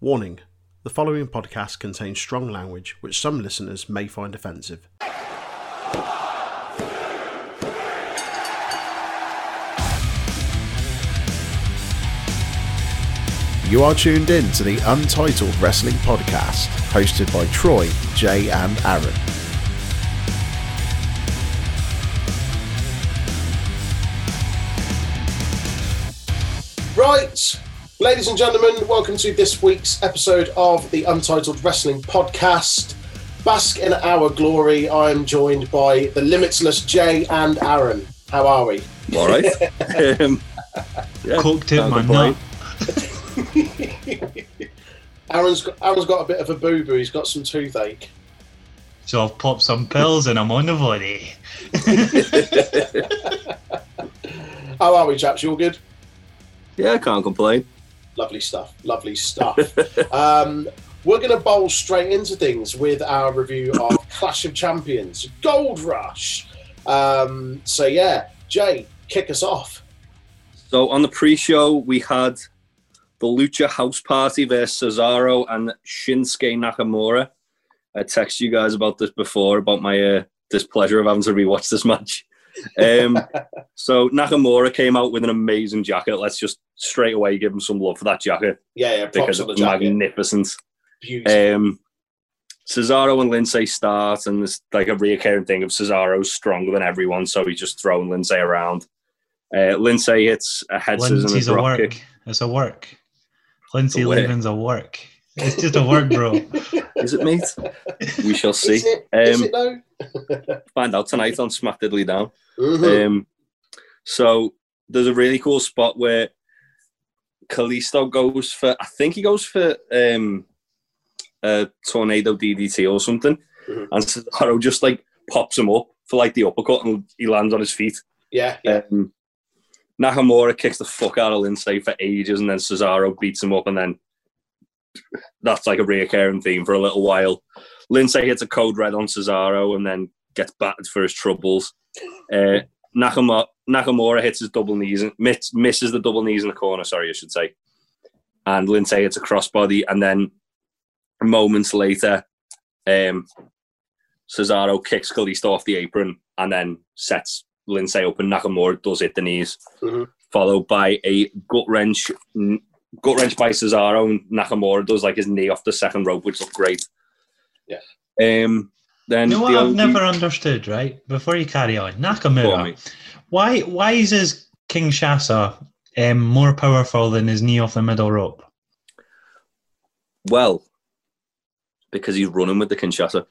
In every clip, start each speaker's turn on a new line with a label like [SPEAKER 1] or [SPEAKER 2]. [SPEAKER 1] Warning the following podcast contains strong language which some listeners may find offensive. You are tuned in to the Untitled Wrestling Podcast, hosted by Troy, Jay, and Aaron.
[SPEAKER 2] Right, ladies and gentlemen, welcome to this week's episode of the Untitled Wrestling Podcast. Bask in our glory, I am joined by the limitless Jay and Aaron. How are we?
[SPEAKER 3] All right. um, yeah,
[SPEAKER 4] Cooked it,
[SPEAKER 3] sounds
[SPEAKER 4] my
[SPEAKER 3] a point.
[SPEAKER 4] nut.
[SPEAKER 2] Aaron's got, Aaron's got a bit of a boo boo. He's got some toothache.
[SPEAKER 4] So I've popped some pills and I'm on the body.
[SPEAKER 2] How are we, chaps? You all good?
[SPEAKER 3] Yeah, I can't complain.
[SPEAKER 2] Lovely stuff. Lovely stuff. um, we're going to bowl straight into things with our review of Clash of Champions Gold Rush. Um, so, yeah, Jay, kick us off.
[SPEAKER 3] So on the pre-show, we had the Lucha House Party versus Cesaro and Shinsuke Nakamura. I texted you guys about this before about my uh, displeasure of having to rewatch this match. Um, so Nakamura came out with an amazing jacket. Let's just straight away give him some love for that jacket
[SPEAKER 2] Yeah, yeah, props
[SPEAKER 3] because
[SPEAKER 2] on the
[SPEAKER 3] it's
[SPEAKER 2] jacket.
[SPEAKER 3] magnificent.
[SPEAKER 2] Beautiful.
[SPEAKER 3] Um, Cesaro and Lindsay start, and it's like a reoccurring thing of Cesaro's stronger than everyone, so he's just throwing Lindsay around. Uh, Lindsay hits a head scissors and
[SPEAKER 4] Lindsay's
[SPEAKER 3] a
[SPEAKER 4] a
[SPEAKER 3] drop
[SPEAKER 4] work.
[SPEAKER 3] kick.
[SPEAKER 4] It's a work. Lindsay
[SPEAKER 3] A work.
[SPEAKER 4] Levin's a work. It's just a work, bro.
[SPEAKER 3] Is it mate? we shall see.
[SPEAKER 2] Is it, is
[SPEAKER 3] um,
[SPEAKER 2] it though?
[SPEAKER 3] Find out tonight on Smack Diddly Down.
[SPEAKER 2] Mhm.
[SPEAKER 3] Um, so there's a really cool spot where Kalisto goes for, I think he goes for um, a tornado DDT or something,
[SPEAKER 2] Mhm.
[SPEAKER 3] and Cesaro just like pops him up for like the uppercut, and he lands on his feet.
[SPEAKER 2] yeah, yeah.
[SPEAKER 3] Um, Nakamura kicks the fuck out of Lindsay for ages, and then Cesaro beats him up, and then that's like a reoccurring theme for a little while. Lindsay hits a code red on Cesaro, and then gets battered for his troubles. Uh, Nakamura, Nakamura hits his double knees and miss, misses the double knees in the corner. Sorry, I should say. And Lindsay hits a crossbody, and then moments later, um, Cesaro kicks Kalisto off the apron, and then sets Lindsay open. Nakamura does hit the knees,
[SPEAKER 2] Mhm.
[SPEAKER 3] followed by a gut wrench, gut wrench by Cesaro. And Nakamura does like his knee off the second rope, which looked great.
[SPEAKER 2] Yeah.
[SPEAKER 3] Um. Then
[SPEAKER 4] You know what
[SPEAKER 3] the
[SPEAKER 4] I've
[SPEAKER 3] only-
[SPEAKER 4] never understood, right? Before you carry on,
[SPEAKER 3] Go on,
[SPEAKER 4] Nakamura,
[SPEAKER 3] mate.
[SPEAKER 4] why why is his Kinshasa um, more powerful than his knee off the middle rope?
[SPEAKER 3] Well, because he's running with the Kinshasa,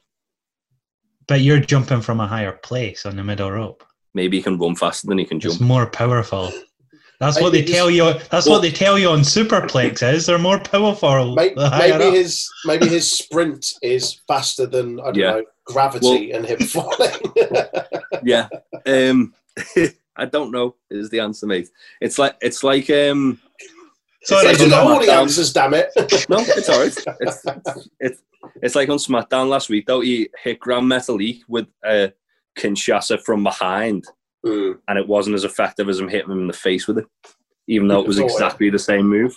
[SPEAKER 4] But you're jumping from a higher place on the middle rope.
[SPEAKER 3] maybe he can run faster than he can
[SPEAKER 4] It's
[SPEAKER 3] jump.
[SPEAKER 4] more powerful. That's what
[SPEAKER 2] Maybe
[SPEAKER 4] they
[SPEAKER 2] he's-
[SPEAKER 4] tell you. That's
[SPEAKER 3] Well-
[SPEAKER 4] what they tell you on superplexes. They're more powerful.
[SPEAKER 2] Maybe,
[SPEAKER 4] the higher
[SPEAKER 2] maybe
[SPEAKER 4] up.
[SPEAKER 2] his maybe his sprint is faster than I don't
[SPEAKER 3] Yeah.
[SPEAKER 2] know gravity and him falling.
[SPEAKER 3] yeah. Um. I don't know. Is the answer, mate? It's like it's like um.
[SPEAKER 4] Sorry,
[SPEAKER 2] Like,
[SPEAKER 3] It's
[SPEAKER 2] you
[SPEAKER 3] like
[SPEAKER 2] got
[SPEAKER 3] on
[SPEAKER 2] all the
[SPEAKER 3] SmackDown.
[SPEAKER 2] answers, damn it!
[SPEAKER 3] No, it's all right. It's, it's, it's like on SmackDown last week, though. He hit Grand Metalik with a Kinshasa from behind,
[SPEAKER 2] Mm.
[SPEAKER 3] and it wasn't as effective as him hitting him in the face with it, even though it was
[SPEAKER 4] Oh,
[SPEAKER 2] Good boy.
[SPEAKER 3] exactly the same move.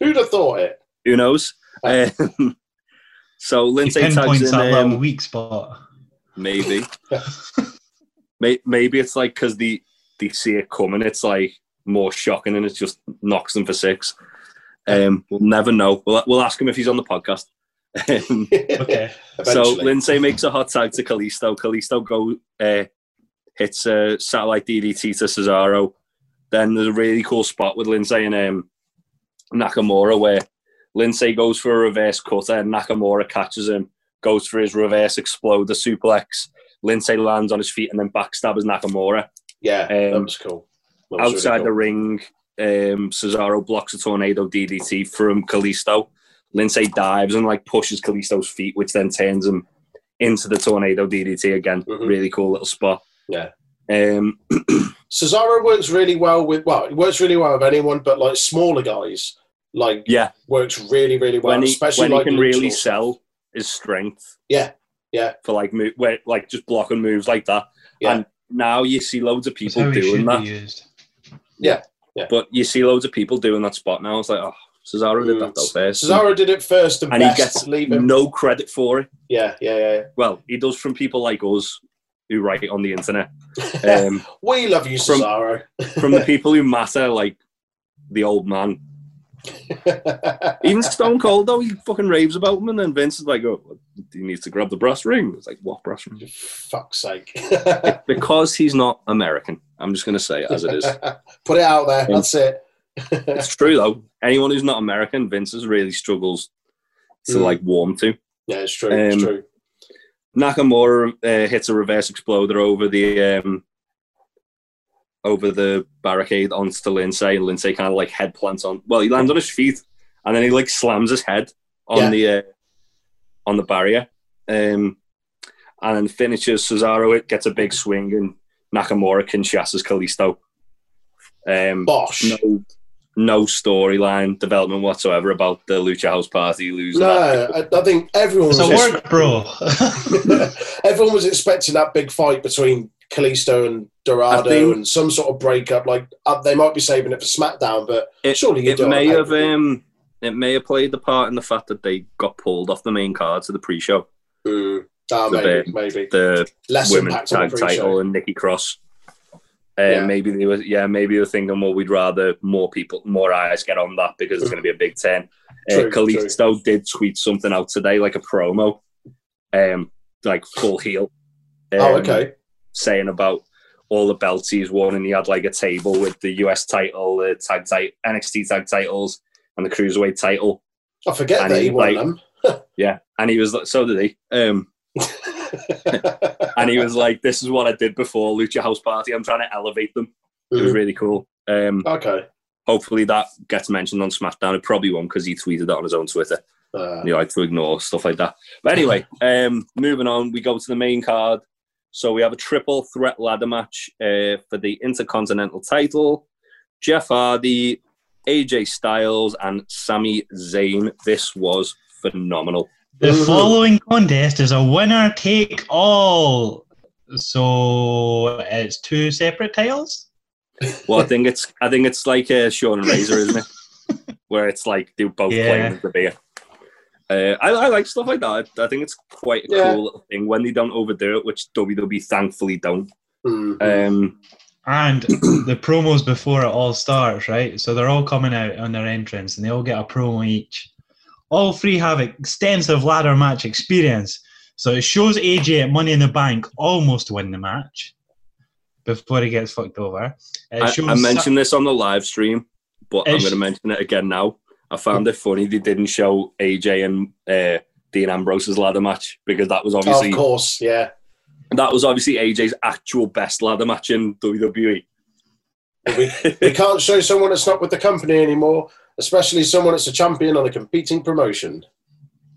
[SPEAKER 2] Who'd have thought it?
[SPEAKER 3] Who knows? Um, so
[SPEAKER 4] He
[SPEAKER 3] Lindsay tags
[SPEAKER 4] pinpoints
[SPEAKER 3] in.
[SPEAKER 4] that little
[SPEAKER 3] Um,
[SPEAKER 4] weak spot.
[SPEAKER 3] maybe. May- maybe it's like because the, they see it coming, it's like more shocking and it just knocks them for six. Um, we'll never know. We'll, we'll ask him if he's on the podcast. Um,
[SPEAKER 4] Okay.
[SPEAKER 2] Eventually.
[SPEAKER 3] So Lindsay makes a hot tag to Kalisto. Kalisto go uh, hits a satellite DDT to Cesaro. Then there's a really cool spot with Lindsay and um, Nakamura where Lindsay goes for a reverse cutter and Nakamura catches him, goes for his reverse exploder suplex. Lindsay lands on his feet and then backstabs Nakamura.
[SPEAKER 2] yeah, that
[SPEAKER 3] um,
[SPEAKER 2] was cool. That was really
[SPEAKER 3] Outside
[SPEAKER 2] cool.
[SPEAKER 3] the ring, um, Cesaro blocks a tornado DDT from Kalisto. Lindsay dives and like pushes Kalisto's feet, which then turns him into the tornado DDT again.
[SPEAKER 2] Mhm.
[SPEAKER 3] Really cool little spot.
[SPEAKER 2] Yeah.
[SPEAKER 3] Um,
[SPEAKER 2] Cesaro works really well with well, it works really well with anyone, but like smaller guys, like
[SPEAKER 3] yeah.
[SPEAKER 2] works really really well,
[SPEAKER 3] when he
[SPEAKER 2] especially
[SPEAKER 3] when
[SPEAKER 2] like
[SPEAKER 3] he can really
[SPEAKER 2] neutrals.
[SPEAKER 3] sell his strength.
[SPEAKER 2] Yeah. Yeah.
[SPEAKER 3] For like move, where, like just blocking moves like that.
[SPEAKER 2] Yeah.
[SPEAKER 3] And now you see loads of
[SPEAKER 4] That's
[SPEAKER 3] people
[SPEAKER 4] how he
[SPEAKER 3] doing
[SPEAKER 4] should
[SPEAKER 3] that.
[SPEAKER 4] be used.
[SPEAKER 3] But you see loads of people doing that spot now. It's like, oh, Cesaro did that though first.
[SPEAKER 2] Cesaro did it first and,
[SPEAKER 3] and he
[SPEAKER 2] best.
[SPEAKER 3] gets
[SPEAKER 2] Leave him.
[SPEAKER 3] no credit for it.
[SPEAKER 2] Yeah, yeah, yeah.
[SPEAKER 3] Well, he does from people like us who write it on the internet. Um,
[SPEAKER 2] We love you,
[SPEAKER 3] From-
[SPEAKER 2] Cesaro.
[SPEAKER 3] from the people who matter, like the old man. Even Stone Cold, though, he fucking raves about him, and then Vince is like, oh, he needs to grab the brass ring. It's like, what brass ring?
[SPEAKER 2] Fuck's sake.
[SPEAKER 3] Because he's not American. I'm just going to say it as it is.
[SPEAKER 2] Put it out there.
[SPEAKER 3] Yeah.
[SPEAKER 2] That's it.
[SPEAKER 3] It's true, though. Anyone who's not American, Vince is really struggles to,
[SPEAKER 2] Mm.
[SPEAKER 3] like, warm to.
[SPEAKER 2] Yeah, it's true. it's
[SPEAKER 3] Um,
[SPEAKER 2] true.
[SPEAKER 3] Nakamura uh, hits a reverse exploder over the um, over the barricade onto Lindsay, and Lindsay kind of like head plants on. Well, he lands on his feet, and then he like slams his head on
[SPEAKER 2] Yeah.
[SPEAKER 3] the uh, on the barrier, um, and then finishes Cesaro. It gets a big swing, and Nakamura Kinshasa's Kalisto. Um,
[SPEAKER 2] Bosh. No,
[SPEAKER 3] no, no storyline development whatsoever about the Lucha House Party losing. that.
[SPEAKER 2] I, I think everyone was
[SPEAKER 4] It's a
[SPEAKER 2] just-
[SPEAKER 4] work, bro.
[SPEAKER 2] Everyone was expecting that big fight between Kalisto and Dorado
[SPEAKER 3] I think-
[SPEAKER 2] and some sort of breakup. Like uh, they might be saving it for SmackDown, but
[SPEAKER 3] It-
[SPEAKER 2] surely you
[SPEAKER 3] it
[SPEAKER 2] do
[SPEAKER 3] may
[SPEAKER 2] it.
[SPEAKER 3] have um, it may have played the part in the fact that they got pulled off the main card to the pre-show,
[SPEAKER 2] Mm. Ah,
[SPEAKER 3] the
[SPEAKER 2] maybe,
[SPEAKER 3] bit-
[SPEAKER 2] maybe
[SPEAKER 3] the
[SPEAKER 2] less
[SPEAKER 3] women's
[SPEAKER 2] impact on
[SPEAKER 3] tag
[SPEAKER 2] the
[SPEAKER 3] title
[SPEAKER 2] pre-show.
[SPEAKER 3] and Nikki Cross. Uh,
[SPEAKER 2] Yeah.
[SPEAKER 3] Maybe they were, yeah, maybe they were thinking, well, we'd rather more people, more eyes get on that because it's going to be a big ten. Uh,
[SPEAKER 2] True,
[SPEAKER 3] Kalisto did tweet something out today, like a promo, um, like full heel.
[SPEAKER 2] oh,
[SPEAKER 3] um,
[SPEAKER 2] okay.
[SPEAKER 3] saying about all the belts he's won, and he had like a table with the US title, the tag title, NXT tag titles, and the cruiserweight title.
[SPEAKER 2] I forget
[SPEAKER 3] and
[SPEAKER 2] that
[SPEAKER 3] he,
[SPEAKER 2] he won
[SPEAKER 3] like-
[SPEAKER 2] them.
[SPEAKER 3] Yeah, and he was like- so did he. Um, and he was like, "This is what I did before Lucha House Party. I'm trying to elevate them. It was
[SPEAKER 2] Mm.
[SPEAKER 3] really cool. Um,
[SPEAKER 2] okay.
[SPEAKER 3] hopefully that gets mentioned on SmackDown. It probably won't because he tweeted that on his own Twitter.
[SPEAKER 2] Uh,
[SPEAKER 3] and you like to ignore stuff like that. But anyway, um, moving on, we go to the main card. So we have a triple threat ladder match uh, for the Intercontinental title. Jeff Hardy, AJ Styles, and Sami Zayn. This was phenomenal.
[SPEAKER 4] the
[SPEAKER 2] Mhm.
[SPEAKER 4] following contest is a winner take all. So it's two separate titles.
[SPEAKER 3] Well, I think it's I think it's like uh, Sean and Razor, isn't it? Where it's like they both
[SPEAKER 4] Yeah.
[SPEAKER 3] playing with the beer. Uh, I, I like stuff like that. I think it's quite a
[SPEAKER 2] Yeah.
[SPEAKER 3] cool little thing when they don't overdo it, which WWE thankfully don't.
[SPEAKER 2] mm.
[SPEAKER 3] Um,
[SPEAKER 4] And the promos before it all starts, right? So they're all coming out on their entrance and they all get a promo each. All three have extensive ladder match experience. So it shows AJ at Money in the Bank almost win the match before he gets fucked over. It
[SPEAKER 3] I,
[SPEAKER 4] shows
[SPEAKER 3] I mentioned this on the live stream, but I'm
[SPEAKER 4] Ish.
[SPEAKER 3] going to mention it again now. I found it funny they didn't show AJ and uh, Dean Ambrose's ladder match because that was obviously
[SPEAKER 2] of course, yeah.
[SPEAKER 3] that was obviously AJ's actual best ladder match in E. WWE.
[SPEAKER 2] We, we can't show someone that's not with the company anymore, especially someone that's a champion on a competing promotion.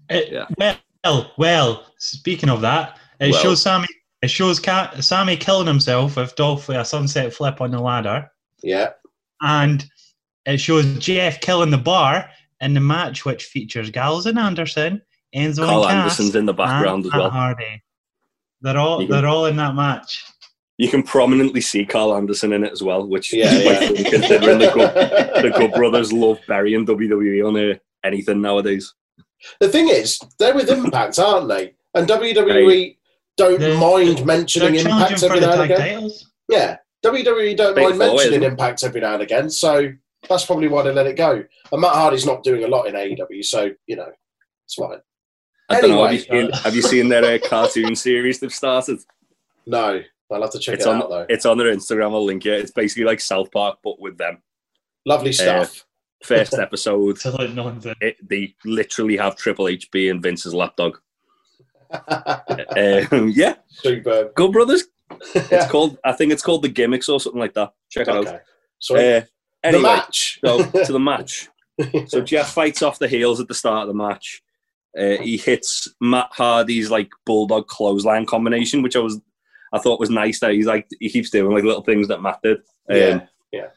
[SPEAKER 4] It-
[SPEAKER 3] Yeah.
[SPEAKER 4] Well, well. Speaking of that, it
[SPEAKER 3] Well.
[SPEAKER 4] shows Sammy. It shows Ca- Sammy killing himself with Dolph with a sunset flip on the ladder,
[SPEAKER 2] Yeah.
[SPEAKER 4] and it shows Jeff killing the bar in the match, which features Gals and Anderson,
[SPEAKER 2] Oh
[SPEAKER 4] Enzo
[SPEAKER 3] Carl
[SPEAKER 4] and Cass,
[SPEAKER 3] Anderson's
[SPEAKER 2] Ah,
[SPEAKER 3] in the background
[SPEAKER 4] and
[SPEAKER 3] as
[SPEAKER 4] Matt
[SPEAKER 3] well.
[SPEAKER 4] Hardy. They're all
[SPEAKER 3] You can-
[SPEAKER 4] they're all in that match.
[SPEAKER 3] You can prominently see Carl Anderson in it as well, which
[SPEAKER 2] Yeah,
[SPEAKER 3] is quite
[SPEAKER 2] yeah.
[SPEAKER 3] funny considering the Good, the Good Brothers love burying WWE on uh, anything nowadays.
[SPEAKER 2] The thing is, they're with Impact, aren't they? And WWE don't
[SPEAKER 4] They're-
[SPEAKER 2] mind mentioning
[SPEAKER 4] They're
[SPEAKER 2] Impact
[SPEAKER 4] challenging
[SPEAKER 2] every
[SPEAKER 4] for the
[SPEAKER 2] now and
[SPEAKER 4] tag
[SPEAKER 2] again.
[SPEAKER 4] titles.
[SPEAKER 2] Yeah, WWE don't
[SPEAKER 3] Big
[SPEAKER 2] mind
[SPEAKER 3] four,
[SPEAKER 2] mentioning
[SPEAKER 3] isn't it?
[SPEAKER 2] Impact every now and again, so that's probably why they let it go. And Matt Hardy's not doing a lot in AEW, so you know, it's fine.
[SPEAKER 3] I don't know. Have you
[SPEAKER 2] Anyway.
[SPEAKER 3] seen, have you seen their uh, cartoon series they've started?
[SPEAKER 2] No, I'll have to check
[SPEAKER 3] It's
[SPEAKER 2] it
[SPEAKER 3] on,
[SPEAKER 2] out though.
[SPEAKER 3] it's on their Instagram. I'll link it. It's basically like South Park, but with them.
[SPEAKER 2] Lovely stuff.
[SPEAKER 3] First episode,
[SPEAKER 4] Absolute nonsense.
[SPEAKER 3] it, they literally have Triple H being Vince's lapdog. Um, yeah,
[SPEAKER 2] Superb.
[SPEAKER 3] Good Brothers. It's
[SPEAKER 2] Yeah.
[SPEAKER 3] called. I think it's called the gimmicks or something like that. Check it out.
[SPEAKER 2] Okay. So
[SPEAKER 3] Uh,
[SPEAKER 2] the
[SPEAKER 3] anyway,
[SPEAKER 2] match.
[SPEAKER 3] so to the match. So Jeff fights off the heels at the start of the match. Uh, he hits Matt Hardy's like bulldog clothesline combination, which I was, I thought was nice. That he's like he keeps doing like little things that Matt did. Um,
[SPEAKER 2] yeah.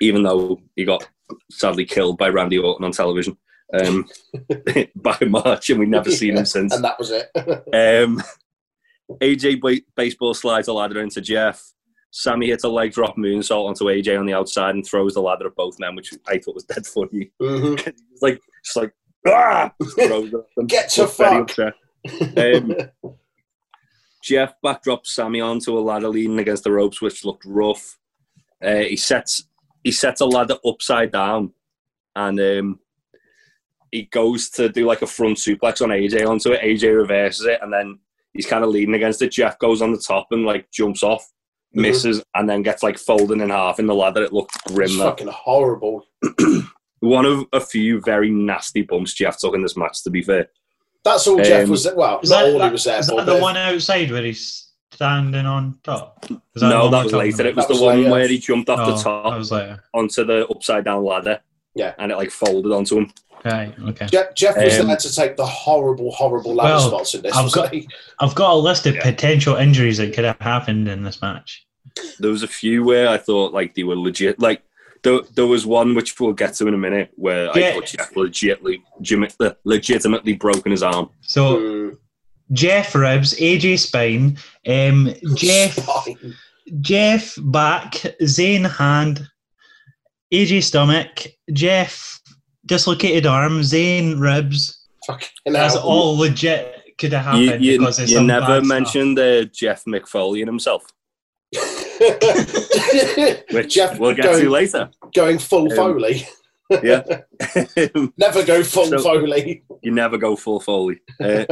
[SPEAKER 3] even though he got sadly killed by Randy Orton on television um, by March, and we've never seen him since.
[SPEAKER 2] And that was it.
[SPEAKER 3] Um, AJ ba- baseball slides a ladder into Jeff. Sammy hits a leg drop moonsault onto AJ on the outside and throws the ladder at both men, which I thought was dead funny.
[SPEAKER 2] Mhm.
[SPEAKER 3] It's like, it's like, ah! Throws it at them.
[SPEAKER 2] Get to
[SPEAKER 3] It's very
[SPEAKER 2] fuck.
[SPEAKER 3] upset. Um, Jeff backdrops Sammy onto a ladder leaning against the ropes, which looked rough. Uh, he sets he sets a ladder upside down, and um, he goes to do like a front suplex on AJ onto it. AJ reverses it, and then he's kind of leaning against it. Jeff goes on the top and like jumps off,
[SPEAKER 2] Mhm.
[SPEAKER 3] misses, and then gets like folded in half in the ladder. It looked
[SPEAKER 2] It's
[SPEAKER 3] grim. that-
[SPEAKER 2] fucking horrible.
[SPEAKER 3] One of a few very nasty bumps Jeff took in this match. To be fair,
[SPEAKER 2] That's all Jeff
[SPEAKER 3] Um,
[SPEAKER 2] was there. Well,
[SPEAKER 4] Is
[SPEAKER 2] not
[SPEAKER 4] that-
[SPEAKER 2] all he
[SPEAKER 4] that-
[SPEAKER 2] was there
[SPEAKER 4] is
[SPEAKER 2] for.
[SPEAKER 4] that the
[SPEAKER 2] but-
[SPEAKER 4] one outside where he's standing on top? Is the
[SPEAKER 3] no,
[SPEAKER 4] one
[SPEAKER 3] that
[SPEAKER 4] we're
[SPEAKER 3] was
[SPEAKER 4] talking
[SPEAKER 3] later. It
[SPEAKER 4] about?
[SPEAKER 3] was
[SPEAKER 2] That
[SPEAKER 3] the
[SPEAKER 2] was
[SPEAKER 3] one
[SPEAKER 2] later.
[SPEAKER 3] where he jumped off the
[SPEAKER 4] Oh,
[SPEAKER 3] top.
[SPEAKER 4] That was later.
[SPEAKER 3] onto the upside down ladder.
[SPEAKER 2] Yeah.
[SPEAKER 3] And it like folded onto him.
[SPEAKER 4] Right. Okay.
[SPEAKER 2] Jeff, Jeff was
[SPEAKER 3] Um,
[SPEAKER 2] there to take the horrible, horrible ladder
[SPEAKER 4] Well,
[SPEAKER 2] spots in this.
[SPEAKER 4] I've
[SPEAKER 2] was
[SPEAKER 4] got-
[SPEAKER 2] he?
[SPEAKER 4] I've got a list of
[SPEAKER 3] Yeah.
[SPEAKER 4] potential injuries that could have happened in this match.
[SPEAKER 3] There was a few where I thought like they were legit. Like there, there was one which we'll get to in a minute where I
[SPEAKER 4] Yeah.
[SPEAKER 3] thought Jeff legitly, legitimately, legitimately broken his arm.
[SPEAKER 4] So
[SPEAKER 2] Mm.
[SPEAKER 4] Jeff ribs, AJ spine, um, Jeff
[SPEAKER 2] Spine.
[SPEAKER 4] Jeff back, Zane hand, AJ stomach, Jeff dislocated arm, Zane ribs.
[SPEAKER 2] Fucking
[SPEAKER 4] That's
[SPEAKER 2] hell.
[SPEAKER 4] all legit could have
[SPEAKER 3] You,
[SPEAKER 4] happened
[SPEAKER 3] you-
[SPEAKER 4] because it's
[SPEAKER 3] you
[SPEAKER 4] some
[SPEAKER 3] never
[SPEAKER 4] bad stuff.
[SPEAKER 3] mentioned uh, Jeff McFoley and himself, which
[SPEAKER 2] Jeff
[SPEAKER 3] we'll get
[SPEAKER 2] going,
[SPEAKER 3] to later.
[SPEAKER 2] going full
[SPEAKER 3] Um,
[SPEAKER 2] Foley.
[SPEAKER 3] you
[SPEAKER 2] Never go full
[SPEAKER 3] so-
[SPEAKER 2] Foley.
[SPEAKER 3] never go full Foley. Uh,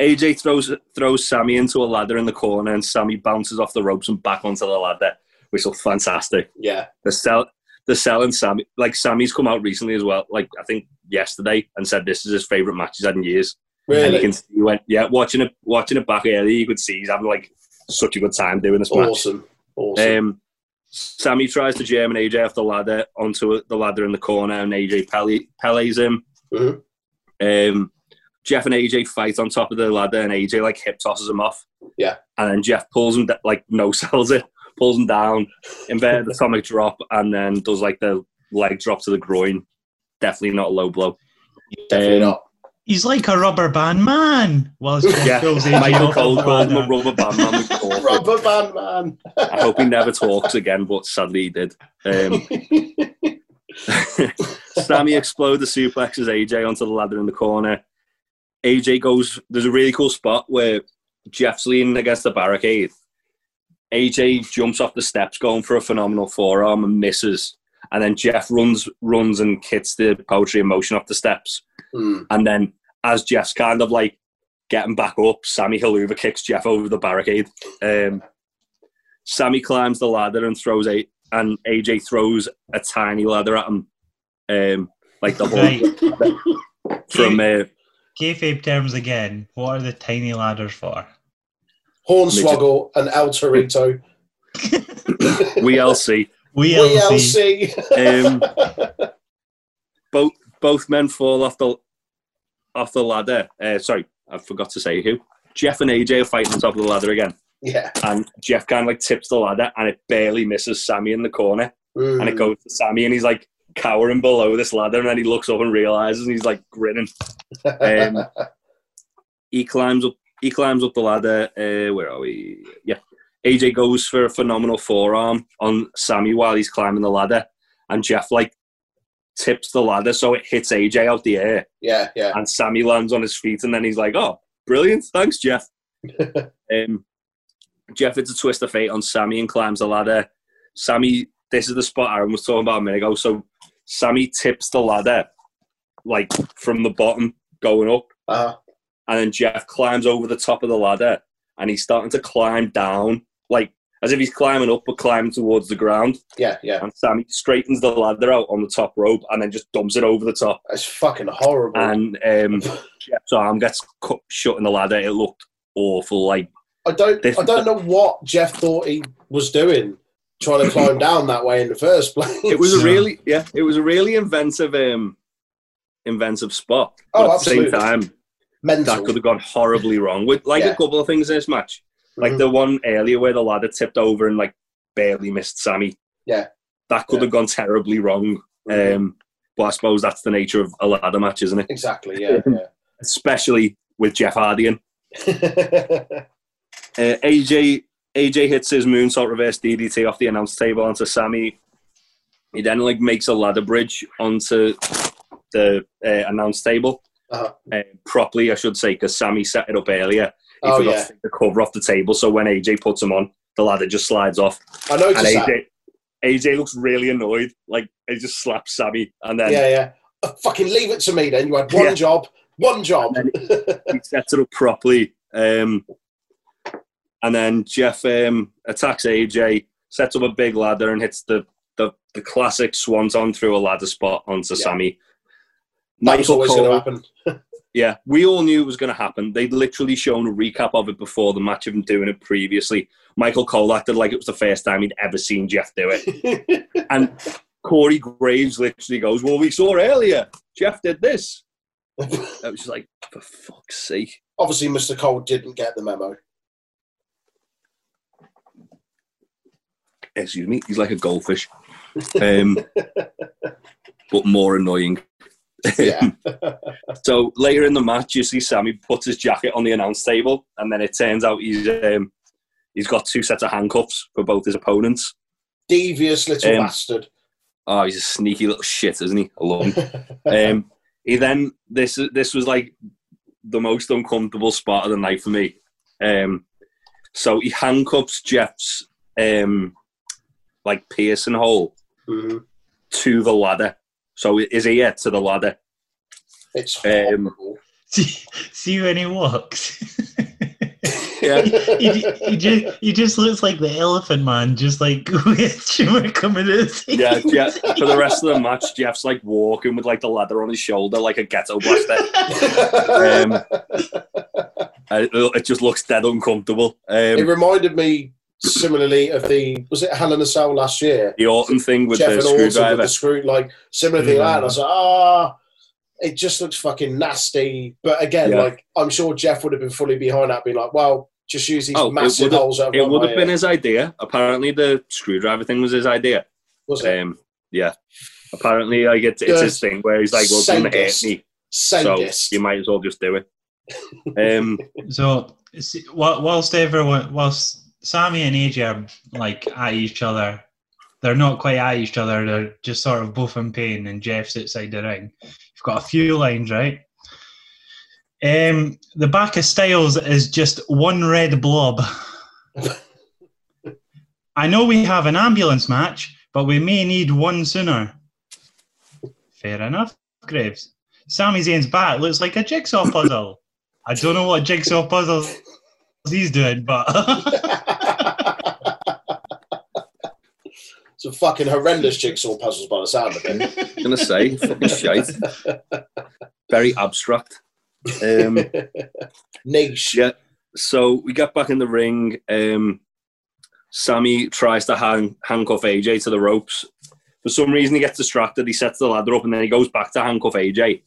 [SPEAKER 3] AJ throws throws Sammy into a ladder in the corner, and Sammy bounces off the ropes and back onto the ladder, which looked fantastic.
[SPEAKER 2] yeah.
[SPEAKER 3] the sell the selling Sammy like Sammy's come out recently as well. Like I think yesterday and said this is his favourite match he's had in years. And you
[SPEAKER 2] Really?
[SPEAKER 3] can see he went yeah, watching it watching it back earlier, you could see he's having like such a good time doing this match.
[SPEAKER 2] Awesome. Awesome.
[SPEAKER 3] Um Sammy tries to German AJ off the ladder onto the ladder in the corner and AJ Pele, Pele's him.
[SPEAKER 2] Mhm.
[SPEAKER 3] Um Jeff and AJ fight on top of the ladder and AJ like hip tosses him off.
[SPEAKER 2] Yeah.
[SPEAKER 3] And then Jeff pulls him da- like no sells it, pulls him down, inverted atomic drop, and then does like the leg drop to the groin. Definitely not a low blow.
[SPEAKER 2] Definitely
[SPEAKER 3] um,
[SPEAKER 2] not.
[SPEAKER 4] He's like a rubber band man. Well, it's
[SPEAKER 3] Yeah,
[SPEAKER 4] throws AJ
[SPEAKER 3] Michael
[SPEAKER 4] off the
[SPEAKER 3] Cole called him a
[SPEAKER 4] ladder.
[SPEAKER 3] rubber band man. with cork.
[SPEAKER 2] Rubber band man.
[SPEAKER 3] I hope he never talks again, but sadly he did. Um, Sammy exploded suplexes AJ onto the ladder in the corner. AJ goes. There's a really cool spot where Jeff's leaning against the barricade. AJ jumps off the steps, going for a phenomenal forearm and misses. And then Jeff runs, runs and hits the poetry in motion off the steps.
[SPEAKER 2] Mm.
[SPEAKER 3] And then as Jeff's kind of like getting back up, Sammy Haluva kicks Jeff over the barricade. Um, Sammy climbs the ladder and throws a and AJ throws a tiny ladder at him, um, like the whole
[SPEAKER 4] Right.
[SPEAKER 3] from uh,
[SPEAKER 4] Kayfabe terms again. What are the tiny ladders for?
[SPEAKER 2] Hornswoggle and El Torito.
[SPEAKER 3] WLC.
[SPEAKER 4] We LC.
[SPEAKER 2] WLC.
[SPEAKER 3] Um, both both men fall off the off the ladder. Uh, sorry, I forgot to say who. Jeff and AJ are fighting on top of the ladder again,
[SPEAKER 2] yeah.
[SPEAKER 3] and Jeff kind of like tips the ladder, and it barely misses Sammy in the corner. and it
[SPEAKER 2] Mm.
[SPEAKER 3] goes to Sammy, and he's like cowering below this ladder, and then he looks up and realizes, and he's like grinning. Um, he climbs up. He climbs up the ladder. Uh, where are we? Yeah, AJ goes for a phenomenal forearm on Sammy while he's climbing the ladder, and Jeff like tips the ladder so it hits AJ out the air,
[SPEAKER 2] yeah, yeah.
[SPEAKER 3] and Sammy lands on his feet, and then he's like, "Oh, brilliant! Thanks, Jeff." um, Jeff hits a twist of fate on Sammy and climbs the ladder. Sammy, this is the spot Aaron was talking about a minute ago. So Sammy tips the ladder like from the bottom going up,
[SPEAKER 2] Uh,
[SPEAKER 3] and then Jeff climbs over the top of the ladder, and he's starting to climb down like as if he's climbing up but climbing towards the ground.
[SPEAKER 2] yeah, yeah.
[SPEAKER 3] And Sammy straightens the ladder out on the top rope and then just dumps it over the top
[SPEAKER 2] It's fucking horrible.
[SPEAKER 3] and um, Jeff's arm gets cut shut in the ladder. It looked awful. Like
[SPEAKER 2] I don't.
[SPEAKER 3] This-
[SPEAKER 2] I don't know what Jeff thought he was doing, trying to climb down that way in the first place.
[SPEAKER 3] it was a
[SPEAKER 4] Yeah.
[SPEAKER 3] really yeah, it was a really inventive um, inventive spot.
[SPEAKER 2] Oh,
[SPEAKER 3] But at the same
[SPEAKER 2] absolutely.
[SPEAKER 3] time,
[SPEAKER 2] mental.
[SPEAKER 3] that could have gone horribly wrong with like
[SPEAKER 2] Yeah.
[SPEAKER 3] a couple of things in this match, like
[SPEAKER 2] Mhm.
[SPEAKER 3] the one earlier where the ladder tipped over and like barely missed Sammy.
[SPEAKER 2] Yeah.
[SPEAKER 3] that could have gone terribly wrong.
[SPEAKER 2] Mhm.
[SPEAKER 3] Um, but I suppose that's the nature of a ladder match, isn't it?
[SPEAKER 2] exactly. Yeah.
[SPEAKER 3] Especially with Jeff Hardy in.
[SPEAKER 2] yeah.
[SPEAKER 3] Uh, AJ AJ hits his moonsault reverse DDT off the announce table onto Sammy. He then like makes a ladder bridge onto the uh, announce table
[SPEAKER 2] Uh-huh.
[SPEAKER 3] uh, properly, I should say, because Sammy set it up earlier. He
[SPEAKER 2] Oh,
[SPEAKER 3] forgot
[SPEAKER 2] yeah.
[SPEAKER 3] to take the cover off the table, so when AJ puts him on, the ladder just slides off.
[SPEAKER 2] I
[SPEAKER 3] And
[SPEAKER 2] noticed that.
[SPEAKER 3] AJ, AJ looks really annoyed. Like, he just slaps Sammy. And then
[SPEAKER 2] Yeah, yeah. Uh, fucking leave it to me then. You had one
[SPEAKER 3] Yeah.
[SPEAKER 2] job. One job.
[SPEAKER 3] And he sets it up properly. Um, and then Jeff um, attacks AJ, sets up a big ladder, and hits the, the, the classic swanton through a ladder spot onto
[SPEAKER 2] Yeah.
[SPEAKER 3] Sammy.
[SPEAKER 2] That was always going to
[SPEAKER 3] Cole-
[SPEAKER 2] happen.
[SPEAKER 3] Yeah, we all knew it was going to happen. They'd literally shown a recap of it before the match of him doing it previously. Michael Cole acted like it was the first time he'd ever seen Jeff do it. And Corey Graves literally goes, Well, we saw earlier, Jeff did this. I was just like, For fuck's sake.
[SPEAKER 2] Obviously, Mr. Cole didn't get the memo.
[SPEAKER 3] Excuse me. He's like a goldfish. Um, but more annoying.
[SPEAKER 2] Yeah.
[SPEAKER 3] So later in the match, you see Sammy puts his jacket on the announce table, and then it turns out he's um, he's got two sets of handcuffs for both his opponents.
[SPEAKER 2] Devious little
[SPEAKER 3] Um,
[SPEAKER 2] bastard.
[SPEAKER 3] Oh, he's a sneaky little shit, isn't he? I love him.
[SPEAKER 2] Mm-hmm.
[SPEAKER 3] um, he then this this was like the most uncomfortable spot of the night for me. Um, so he handcuffs Jeff's um, like piercing hole
[SPEAKER 2] Mhm.
[SPEAKER 3] to the ladder. So his ear to the ladder.
[SPEAKER 2] It's
[SPEAKER 3] Um,
[SPEAKER 2] horrible.
[SPEAKER 4] See, see when he walks.
[SPEAKER 3] Yeah.
[SPEAKER 4] he, he, just, he just looks like the elephant man, just like with Shimmer coming in.
[SPEAKER 3] Yeah, Jeff, for the rest of the match, Jeff's like walking with like the ladder on his shoulder, like a ghetto blaster. Um, I- it just looks dead uncomfortable. Um,
[SPEAKER 2] it reminded me similarly of the was it Helen and Cell last year?
[SPEAKER 3] the Orton thing with
[SPEAKER 2] Jeff
[SPEAKER 3] the
[SPEAKER 2] and Orton with
[SPEAKER 3] screwdriver. Mm.
[SPEAKER 2] the screw like similar thing like that. And I was like, ah, it just looks fucking nasty. But again,
[SPEAKER 3] Yeah.
[SPEAKER 2] like I'm sure Jeff would have been fully behind that, being like, well, just use these
[SPEAKER 3] Oh, it
[SPEAKER 2] massive
[SPEAKER 3] would've-
[SPEAKER 2] holes.
[SPEAKER 3] It would have been
[SPEAKER 2] uh,
[SPEAKER 3] his idea. Apparently, the screwdriver thing was his idea.
[SPEAKER 2] was it?
[SPEAKER 3] Um, yeah. Apparently, like it's, it's his thing where he's like, "Well, it's gonna hurt
[SPEAKER 2] Sadist.
[SPEAKER 3] me, so
[SPEAKER 2] Sadist.
[SPEAKER 3] you might as well just do it." Um,
[SPEAKER 4] So see, whi- whilst everyone, whilst Sammy and AJ are like at each other, they're not quite at each other. They're just sort of both in pain, and Jeff's outside the ring. You've got a few lines, right? Um, the back of Styles is just one red blob. I know we have an ambulance match, but we may need one sooner. Fair enough, Graves. Sami Zayn's back looks like a jigsaw puzzle. I don't know what jigsaw puzzles he's doing, but
[SPEAKER 2] Some fucking horrendous jigsaw puzzles by the sound of it.
[SPEAKER 3] gonna say fucking shite. Very abstract. Um,
[SPEAKER 2] Niche.
[SPEAKER 3] Yeah. So we get back in the ring. Um, Sammy tries to hang, handcuff AJ to the ropes. For some reason, he gets distracted. He sets the ladder up and then he goes back to handcuff AJ.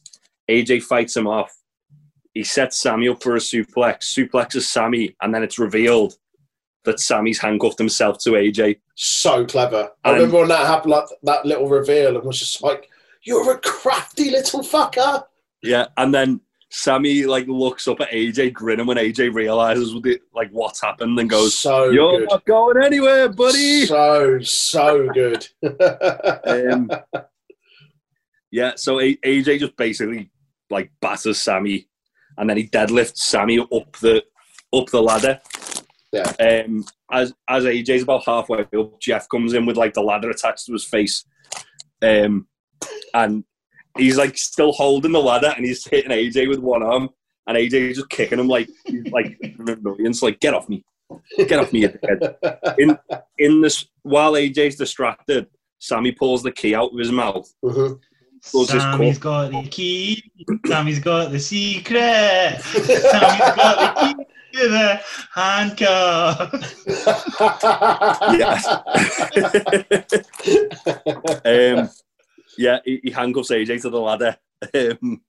[SPEAKER 3] AJ fights him off. He sets Sammy up for a suplex, suplexes Sammy, and then it's revealed that Sammy's handcuffed himself to AJ.
[SPEAKER 2] So clever. I
[SPEAKER 3] Um,
[SPEAKER 2] remember when that happened, like that little reveal, and was just like, "You're a crafty little fucker."
[SPEAKER 3] Yeah. And then Sammy like looks up at AJ, grinning when AJ realizes what the- like what's happened and goes,
[SPEAKER 2] so
[SPEAKER 3] "You're
[SPEAKER 2] good,
[SPEAKER 3] not going anywhere, buddy."
[SPEAKER 2] So so good.
[SPEAKER 3] um, yeah, so A- AJ just basically like batters Sammy, and then he deadlifts Sammy up the up the ladder.
[SPEAKER 2] Yeah.
[SPEAKER 3] Um, as as AJ's about halfway up, Jeff comes in with like the ladder attached to his face, um, and he's like still holding the ladder, and he's hitting AJ with one arm, and AJ just kicking him like like an annoyance, like get off me, get off me, you dickhead in this while AJ's distracted, Sammy pulls the key out of his mouth.
[SPEAKER 2] Mhm.
[SPEAKER 3] Those is
[SPEAKER 4] Sammy's got the key. Sammy's got the secret. Sammy's got the key to the handcuff.
[SPEAKER 3] um, yeah, he, he handcuffs AJ to the ladder, um,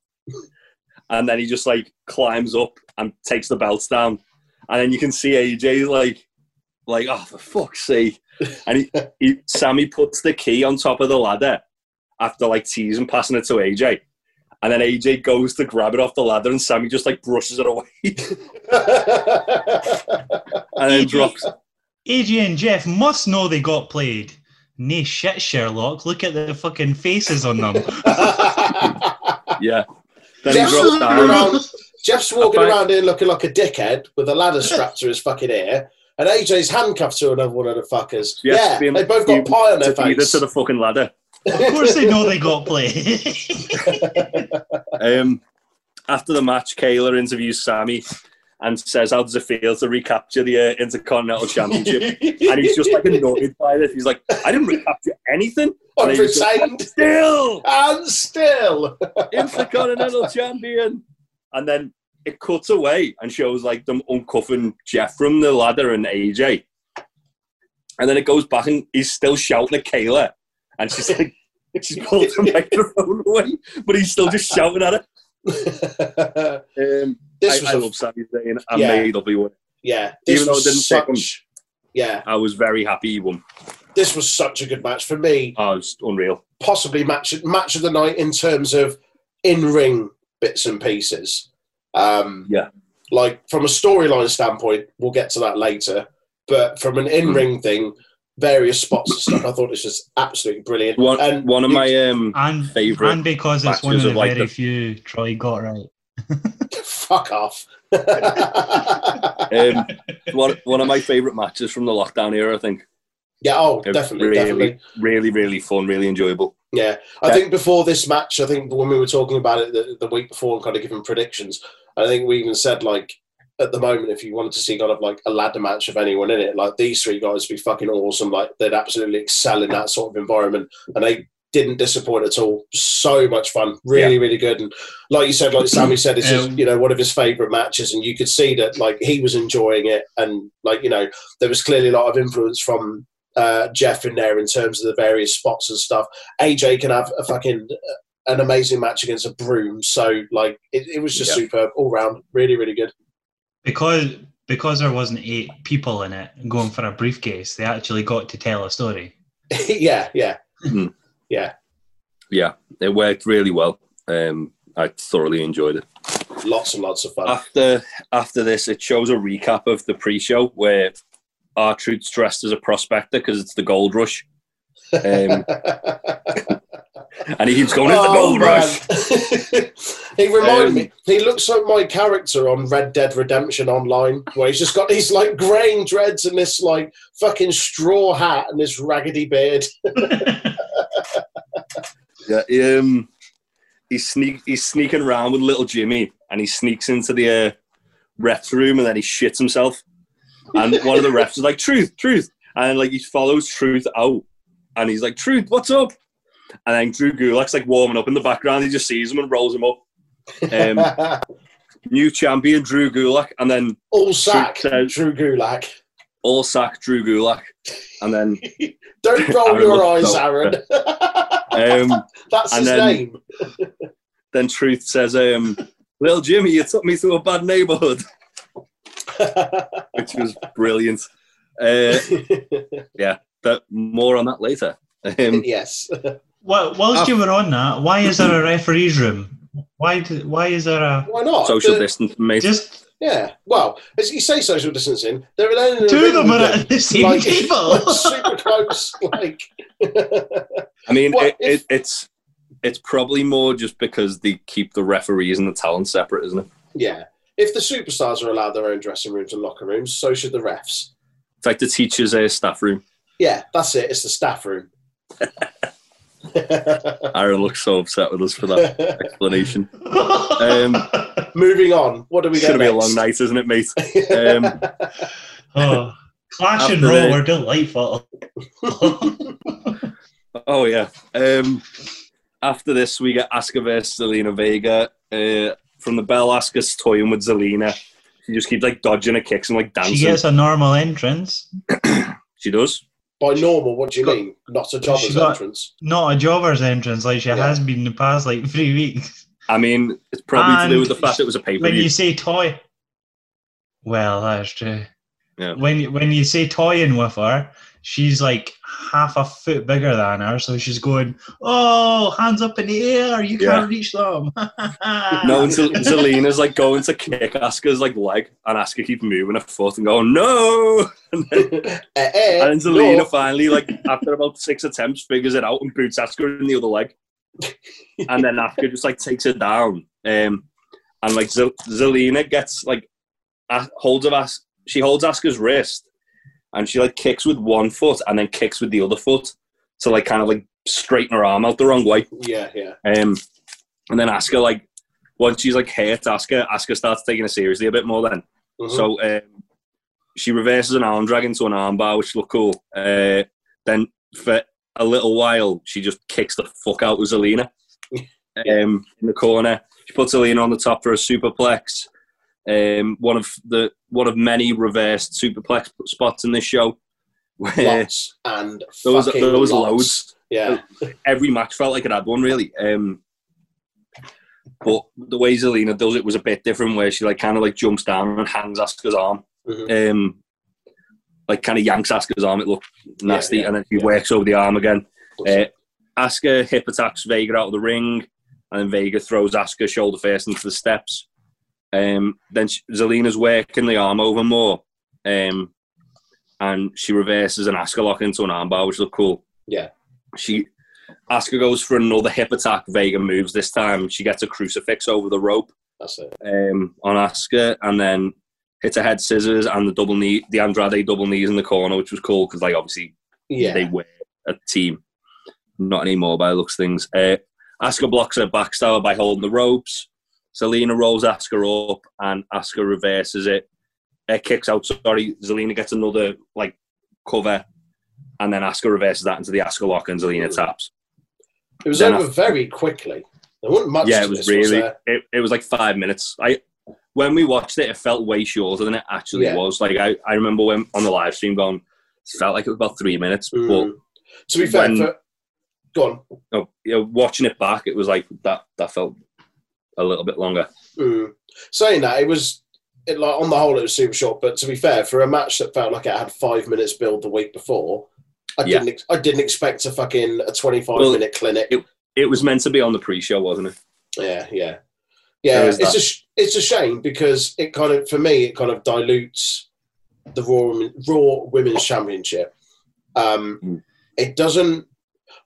[SPEAKER 3] and then he just like climbs up and takes the belts down, and then you can see AJ like, like oh for fuck's sake, and he, he Sammy puts the key on top of the ladder after like teasing, passing it to AJ. And then AJ goes to grab it off the ladder, and Sammy just like brushes it away, and then drops,
[SPEAKER 4] AJ and Jeff must know they got played. Nay shit, Sherlock. Look at the fucking faces on them.
[SPEAKER 3] Yeah. Then he
[SPEAKER 2] Jeff's
[SPEAKER 3] drops
[SPEAKER 2] walking,
[SPEAKER 3] down.
[SPEAKER 2] around, Jeff's walking
[SPEAKER 3] find-
[SPEAKER 2] around here looking like a dickhead with a ladder strapped to his fucking ear, and AJ's handcuffed to another one of the fuckers.
[SPEAKER 3] Yes,
[SPEAKER 2] yeah,
[SPEAKER 3] being-
[SPEAKER 2] they both got pie on their
[SPEAKER 3] To either
[SPEAKER 2] face.
[SPEAKER 3] to the fucking ladder.
[SPEAKER 4] of course they know they got played.
[SPEAKER 3] Um, after the match, Kayla interviews Sammy and says, How does it feel to recapture the uh, Intercontinental Championship? and he's just like annoyed by this. He's like, I didn't recapture anything.
[SPEAKER 2] I'm
[SPEAKER 3] And he's just,
[SPEAKER 2] pretend
[SPEAKER 3] Still,
[SPEAKER 2] and still.
[SPEAKER 3] Intercontinental Champion. And then it cuts away and shows like them uncuffing Jeff from the ladder and AJ. And then it goes back and he's still shouting at Kayla. And she's like, she's pulled the microphone away, but he's still just shouting at her.
[SPEAKER 2] this
[SPEAKER 3] Um,
[SPEAKER 2] was
[SPEAKER 3] I, I
[SPEAKER 2] a-
[SPEAKER 3] love Sami Zayn. I
[SPEAKER 2] Yeah.
[SPEAKER 3] made up he won.
[SPEAKER 2] yeah. This
[SPEAKER 3] Even though
[SPEAKER 2] was
[SPEAKER 3] it didn't take
[SPEAKER 2] such,
[SPEAKER 3] him.
[SPEAKER 2] yeah.
[SPEAKER 3] I was very happy he won.
[SPEAKER 2] This was such a good match for me.
[SPEAKER 3] Oh, it's unreal.
[SPEAKER 2] possibly match match of the night in terms of in ring bits and pieces. Um,
[SPEAKER 3] Yeah.
[SPEAKER 2] like from a storyline standpoint, we'll get to that later. But from an in
[SPEAKER 3] Hmm.
[SPEAKER 2] ring thing, various spots and stuff, I thought this was absolutely brilliant.
[SPEAKER 3] One,
[SPEAKER 2] and
[SPEAKER 3] one of
[SPEAKER 2] you-
[SPEAKER 3] my um,
[SPEAKER 4] and,
[SPEAKER 3] favorite
[SPEAKER 4] and because it's one of
[SPEAKER 3] matches
[SPEAKER 4] the
[SPEAKER 3] of, like,
[SPEAKER 4] very
[SPEAKER 3] the-
[SPEAKER 4] few Troy got right.
[SPEAKER 2] fuck off. yeah.
[SPEAKER 3] um, one, one of my favourite matches from the lockdown era. I think
[SPEAKER 2] Oh,
[SPEAKER 3] It was
[SPEAKER 2] definitely,
[SPEAKER 3] really-
[SPEAKER 2] definitely.
[SPEAKER 3] really, really fun, really enjoyable.
[SPEAKER 2] Yeah, I
[SPEAKER 3] Yeah.
[SPEAKER 2] think before this match, I think when we were talking about it the, the week before and kind of giving predictions, I think we even said like at the moment, if you wanted to see kind of like a ladder match of anyone in it, like these three guys would be fucking awesome. Like they'd absolutely excel in that sort of environment, and they didn't disappoint at all. So much fun, really, really good. And like you said, like Sammy said, it's just
[SPEAKER 4] Um,
[SPEAKER 2] you know one of his favorite matches, and you could see that like he was enjoying it, and like you know there was clearly a lot of influence from uh, Jeff in there in terms of the various spots and stuff. AJ can have a fucking uh, an amazing match against a broom. So like it, it was just
[SPEAKER 3] Yeah.
[SPEAKER 2] superb all round. Really, really good.
[SPEAKER 4] Because because there wasn't eight people in it going for a briefcase, they actually got to tell a story.
[SPEAKER 2] yeah, yeah.
[SPEAKER 3] Yeah, it worked really well. Um, I thoroughly enjoyed it.
[SPEAKER 2] Lots and lots of fun.
[SPEAKER 3] After after this, it shows a recap of the pre-show where our truth's dressed as a prospector because it's the gold rush, um, and he keeps going, "It's
[SPEAKER 2] Oh,
[SPEAKER 3] the gold rush."
[SPEAKER 2] man. he reminded
[SPEAKER 3] Um,
[SPEAKER 2] me. He looks like my character on Red Dead Redemption Online, where he's just got these like graying dreads and this like fucking straw hat and this raggedy beard.
[SPEAKER 3] Yeah, um, he's sneak he's sneaking around with little Jimmy, and he sneaks into the uh, refs room, and then he shits himself. And one of the refs is like, "Truth, truth," and like he follows Truth out, and he's like, "Truth, what's up?" And then Drew Gulak's like warming up in the background. He just sees him and rolls him up. Um, new champion Drew Gulak, and then
[SPEAKER 2] all sack,
[SPEAKER 3] Drew says-
[SPEAKER 2] Drew Gulak.
[SPEAKER 3] all sack Drew Gulak, and then
[SPEAKER 2] Don't roll
[SPEAKER 3] Aaron
[SPEAKER 2] your
[SPEAKER 3] Rodgers.
[SPEAKER 2] eyes, Aaron.
[SPEAKER 3] um,
[SPEAKER 2] That's
[SPEAKER 3] and
[SPEAKER 2] his
[SPEAKER 3] then-
[SPEAKER 2] name.
[SPEAKER 3] then Truth says, um, "Little Jimmy, you took me through a bad neighborhood," which was brilliant. Uh, that more on that later. Um,
[SPEAKER 2] yes.
[SPEAKER 4] Well,
[SPEAKER 3] Ah.
[SPEAKER 4] whilst you were on that, why is there a referee's room? Why d why is there a
[SPEAKER 2] Why not?
[SPEAKER 3] social
[SPEAKER 2] The-
[SPEAKER 3] distance, mate.
[SPEAKER 4] just
[SPEAKER 2] Yeah. Well, as you say, social distancing, they're alone. in a
[SPEAKER 4] two of
[SPEAKER 2] room
[SPEAKER 4] them
[SPEAKER 2] with
[SPEAKER 4] are at the same
[SPEAKER 2] Like-
[SPEAKER 4] table?
[SPEAKER 2] super close. Like,
[SPEAKER 3] I mean,
[SPEAKER 2] What
[SPEAKER 3] it, it, it's it's probably more just because they keep the referees and the talent separate, isn't it?
[SPEAKER 2] yeah. If the superstars are allowed their own dressing rooms and locker rooms, so should the refs.
[SPEAKER 3] It's like the teachers' uh, staff room.
[SPEAKER 2] Yeah, that's it. It's the staff room.
[SPEAKER 3] Aaron looks so upset with us for that explanation. Um,
[SPEAKER 2] Moving on. What do we
[SPEAKER 3] It's
[SPEAKER 2] get
[SPEAKER 3] going to be a
[SPEAKER 2] next?
[SPEAKER 3] long night, isn't it, mate? Um,
[SPEAKER 4] oh, Clash and
[SPEAKER 3] After
[SPEAKER 4] Raw
[SPEAKER 3] the-
[SPEAKER 4] were delightful.
[SPEAKER 3] oh yeah. Um, after this, we get Asuka versus Zelina Vega. Uh, from the bell, Asuka's toying with Zelina. She just keeps like dodging her kicks and like dancing.
[SPEAKER 4] she gets a normal entrance,
[SPEAKER 3] she does.
[SPEAKER 2] By normal, what do you mean? Not a jobber's
[SPEAKER 4] She's got-
[SPEAKER 2] entrance.
[SPEAKER 4] not a jobber's entrance like she
[SPEAKER 2] Yeah.
[SPEAKER 4] has been the past like three weeks.
[SPEAKER 3] I mean, it's probably to do
[SPEAKER 4] And
[SPEAKER 3] with the fact it was a pay per
[SPEAKER 4] When
[SPEAKER 3] view.
[SPEAKER 4] you say toy, well, that's true.
[SPEAKER 3] Yeah.
[SPEAKER 4] When when you say toying with her, she's like half a foot bigger than her, so she's going, "Oh, hands up in the air! You
[SPEAKER 3] Yeah.
[SPEAKER 4] can't reach them."
[SPEAKER 3] No, and Zel- Zelina's like going to kick Asuka's like leg, and Asuka keep moving her foot and going no.
[SPEAKER 2] Eh, eh,
[SPEAKER 3] And Zelina
[SPEAKER 2] no.
[SPEAKER 3] finally, like after about six attempts, figures it out and boots Asuka in the other leg, and then Asuka just like takes it down. Um, and like Zel- Zelina gets like a- holds of us, she holds Asuka's wrist, and she like kicks with one foot and then kicks with the other foot to like kind of like straighten her arm out the wrong way.
[SPEAKER 2] Yeah, yeah.
[SPEAKER 3] Um, and then Asuka, like, once she's like hurt Asuka, Asuka starts taking it seriously a bit more then.
[SPEAKER 2] Mhm.
[SPEAKER 3] So um, she reverses an arm drag into an armbar, which looked cool. Uh, then for a little while, she just kicks the fuck out with Zelina um, in the corner. She puts Zelina on the top for a superplex. Um, one of the one of many reversed superplex spots in this show. Where
[SPEAKER 2] lots and
[SPEAKER 3] there was
[SPEAKER 2] fucking
[SPEAKER 3] there was
[SPEAKER 2] lots.
[SPEAKER 3] loads Oh.
[SPEAKER 2] Yeah,
[SPEAKER 3] every match felt like it had one really. Um, but the way Zelina does it was a bit different, where she like kind of like jumps down and hangs Asuka's arm,
[SPEAKER 2] Mhm.
[SPEAKER 3] um, like kind of yanks Asuka's arm. It looked nasty,
[SPEAKER 2] yeah,
[SPEAKER 3] and then she
[SPEAKER 2] yeah.
[SPEAKER 3] works over the arm again. Uh, Asuka hip attacks Vega out of the ring, and then Vega throws Asuka shoulder first into the steps. Um, then she, Zelina's working the arm over more, um, and she reverses an Asuka lock into an armbar, which looked cool.
[SPEAKER 2] Yeah.
[SPEAKER 3] she Asuka goes for another hip attack. Vega moves this time. She gets a crucifix over the rope
[SPEAKER 2] that's it.
[SPEAKER 3] um, on Asuka, and then hits a head scissors and the double knee, the Andrade double knees in the corner, which was cool because like obviously
[SPEAKER 2] Yeah,
[SPEAKER 3] they were a team. Not anymore by the looks of things. Uh, Asuka blocks her backstabber by holding the ropes. Zelina rolls Asuka up and Asuka reverses it. Uh, kicks out, sorry. Zelina gets another like cover and then Asuka reverses that into the Asuka lock and Zelina taps.
[SPEAKER 2] it was
[SPEAKER 3] then
[SPEAKER 2] over
[SPEAKER 3] I-
[SPEAKER 2] very quickly. There wasn't much.
[SPEAKER 3] yeah,
[SPEAKER 2] to
[SPEAKER 3] it was
[SPEAKER 2] this, was
[SPEAKER 3] really,
[SPEAKER 2] there?
[SPEAKER 3] it, it was like five minutes. I When we watched it, it felt way shorter than it actually
[SPEAKER 2] Yeah.
[SPEAKER 3] was. Like I, I remember when on the live stream going, it felt like it was about three minutes, but
[SPEAKER 2] Mm. to be fair,
[SPEAKER 3] when-
[SPEAKER 2] for, go on.
[SPEAKER 3] no, you know, watching it back, it was like that. That felt a little bit longer.
[SPEAKER 2] Mm. Saying that, it was it, like on the whole, it was super short. But to be fair, for a match that felt like it had five minutes build the week before, I
[SPEAKER 3] Yeah.
[SPEAKER 2] didn't. Ex- I didn't expect a fucking a twenty-five
[SPEAKER 3] Well,
[SPEAKER 2] minute clinic.
[SPEAKER 3] It was meant to be on the pre-show, wasn't it?
[SPEAKER 2] yeah, yeah, yeah.
[SPEAKER 3] is
[SPEAKER 2] It's a sh- it's a shame because it kind of for me it kind of dilutes the Raw Women- Raw Women's Championship. Um,
[SPEAKER 3] Mm.
[SPEAKER 2] It doesn't.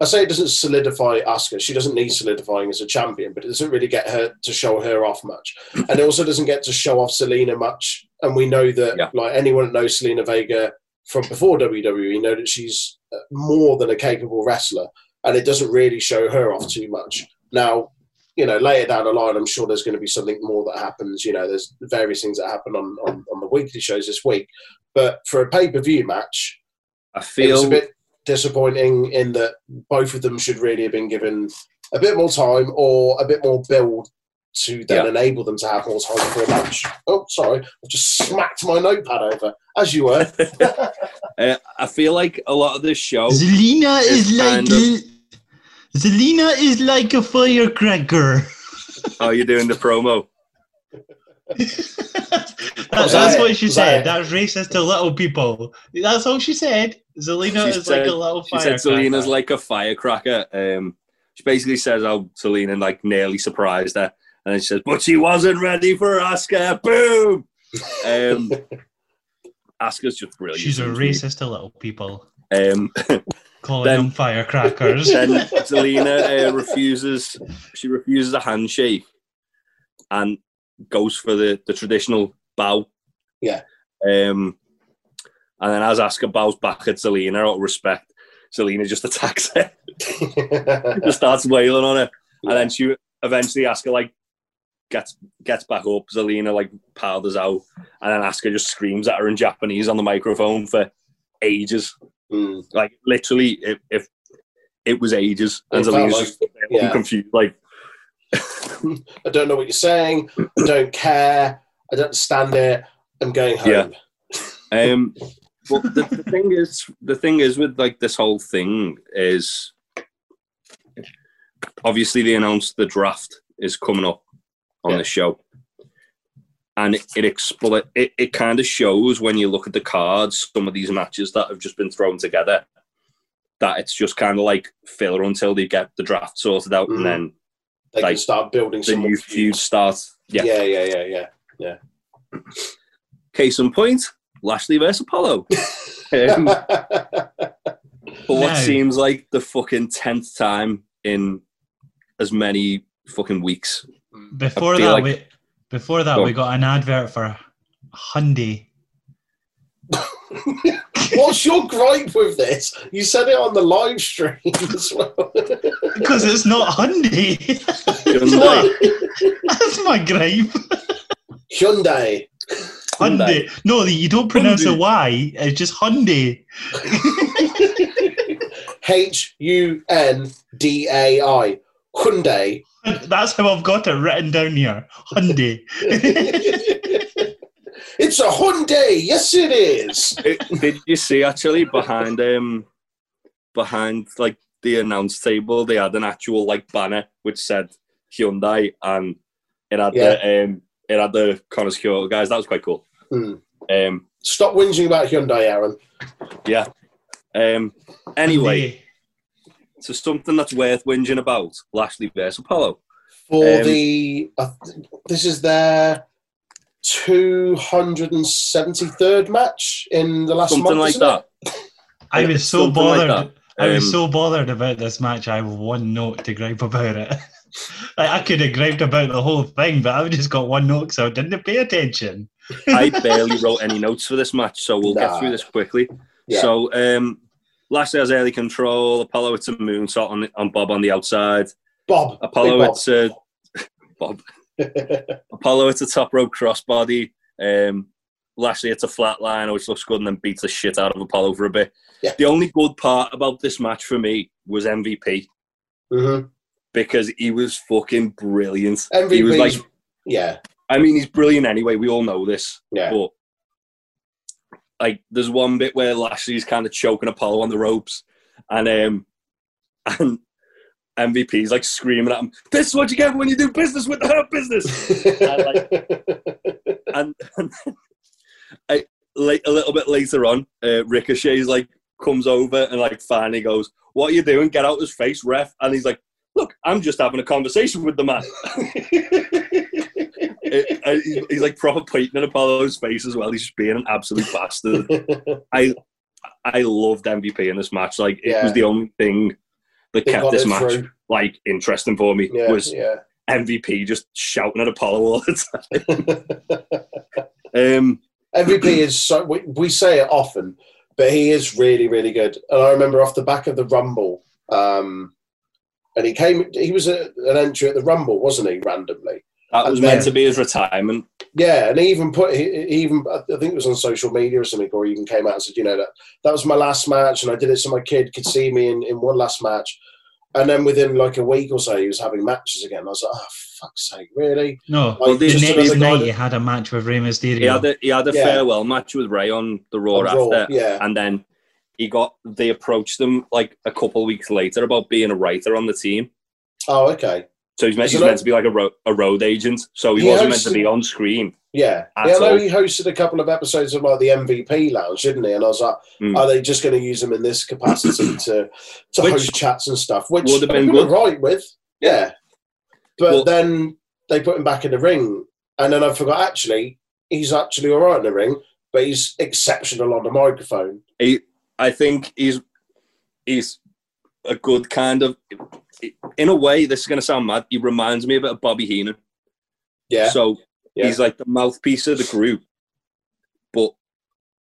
[SPEAKER 2] I say it doesn't solidify Asuka. She doesn't need solidifying as a champion, but it doesn't really get her to show her off much, and it also doesn't get to show off Selena much. And we know that,
[SPEAKER 3] Yeah.
[SPEAKER 2] like anyone that knows Selena Vega from before WWE, know that she's uh, more than a capable wrestler, and it doesn't really show her off too much. Now, you know, later down the line, I'm sure there's going to be something more that happens. You know, there's various things that happen on on, on the weekly shows this week, but for a pay per view match,
[SPEAKER 3] I
[SPEAKER 2] it was
[SPEAKER 3] feel
[SPEAKER 2] a bit disappointing in that both of them should really have been given a bit more time or a bit more build to then
[SPEAKER 3] Yeah.
[SPEAKER 2] enable them to have more time for a match. Oh, sorry, I've just smacked my notepad over as you were.
[SPEAKER 3] uh, I feel like a lot of this show.
[SPEAKER 4] Zelina
[SPEAKER 3] is
[SPEAKER 4] is like
[SPEAKER 3] kind of-
[SPEAKER 4] l- Zelina is like a firecracker.
[SPEAKER 3] oh, you're doing the promo.
[SPEAKER 4] That-
[SPEAKER 2] Was
[SPEAKER 4] that's
[SPEAKER 2] that it?
[SPEAKER 4] what she
[SPEAKER 2] Was
[SPEAKER 4] said.
[SPEAKER 2] that
[SPEAKER 4] That's racist to little people. That's all she said. Zelina
[SPEAKER 3] She
[SPEAKER 4] is like
[SPEAKER 3] said-
[SPEAKER 4] a little
[SPEAKER 3] She said
[SPEAKER 4] firecracker.
[SPEAKER 3] Selena's like a firecracker. Um, she basically says how Selena like nearly surprised her, and then she says, "But she wasn't ready for Asuka." Boom. Um, Asuka's just brilliant.
[SPEAKER 4] She's a racist to little people.
[SPEAKER 3] Um,
[SPEAKER 4] Calling
[SPEAKER 3] Then-
[SPEAKER 4] them firecrackers.
[SPEAKER 3] then Selena uh, refuses. She refuses a handshake, and goes for the, the traditional bow.
[SPEAKER 2] Yeah.
[SPEAKER 3] Um, and then as Asuka bows back at Selena out of respect, Selena just attacks her, just starts wailing on her, and then she eventually Asuka like gets gets back up. Selena like powders out, and then Asuka just screams at her in Japanese on the microphone for ages.
[SPEAKER 2] Hmm.
[SPEAKER 3] Like literally, if, if it was ages, and
[SPEAKER 2] It felt
[SPEAKER 3] Zelina's
[SPEAKER 2] like-
[SPEAKER 3] just looking
[SPEAKER 2] yeah.
[SPEAKER 3] confused, like
[SPEAKER 2] I don't know what you're saying. I don't care. I don't stand it. I'm going home.
[SPEAKER 3] Yeah. Um, but the, the thing is, the thing is with like this whole thing is obviously they announced the draft is coming up on
[SPEAKER 2] Yeah.
[SPEAKER 3] the show, and it it, expl- it, it kind of shows when you look at the cards some of these matches that have just been thrown together that it's just kind of like filler until they get the draft sorted out
[SPEAKER 2] Mhm.
[SPEAKER 3] and then
[SPEAKER 2] They can
[SPEAKER 3] Like,
[SPEAKER 2] start building
[SPEAKER 3] the
[SPEAKER 2] some
[SPEAKER 3] new feud starts. Yeah.
[SPEAKER 2] yeah, yeah, yeah, yeah.
[SPEAKER 3] Case in point, Lashley versus Apollo. um, For what
[SPEAKER 4] No.
[SPEAKER 3] seems like the fucking tenth time in as many fucking weeks.
[SPEAKER 4] Before
[SPEAKER 3] I
[SPEAKER 4] that,
[SPEAKER 3] feel like-
[SPEAKER 4] we before that
[SPEAKER 3] Go on.
[SPEAKER 4] we got an advert for Hyundai.
[SPEAKER 2] What's your gripe with this? You said it on the live stream as well.
[SPEAKER 4] Because it's not Hyundai.
[SPEAKER 3] Hyundai.
[SPEAKER 4] That's my gripe.
[SPEAKER 2] Hyundai.
[SPEAKER 3] Hyundai.
[SPEAKER 4] Hyundai. No, you don't pronounce the
[SPEAKER 3] Hyundai.
[SPEAKER 4] Y. It's just Hyundai.
[SPEAKER 2] H U N D A I. Hyundai.
[SPEAKER 4] That's how I've got it written down here. Hyundai.
[SPEAKER 2] it's a Hyundai. Yes, it is.
[SPEAKER 3] It- Did you see actually behind um behind like the announce table they had an actual like banner which said Hyundai and it had the um it had the Connors Kyoto guys. That was quite cool.
[SPEAKER 2] Hmm.
[SPEAKER 3] Um
[SPEAKER 2] Stop whinging about Hyundai, Aaron.
[SPEAKER 3] um anyway.
[SPEAKER 4] Hyundai.
[SPEAKER 3] So something that's worth whinging about, Lashley versus Apollo.
[SPEAKER 2] For
[SPEAKER 3] Um,
[SPEAKER 2] the uh, this is their two hundred and seventy third match in the last
[SPEAKER 3] Something
[SPEAKER 2] month,
[SPEAKER 3] like
[SPEAKER 2] isn't it?
[SPEAKER 3] that.
[SPEAKER 4] I was so
[SPEAKER 3] Something like
[SPEAKER 4] bothered. I was
[SPEAKER 3] Um,
[SPEAKER 4] so bothered about this match. I have one note to gripe about it. like, I could have griped about the whole thing, but I've just got one note, so I didn't pay attention.
[SPEAKER 3] I barely wrote any notes for this match, so we'll
[SPEAKER 2] Nah.
[SPEAKER 3] get through this quickly.
[SPEAKER 2] Yeah.
[SPEAKER 3] So um, Lashley has early control. Apollo it's a moonsault on, on Bob on the outside.
[SPEAKER 2] Bob.
[SPEAKER 3] Apollo
[SPEAKER 2] Big Bob.
[SPEAKER 3] it's a Bob. Apollo it's a top rope crossbody. Um, Lashley it's a flatline, which looks good, and then beats the shit out of Apollo for a bit.
[SPEAKER 2] Yeah.
[SPEAKER 3] The only good part about this match for me was MVP
[SPEAKER 2] Mhm.
[SPEAKER 3] because he was fucking brilliant.
[SPEAKER 2] MVP.
[SPEAKER 3] He was like
[SPEAKER 2] yeah,
[SPEAKER 3] I mean, he's brilliant anyway. We all know this.
[SPEAKER 2] Yeah.
[SPEAKER 3] But like, there's one bit where Lashley's kind of choking Apollo on the ropes, and um, and MVP's like screaming at him, "This is what you get when you do business with the hurt business." and, and then, I, like a little bit later on, uh, Ricochet's like comes over and like finally goes, "What are you doing? Get out his face, ref!" And he's like, "Look, I'm just having a conversation with the man." It- uh, he- he's like proper pointing at Apollo's face as well. He's just being an absolute bastard. I loved MVP in this match. Like it
[SPEAKER 2] Yeah.
[SPEAKER 3] was the only thing that
[SPEAKER 2] They
[SPEAKER 3] kept
[SPEAKER 2] got
[SPEAKER 3] this
[SPEAKER 2] it
[SPEAKER 3] match
[SPEAKER 2] through.
[SPEAKER 3] like interesting for me
[SPEAKER 2] Yeah,
[SPEAKER 3] was
[SPEAKER 2] yeah.
[SPEAKER 3] MVP just shouting at Apollo all the time. um,
[SPEAKER 2] MVP is so we, we say it often, but he is really really good. And I remember off the back of the Rumble, um, and he came. He was a, an entry at the Rumble, wasn't he? Randomly,
[SPEAKER 3] that
[SPEAKER 2] And
[SPEAKER 3] was
[SPEAKER 2] then-
[SPEAKER 3] meant to be his retirement.
[SPEAKER 2] yeah. And he even put he, he even I think it was on social media or something, or he even came out and said, you know, that that was my last match, and I did it so my kid could see me in, in one last match. And then within like a week or so, he was having matches again. I was like, oh fuck's sake, really?
[SPEAKER 4] No,
[SPEAKER 2] Like,
[SPEAKER 4] the
[SPEAKER 3] Just
[SPEAKER 4] next
[SPEAKER 2] another guy
[SPEAKER 4] night
[SPEAKER 2] that-
[SPEAKER 4] he had a match with Rey Mysterio.
[SPEAKER 3] He had a, he had a
[SPEAKER 2] Yeah.
[SPEAKER 3] farewell match with Ray on the Raw
[SPEAKER 2] on Raw,
[SPEAKER 3] after,
[SPEAKER 2] yeah.
[SPEAKER 3] and then he got they approached him like a couple weeks later about being a writer on the team.
[SPEAKER 2] Oh, okay.
[SPEAKER 3] So he's meant,
[SPEAKER 2] So
[SPEAKER 3] he's
[SPEAKER 2] that-
[SPEAKER 3] meant to be like a, ro- a road agent. So he,
[SPEAKER 2] He
[SPEAKER 3] wasn't meant to
[SPEAKER 2] hosted-
[SPEAKER 3] be on screen.
[SPEAKER 2] Yeah,
[SPEAKER 3] at
[SPEAKER 2] yeah. I know
[SPEAKER 3] all.
[SPEAKER 2] he hosted a couple of episodes of like the MVP Lounge, didn't he? And I was like,
[SPEAKER 3] Mm.
[SPEAKER 2] are they just going to use him in this capacity to to
[SPEAKER 3] Which
[SPEAKER 2] host chats and stuff? Which
[SPEAKER 3] would have been
[SPEAKER 2] they were
[SPEAKER 3] good.
[SPEAKER 2] right with, yeah. But
[SPEAKER 3] Well-
[SPEAKER 2] then they put him back in the ring, and then I forgot actually he's actually all right in the ring, but he's exceptional on the microphone.
[SPEAKER 3] He, I think he's he's a good kind of. In a way, this is going to sound mad. He reminds me a bit of Bobby Heenan.
[SPEAKER 2] Yeah,
[SPEAKER 3] So
[SPEAKER 2] Yeah.
[SPEAKER 3] he's like the mouthpiece of the group, but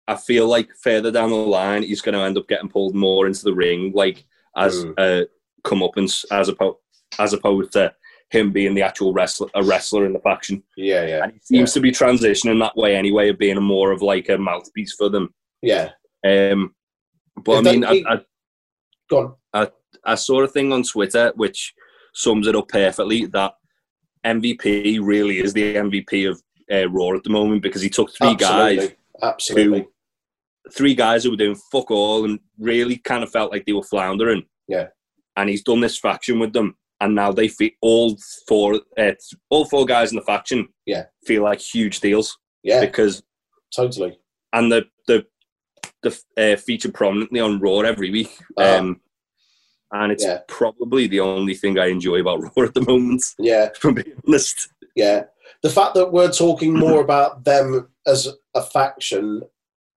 [SPEAKER 3] I feel like further down the line, he's going to end up getting pulled more into the ring, like as
[SPEAKER 2] Mm.
[SPEAKER 3] uh, come up and as opposed as opposed to him being the actual wrestler, a wrestler in the faction.
[SPEAKER 2] yeah, yeah,
[SPEAKER 3] And he seems to be transitioning that way anyway, of being more of like a mouthpiece for them.
[SPEAKER 2] yeah.
[SPEAKER 3] Um, but
[SPEAKER 2] If
[SPEAKER 3] I mean,
[SPEAKER 2] that-
[SPEAKER 3] I, I,
[SPEAKER 2] Go on.
[SPEAKER 3] I saw a thing on Twitter which sums it up perfectly that MVP really is the MVP of uh, Raw at the moment because he took three guys,
[SPEAKER 2] Absolutely, absolutely.
[SPEAKER 3] three guys who were doing fuck all and really kind of felt like they were floundering.
[SPEAKER 2] Yeah.
[SPEAKER 3] And he's done this faction with them and now they feel all four, uh, all four guys in the faction,
[SPEAKER 2] Yeah.
[SPEAKER 3] feel like huge deals
[SPEAKER 2] Yeah,
[SPEAKER 3] because
[SPEAKER 2] totally.
[SPEAKER 3] and the the the uh, feature prominently on Raw every week.
[SPEAKER 2] Ah.
[SPEAKER 3] Um, and it's
[SPEAKER 2] Yeah.
[SPEAKER 3] probably the only thing I enjoy about Raw at the moment,
[SPEAKER 2] Yeah,
[SPEAKER 3] if I'm being honest.
[SPEAKER 2] yeah. The fact that we're talking more about them as a faction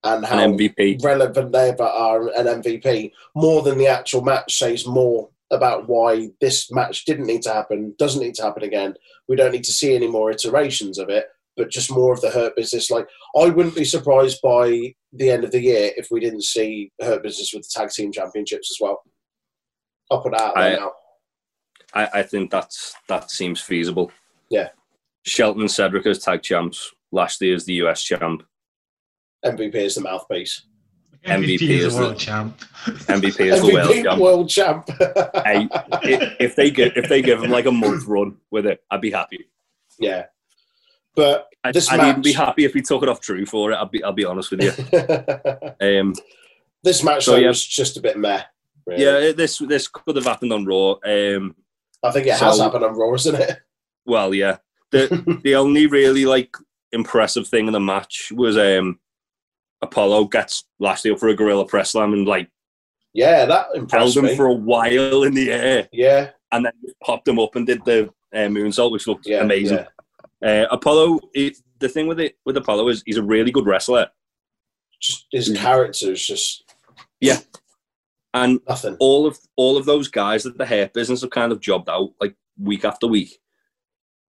[SPEAKER 2] and how
[SPEAKER 3] An MVP.
[SPEAKER 2] relevant they about are an MVP more than the actual match says more about why this match didn't need to happen, doesn't need to happen again. We don't need to see any more iterations of it, but just more of the Hurt Business. Like I wouldn't be surprised by the end of the year if we didn't see Hurt Business with the tag team championships as well. I'll put that out there
[SPEAKER 3] I-
[SPEAKER 2] now.
[SPEAKER 3] I, I think that's that seems feasible.
[SPEAKER 2] Yeah.
[SPEAKER 3] Shelton and Cedric as tag champs. Lashley is the US champ.
[SPEAKER 2] MVP is the mouthpiece.
[SPEAKER 3] MVP
[SPEAKER 4] MVP is
[SPEAKER 3] is
[SPEAKER 4] the world
[SPEAKER 3] it?
[SPEAKER 4] champ.
[SPEAKER 3] MVP is the world
[SPEAKER 2] MVP
[SPEAKER 3] champ.
[SPEAKER 2] world champ.
[SPEAKER 3] I, i- if they give if they give him like a month run with it, I'd be happy.
[SPEAKER 2] yeah. But
[SPEAKER 3] I'd,
[SPEAKER 2] This
[SPEAKER 3] I'd even
[SPEAKER 2] match-
[SPEAKER 3] be happy if he took it off Drew for it. I'll be I'll be honest with you. Um,
[SPEAKER 2] this match
[SPEAKER 3] So,
[SPEAKER 2] though,
[SPEAKER 3] yeah.
[SPEAKER 2] was just a bit meh. really.
[SPEAKER 3] yeah, it- this this could have happened on Raw. Um,
[SPEAKER 2] I think it
[SPEAKER 3] So-
[SPEAKER 2] has happened on Raw, isn't it?
[SPEAKER 3] well, yeah. The the only really like impressive thing in the match was um, Apollo gets Lashley up for a gorilla press slam and like
[SPEAKER 2] Yeah, that impressed
[SPEAKER 3] held him
[SPEAKER 2] me.
[SPEAKER 3] for a while in the air.
[SPEAKER 2] yeah,
[SPEAKER 3] and then just popped him up and did the uh, moonsault, which looked
[SPEAKER 2] yeah,
[SPEAKER 3] amazing.
[SPEAKER 2] yeah.
[SPEAKER 3] Uh, Apollo, he, the thing with it with Apollo is he's a really good wrestler,
[SPEAKER 2] Just his
[SPEAKER 3] Mm.
[SPEAKER 2] character is just
[SPEAKER 3] and
[SPEAKER 2] nothing.
[SPEAKER 3] all of all of those guys that the hair business have kind of jobbed out like week after week,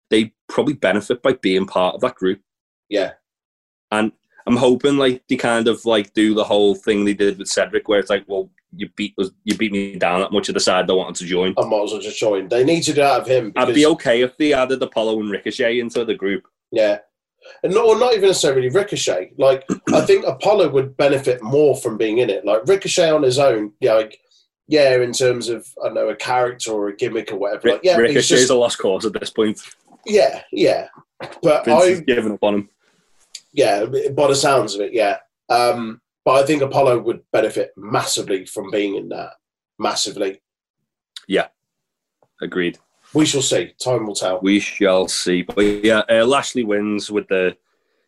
[SPEAKER 3] they probably benefit by being part of that group.
[SPEAKER 2] Yeah.
[SPEAKER 3] and I'm hoping like they kind of like do the whole thing they did with Cedric, where it's like, well, you beat us, you beat me down that much. I decided I wanted to join.
[SPEAKER 2] I might as well just join. They need to get out of him because
[SPEAKER 3] I'd be okay if they added Apollo and Ricochet into the group.
[SPEAKER 2] yeah, and not, or not even necessarily Ricochet. Like I think Apollo would benefit more from being in it. Like Ricochet on his own, yeah, like yeah, in terms of I don't know a character or a gimmick or whatever. Like, yeah, he's
[SPEAKER 3] Ricochet's
[SPEAKER 2] just
[SPEAKER 3] a lost cause at this point.
[SPEAKER 2] yeah, yeah. But
[SPEAKER 3] Vince
[SPEAKER 2] I
[SPEAKER 3] has given up on him.
[SPEAKER 2] yeah, by the sounds of it, yeah. Um, but I think Apollo would benefit massively from being in that. Massively.
[SPEAKER 3] Agreed.
[SPEAKER 2] We shall see. Time will tell.
[SPEAKER 3] We shall see. But yeah, uh, Lashley wins with the.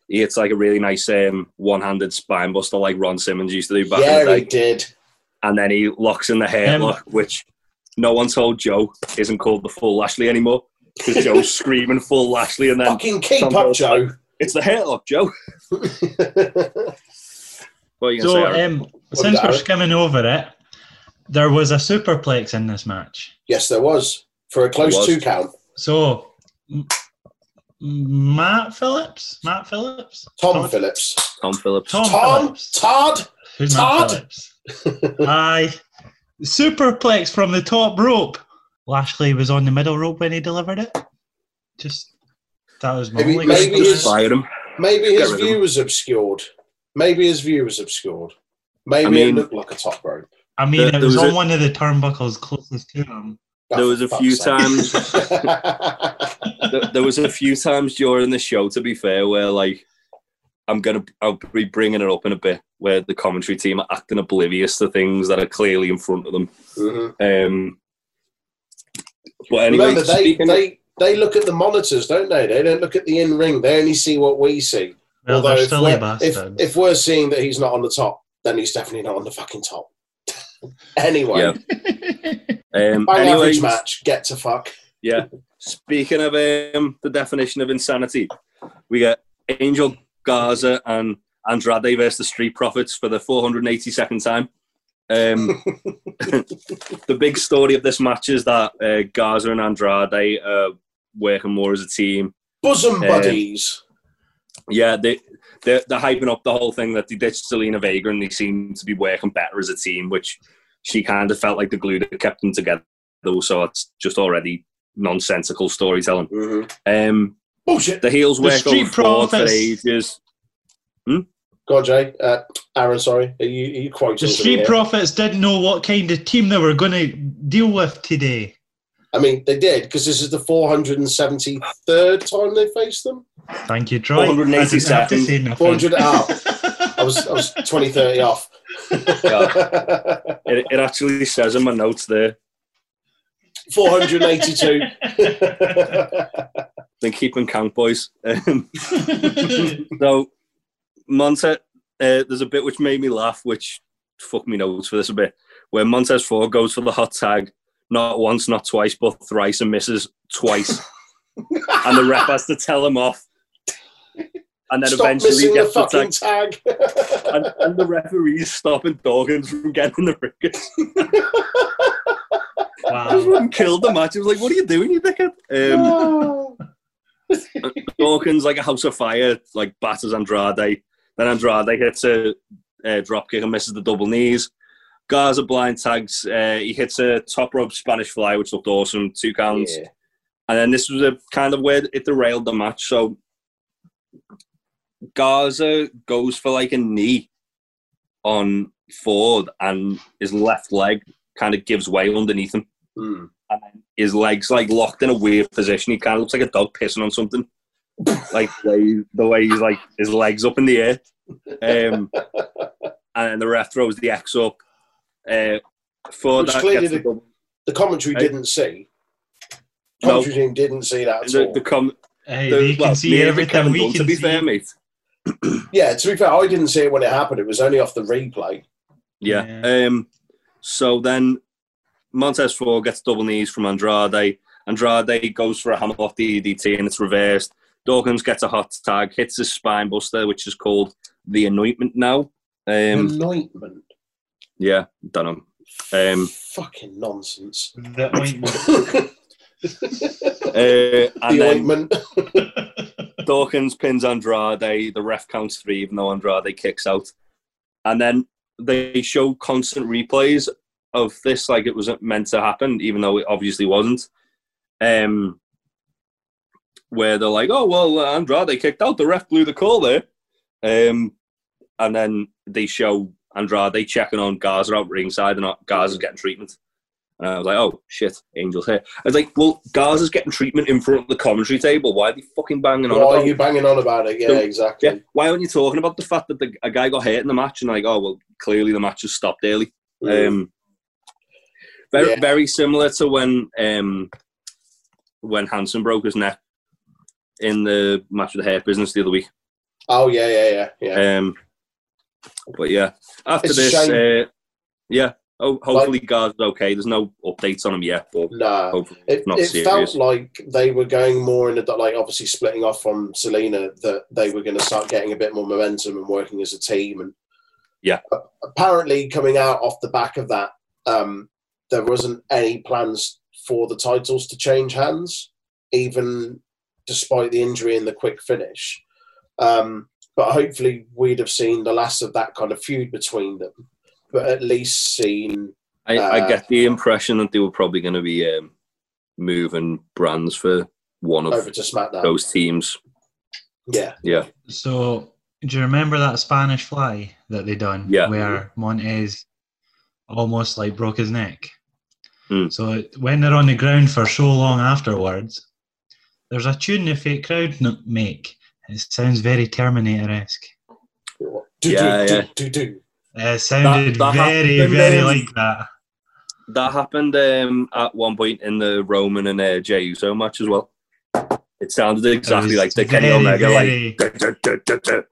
[SPEAKER 3] He hits like a really nice um, one-handed spine buster, like Ron Simmons used to do back in
[SPEAKER 2] yeah,
[SPEAKER 3] the
[SPEAKER 2] he
[SPEAKER 3] day.
[SPEAKER 2] did.
[SPEAKER 3] And then he locks in the hairlock, which no one told Joe isn't called the full Lashley anymore because Joe's screaming full Lashley, and then
[SPEAKER 2] Fucking keep
[SPEAKER 3] Tom
[SPEAKER 2] up,
[SPEAKER 3] Ball's
[SPEAKER 2] Joe.
[SPEAKER 3] it's the hairlock, Joe. What are you gonna
[SPEAKER 4] So,
[SPEAKER 3] say? Aaron?
[SPEAKER 4] um, since we're
[SPEAKER 2] Darren?
[SPEAKER 4] skimming over it, there was a superplex in this match.
[SPEAKER 2] yes, there was. For a close
[SPEAKER 3] was.
[SPEAKER 2] two count.
[SPEAKER 4] So, M- Matt Phillips, Matt Phillips,
[SPEAKER 2] Tom
[SPEAKER 4] Tom-
[SPEAKER 2] Phillips.
[SPEAKER 3] Tom Phillips.
[SPEAKER 4] Tom,
[SPEAKER 2] Tom
[SPEAKER 4] Phillips,
[SPEAKER 2] Todd.
[SPEAKER 4] who's
[SPEAKER 2] Todd?
[SPEAKER 4] Matt Phillips? Aye, superplex from the top rope. Lashley was on the middle rope when he delivered it. Just that was my
[SPEAKER 2] Maybe-
[SPEAKER 4] only
[SPEAKER 2] maybe
[SPEAKER 4] comment.
[SPEAKER 2] he's-
[SPEAKER 3] Just fire him.
[SPEAKER 2] Maybe his
[SPEAKER 3] Get rid of
[SPEAKER 2] view
[SPEAKER 3] him.
[SPEAKER 2] was obscured. Maybe his view was obscured. Maybe
[SPEAKER 3] I mean-
[SPEAKER 2] it looked like a top rope.
[SPEAKER 4] I mean,
[SPEAKER 3] there-
[SPEAKER 4] it
[SPEAKER 3] there
[SPEAKER 4] was,
[SPEAKER 3] was
[SPEAKER 4] on
[SPEAKER 3] a-
[SPEAKER 4] one of the turnbuckles closest to him.
[SPEAKER 2] Oh,
[SPEAKER 3] There was
[SPEAKER 2] for
[SPEAKER 3] a
[SPEAKER 2] fuck's
[SPEAKER 3] few
[SPEAKER 2] sake.
[SPEAKER 3] times there, there was a few times during the show, to be fair, where like I'm gonna I'll be bringing it up in a bit, where the commentary team are acting oblivious to things that are clearly in front of them.
[SPEAKER 2] Mhm.
[SPEAKER 3] Um, but anyway,
[SPEAKER 2] Remember, they,
[SPEAKER 3] speaking of-
[SPEAKER 2] they, they look at the monitors, don't they? They don't look at the in ring. They only see what we see.
[SPEAKER 4] Well, they're
[SPEAKER 2] if,
[SPEAKER 4] silly
[SPEAKER 2] we're, if,
[SPEAKER 4] bastards.
[SPEAKER 2] if we're seeing that he's not on the top, then he's definitely not on the fucking top. anyway,
[SPEAKER 3] Yeah. um,
[SPEAKER 2] bang
[SPEAKER 3] anyway,
[SPEAKER 2] average match. Get to fuck.
[SPEAKER 3] yeah. Speaking of um, the definition of insanity, we get Angel Garza and Andrade versus the Street Profits for the 482nd time. Um, the big story of this match is that uh, Garza and Andrade are working more as a team.
[SPEAKER 2] Bosom
[SPEAKER 3] Uh,
[SPEAKER 2] buddies.
[SPEAKER 3] Yeah, they they're, they're hyping up the whole thing that they ditched Selena Vega and they seem to be working better as a team, which she kind of felt like the glue that kept them together. Though, so it's just already nonsensical storytelling.
[SPEAKER 2] Mhm.
[SPEAKER 3] Um,
[SPEAKER 2] Bullshit.
[SPEAKER 3] the heels
[SPEAKER 4] The
[SPEAKER 3] work
[SPEAKER 4] Street
[SPEAKER 3] over Ford for
[SPEAKER 4] Profits.
[SPEAKER 3] ages.
[SPEAKER 2] Go on, Jay. Uh, Aaron, sorry. Are you, are you quoting
[SPEAKER 4] The
[SPEAKER 2] something
[SPEAKER 4] Street
[SPEAKER 2] here?
[SPEAKER 4] Profits didn't know what kind of team they were going to deal with today.
[SPEAKER 2] I mean, they did, because this is the 473rd time they faced them.
[SPEAKER 4] Thank you,
[SPEAKER 3] 487.
[SPEAKER 4] Troy. I didn't have to say nothing.
[SPEAKER 2] 400 I was, I was 20, 30 off.
[SPEAKER 3] It, it actually says in my notes there
[SPEAKER 2] 482.
[SPEAKER 3] Then keep them count, boys. Um, so, Montez, uh, there's a bit which made me laugh, which fuck me notes for this a bit, where Montez Ford goes for the hot tag, not once, not twice, but thrice, and misses twice, and the ref has to tell him off, and then
[SPEAKER 2] Stop
[SPEAKER 3] eventually
[SPEAKER 2] missing
[SPEAKER 3] he
[SPEAKER 2] the
[SPEAKER 3] gets the
[SPEAKER 2] fucking
[SPEAKER 3] tag,
[SPEAKER 2] tag.
[SPEAKER 3] and, and the referee's stopping Dawkins from getting the ring. Just
[SPEAKER 4] wow.
[SPEAKER 3] wouldn't kill the match. He was like, "What are you doing, you dickhead?" Um, Dawkins like a house of fire, like batters Andrade. Then Andrade hits a uh, drop kick and misses the double knees. Garza blind tags. Uh, he hits a top rope Spanish fly, which looked awesome, two counts.
[SPEAKER 2] Yeah.
[SPEAKER 3] And then this was a kind of where it derailed the match. So Garza goes for like a knee on Ford, and his left leg kind of gives way underneath him
[SPEAKER 2] Hmm.
[SPEAKER 3] and then his legs like locked in a weird position. He kind of looks like a dog pissing on something, like the way, the way he's like his legs up in the air. Um, and then the ref throws the X up. Uh, for
[SPEAKER 2] Which
[SPEAKER 3] that
[SPEAKER 2] clearly
[SPEAKER 3] gets the,
[SPEAKER 2] the-
[SPEAKER 3] double-
[SPEAKER 2] The commentary
[SPEAKER 3] Hey.
[SPEAKER 2] didn't see.
[SPEAKER 3] No.
[SPEAKER 2] Commentary team didn't see that at
[SPEAKER 3] the,
[SPEAKER 2] all.
[SPEAKER 3] the com-
[SPEAKER 4] Hey,
[SPEAKER 3] the-
[SPEAKER 4] they can
[SPEAKER 3] well,
[SPEAKER 4] see
[SPEAKER 3] neither did
[SPEAKER 4] everything
[SPEAKER 3] Kevin
[SPEAKER 4] we
[SPEAKER 3] Dunn,
[SPEAKER 4] can
[SPEAKER 3] to be
[SPEAKER 4] see.
[SPEAKER 3] fair, mate.
[SPEAKER 2] yeah, to be fair, I didn't see it when it happened. It was only off the replay.
[SPEAKER 3] Yeah. Um, so then Montez Ford gets double knees from Andrade. Andrade goes for a hammerlock DDT and it's reversed. Dawkins gets a hot tag, hits his spine buster, which is called the anointment now.
[SPEAKER 2] Hmm.
[SPEAKER 3] Um,
[SPEAKER 2] Anointment.
[SPEAKER 3] yeah, done him. Um,
[SPEAKER 2] Fucking nonsense.
[SPEAKER 4] The ointment.
[SPEAKER 2] the
[SPEAKER 3] uh, and then
[SPEAKER 2] ointment.
[SPEAKER 3] Dawkins pins Andrade. The ref counts three, even though Andrade kicks out. And then they show constant replays of this, like it wasn't meant to happen, even though it obviously wasn't. Um, where they're like, "Oh well, uh, Andrade kicked out. The ref blew the call there." Um, and then they show Andrade checking on Gaza out ringside, and Gaza's getting treatment. And I was like, "Oh shit, Angel's here." I was like, "Well, Gaza's getting treatment in front of the commentary table. Why are they fucking banging on
[SPEAKER 2] Why
[SPEAKER 3] about
[SPEAKER 2] are you banging on about it? Yeah,
[SPEAKER 3] The-
[SPEAKER 2] exactly.
[SPEAKER 3] yeah. Why aren't you talking about the fact that the, a guy got hurt in the match and like, oh well, clearly the match has stopped early.
[SPEAKER 2] Mm.
[SPEAKER 3] Um, very,
[SPEAKER 2] Yeah.
[SPEAKER 3] very similar to when um, when Hansen broke his neck in the match with the hair business the other week.
[SPEAKER 2] oh yeah, yeah, yeah, yeah.
[SPEAKER 3] Um, but yeah, after
[SPEAKER 2] It's a
[SPEAKER 3] this, uh, yeah. Oh, hopefully Garza's okay. There's no updates on him yet, but
[SPEAKER 2] Nah.
[SPEAKER 3] hopefully
[SPEAKER 2] It,
[SPEAKER 3] it's not
[SPEAKER 2] it
[SPEAKER 3] serious.
[SPEAKER 2] felt like they were going more in a like obviously splitting off from Selena that they were going to start getting a bit more momentum and working as a team and
[SPEAKER 3] Yeah.
[SPEAKER 2] A- apparently coming out off the back of that um, there wasn't any plans for the titles to change hands even despite the injury and the quick finish um, but hopefully we'd have seen the last of that kind of feud between them but at least seen
[SPEAKER 3] I, I
[SPEAKER 2] Uh,
[SPEAKER 3] get the impression that they were probably going to be um, moving brands for one of
[SPEAKER 2] over to SmackDown
[SPEAKER 3] those teams.
[SPEAKER 2] yeah
[SPEAKER 3] Yeah,
[SPEAKER 4] So, do you remember that Spanish fly that they done?
[SPEAKER 3] Yeah.
[SPEAKER 4] Where Montez almost like broke his neck.
[SPEAKER 3] Mm.
[SPEAKER 4] So it- when they're on the ground for so long afterwards, there's a tune the fake crowd n- make. It sounds very Terminator-esque.
[SPEAKER 2] do,
[SPEAKER 3] Yeah,
[SPEAKER 2] do,
[SPEAKER 3] yeah.
[SPEAKER 2] do, do, do.
[SPEAKER 4] It sounded
[SPEAKER 3] that
[SPEAKER 4] very,
[SPEAKER 3] happened
[SPEAKER 4] very
[SPEAKER 3] in-
[SPEAKER 4] like that.
[SPEAKER 3] that happened um, at one point in the Roman and uh, Jey Uso match as well. It sounded exactly
[SPEAKER 4] It was
[SPEAKER 3] like the Kenny
[SPEAKER 4] very,
[SPEAKER 3] Omega,
[SPEAKER 4] very-
[SPEAKER 3] like "Duh, duh, duh, duh,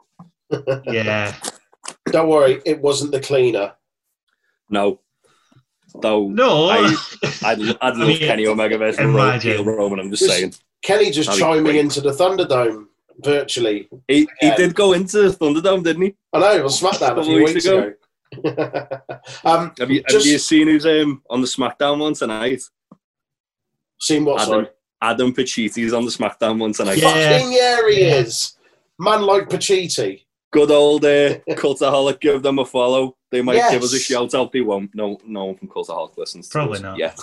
[SPEAKER 3] duh."
[SPEAKER 4] yeah.
[SPEAKER 2] Don't worry, it wasn't the cleaner.
[SPEAKER 3] no, though
[SPEAKER 4] No.
[SPEAKER 3] I- I'd, I'd love
[SPEAKER 4] mean,
[SPEAKER 3] Kenny Omega versus Ro-
[SPEAKER 4] imagine.
[SPEAKER 3] heel Roman. I'm just
[SPEAKER 2] This-
[SPEAKER 3] saying
[SPEAKER 2] Kelly just
[SPEAKER 3] That'd be
[SPEAKER 2] chiming
[SPEAKER 3] great.
[SPEAKER 2] into the Thunderdome virtually.
[SPEAKER 3] he, he
[SPEAKER 2] Yeah.
[SPEAKER 3] did go into Thunderdome, didn't he?
[SPEAKER 2] I know, it was SmackDown a
[SPEAKER 3] Couple
[SPEAKER 2] few
[SPEAKER 3] weeks
[SPEAKER 2] weeks ago. um,
[SPEAKER 3] Have you,
[SPEAKER 2] Just-
[SPEAKER 3] have you seen who's um, on the SmackDown one tonight?
[SPEAKER 2] seen what,
[SPEAKER 3] Adam,
[SPEAKER 2] sorry?
[SPEAKER 3] Adam Pachiti's on the SmackDown one tonight.
[SPEAKER 4] Yeah.
[SPEAKER 2] Fucking yeah, he
[SPEAKER 4] Yeah.
[SPEAKER 2] is. Man like Pachiti.
[SPEAKER 3] good old uh, Cultaholic, give them a follow. They might give us a
[SPEAKER 2] Yes.
[SPEAKER 3] shout out. They won't. No, no one from Cultaholic listens. to
[SPEAKER 4] Probably
[SPEAKER 3] us
[SPEAKER 4] not.
[SPEAKER 3] yet.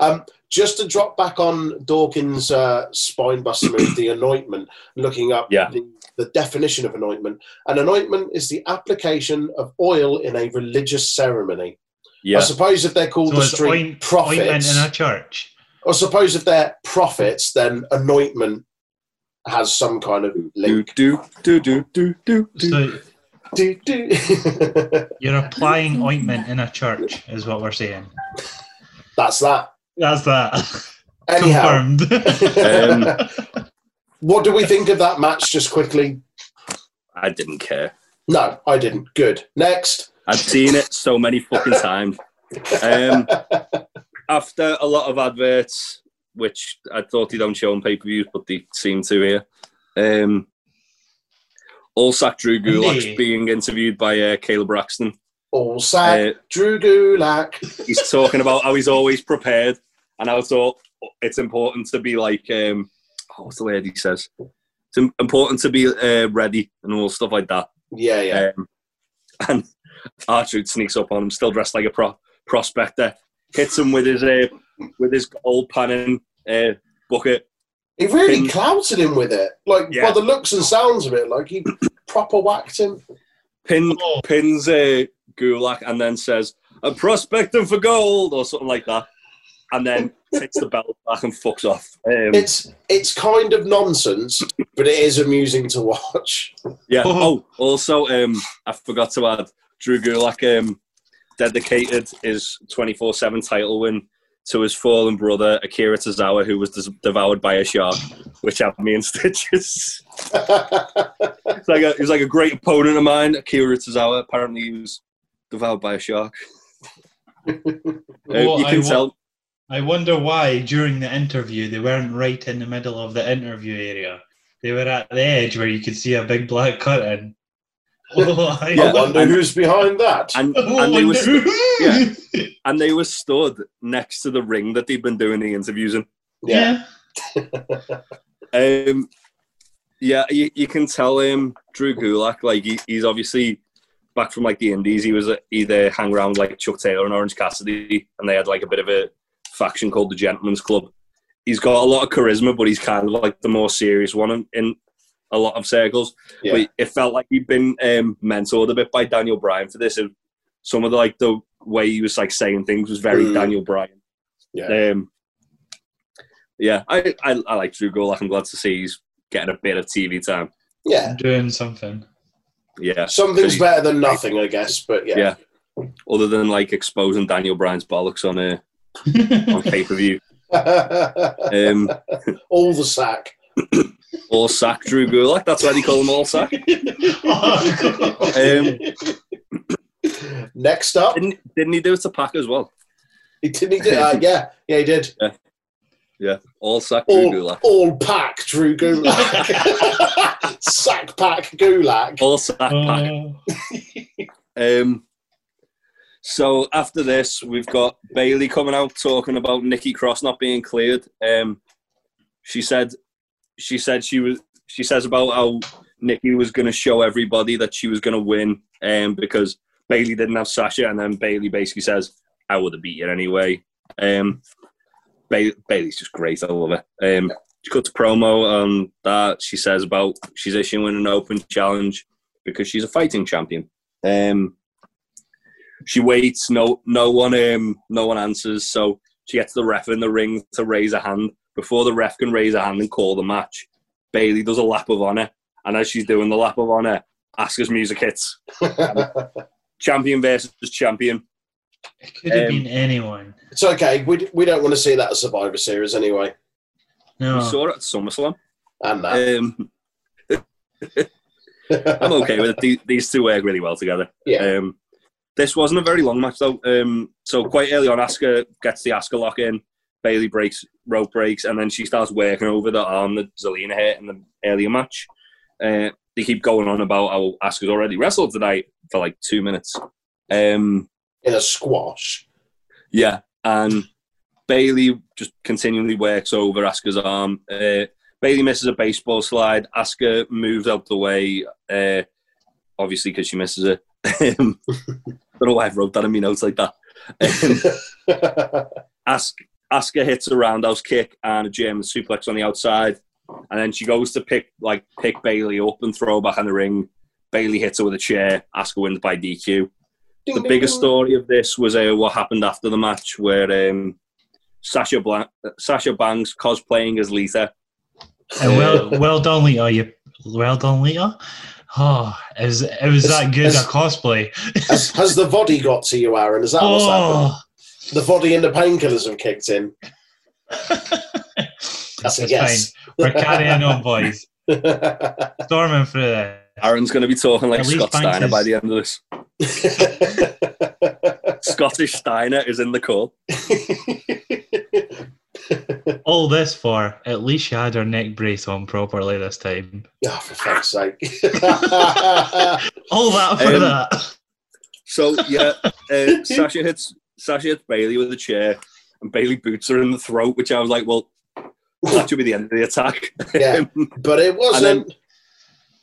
[SPEAKER 2] um, just to drop back on Dawkins' uh, spine buster move, the anointment, looking up
[SPEAKER 3] Yeah.
[SPEAKER 2] the, the definition of anointment. An anointment is the application of oil in a religious ceremony. I
[SPEAKER 3] Yeah,
[SPEAKER 2] suppose if they're called
[SPEAKER 4] so
[SPEAKER 2] the
[SPEAKER 4] it's
[SPEAKER 2] street
[SPEAKER 4] oint-
[SPEAKER 2] prophets.
[SPEAKER 4] ointment in a church.
[SPEAKER 2] I suppose if they're prophets, then anointment has some kind of
[SPEAKER 3] do
[SPEAKER 2] link.
[SPEAKER 3] do do do do do. do.
[SPEAKER 4] So
[SPEAKER 2] Do, do.
[SPEAKER 4] you're applying ointment in a church, is what we're saying.
[SPEAKER 2] That's that.
[SPEAKER 4] That's that.
[SPEAKER 2] Anyhow,
[SPEAKER 4] Confirmed.
[SPEAKER 3] Um,
[SPEAKER 2] what do we think of that match? Just quickly.
[SPEAKER 3] I didn't care.
[SPEAKER 2] No, I didn't. Good. Next.
[SPEAKER 3] I've seen it so many fucking times. Um, after a lot of adverts, which I thought they don't show on pay per views, but they seem to here. Um, Allsack Drew Gulak's
[SPEAKER 4] Indeed.
[SPEAKER 3] being interviewed by uh, Caleb Braxton.
[SPEAKER 2] All
[SPEAKER 3] Uh,
[SPEAKER 2] sack. Drew Gulak.
[SPEAKER 3] he's talking about how he's always prepared, and I thought it's important to be like, um, oh, what's the word he says? It's im- important to be uh, ready and all stuff like that.
[SPEAKER 2] Yeah, yeah.
[SPEAKER 3] Um, and Archer sneaks up on him, still dressed like a pro- prospector, hits him with his uh, with his gold panning uh, bucket.
[SPEAKER 2] He really
[SPEAKER 3] Him-
[SPEAKER 2] clouted him with it. Like
[SPEAKER 3] Yeah.
[SPEAKER 2] by the looks and sounds of it, like he proper whacked him.
[SPEAKER 3] Um, Pin
[SPEAKER 4] Oh,
[SPEAKER 3] pins uh, Gulak and then says, "I'm prospecting for gold" or something like that, and then takes the belt back and fucks off. Um,
[SPEAKER 2] It's it's kind of nonsense, but it is amusing to watch.
[SPEAKER 3] Yeah.
[SPEAKER 4] Oh.
[SPEAKER 3] Oh, also, um, I forgot to add Drew Gulak um, dedicated his 24 7 title win to his fallen brother, Akira Tozawa, who was des- devoured by a shark, which had me in stitches. It's like a, he was like a great opponent of mine, Akira Tozawa. Apparently, he was devoured by a shark. Uh,
[SPEAKER 4] Well,
[SPEAKER 3] you
[SPEAKER 4] I
[SPEAKER 3] can
[SPEAKER 4] wa-
[SPEAKER 3] tell.
[SPEAKER 4] I wonder why during the interview they weren't right in the middle of the interview area. They were at the edge where you could see a big black curtain. Oh, I
[SPEAKER 2] I wonder
[SPEAKER 3] and-
[SPEAKER 2] who's behind that.
[SPEAKER 3] And,
[SPEAKER 4] Oh,
[SPEAKER 3] and,
[SPEAKER 4] I
[SPEAKER 3] they were,
[SPEAKER 4] wonder-
[SPEAKER 3] yeah. and they were stood next to the ring that they'd been doing the interviews in.
[SPEAKER 2] yeah.
[SPEAKER 4] yeah.
[SPEAKER 3] Um, yeah, you, you can tell him Drew Gulak. Like he, he's obviously back from like the Indies. He was uh, either hang around like Chuck Taylor and Orange Cassidy, and they had like a bit of a faction called the Gentleman's Club. He's got a lot of charisma, but he's kind of like the more serious one in, in a lot of circles.
[SPEAKER 2] Yeah.
[SPEAKER 3] But it felt like he'd been um, mentored a bit by Daniel Bryan for this. And some of the like the way he was like saying things was very
[SPEAKER 2] Mm.
[SPEAKER 3] Daniel Bryan.
[SPEAKER 2] Yeah.
[SPEAKER 3] Um, yeah, I, I, I like Drew Gulak. I'm glad to see he's getting a bit of TV time.
[SPEAKER 2] Yeah.
[SPEAKER 4] Doing something.
[SPEAKER 3] Yeah.
[SPEAKER 2] Something's better than nothing, I guess, but yeah.
[SPEAKER 3] Yeah. Other than like exposing Daniel Bryan's bollocks on uh, a
[SPEAKER 4] Oh,
[SPEAKER 3] on pay per view. Um,
[SPEAKER 2] All the sack.
[SPEAKER 3] all sack Drew Gulak. That's why they call him all sack.
[SPEAKER 4] Oh, God.
[SPEAKER 3] Um,
[SPEAKER 2] Next up,
[SPEAKER 3] Didn't didn't he do it to Pac as well?
[SPEAKER 2] he didn't he did, uh, yeah, yeah, he did.
[SPEAKER 3] All sack Drew
[SPEAKER 2] All,
[SPEAKER 3] Gulak.
[SPEAKER 2] all pack Drew Gulak. sack pack Gulak.
[SPEAKER 3] All sack Pac.
[SPEAKER 4] Oh.
[SPEAKER 3] Um, so after this, we've got Bailey coming out talking about Nikki Cross not being cleared. Um, she said, she said she was. She says about how Nikki was going to show everybody that she was going to win, um, because Bailey didn't have Sasha, and then Bailey basically says, "I would have beat you anyway." Um, ba- Bailey's just great. I love her. Um, she cuts a promo on that. She says about she's issuing an open challenge because she's a fighting champion. Um, she waits. No, no one, um, no one answers. So she gets the ref in the ring to raise a hand. Before the ref can raise a hand and call the match, Bailey does a lap of honor, and as she's doing the lap of honor, Asuka's music hits. Oh. Champion versus champion.
[SPEAKER 4] It could
[SPEAKER 3] Um,
[SPEAKER 4] have been anyone.
[SPEAKER 2] it's okay. We, we don't want to see that at Survivor Series anyway.
[SPEAKER 4] No.
[SPEAKER 3] We saw it at SummerSlam.
[SPEAKER 2] And that.
[SPEAKER 3] Um, I'm okay with it. The- These two work really well together.
[SPEAKER 2] Yeah.
[SPEAKER 3] Um, this wasn't a very long match though. Um, so quite early on, Asuka gets the Asuka lock in. Bailey breaks rope breaks, and then she starts working over the arm that Zelina hit in the earlier match. Uh, they keep going on about how Asuka's already wrestled tonight for like two minutes. Um,
[SPEAKER 2] in a squash.
[SPEAKER 3] yeah, and Bailey just continually works over Asuka's arm. Uh, Bailey misses a baseball slide. Asuka moves out the way, uh, obviously because she misses it. Um, don't know why I wrote that in my notes like that. Um, As- Asuka hits a roundhouse kick and a German suplex on the outside, and then she goes to pick like pick Bailey up and throw her back in the ring. Bailey hits her with a chair. Asuka wins by DQ the biggest story of this was uh, what happened after the match, where um, Sasha Blank, Sasha Banks cosplaying as Lita.
[SPEAKER 4] And well, well done, Lita. You, well done, Lita. Oh, it was, it was
[SPEAKER 2] It's-
[SPEAKER 4] that good a
[SPEAKER 2] it's-
[SPEAKER 4] cosplay.
[SPEAKER 2] Has, has the body got to you, Aaron? Is that what's happened?
[SPEAKER 4] Oh,
[SPEAKER 2] the body and the painkillers have kicked in. That's a
[SPEAKER 4] It's
[SPEAKER 2] yes.
[SPEAKER 4] We're carrying on, boys. Storming through there.
[SPEAKER 3] Aaron's going to be talking like
[SPEAKER 4] At least
[SPEAKER 3] Scott
[SPEAKER 4] Banks
[SPEAKER 3] Steiner
[SPEAKER 4] is-
[SPEAKER 3] by the end of this. Scottish Steiner is in the call.
[SPEAKER 2] Oh,
[SPEAKER 4] All this for at least you had your neck brace on properly this time.
[SPEAKER 2] oh, for fuck's sake.
[SPEAKER 4] All that for
[SPEAKER 3] Um,
[SPEAKER 4] that.
[SPEAKER 3] So yeah, uh, Sasha hits Sasha hits Bailey with a chair, and Bailey boots her in the throat, which I was like, well, that should be the end of the attack.
[SPEAKER 2] yeah, but it wasn't.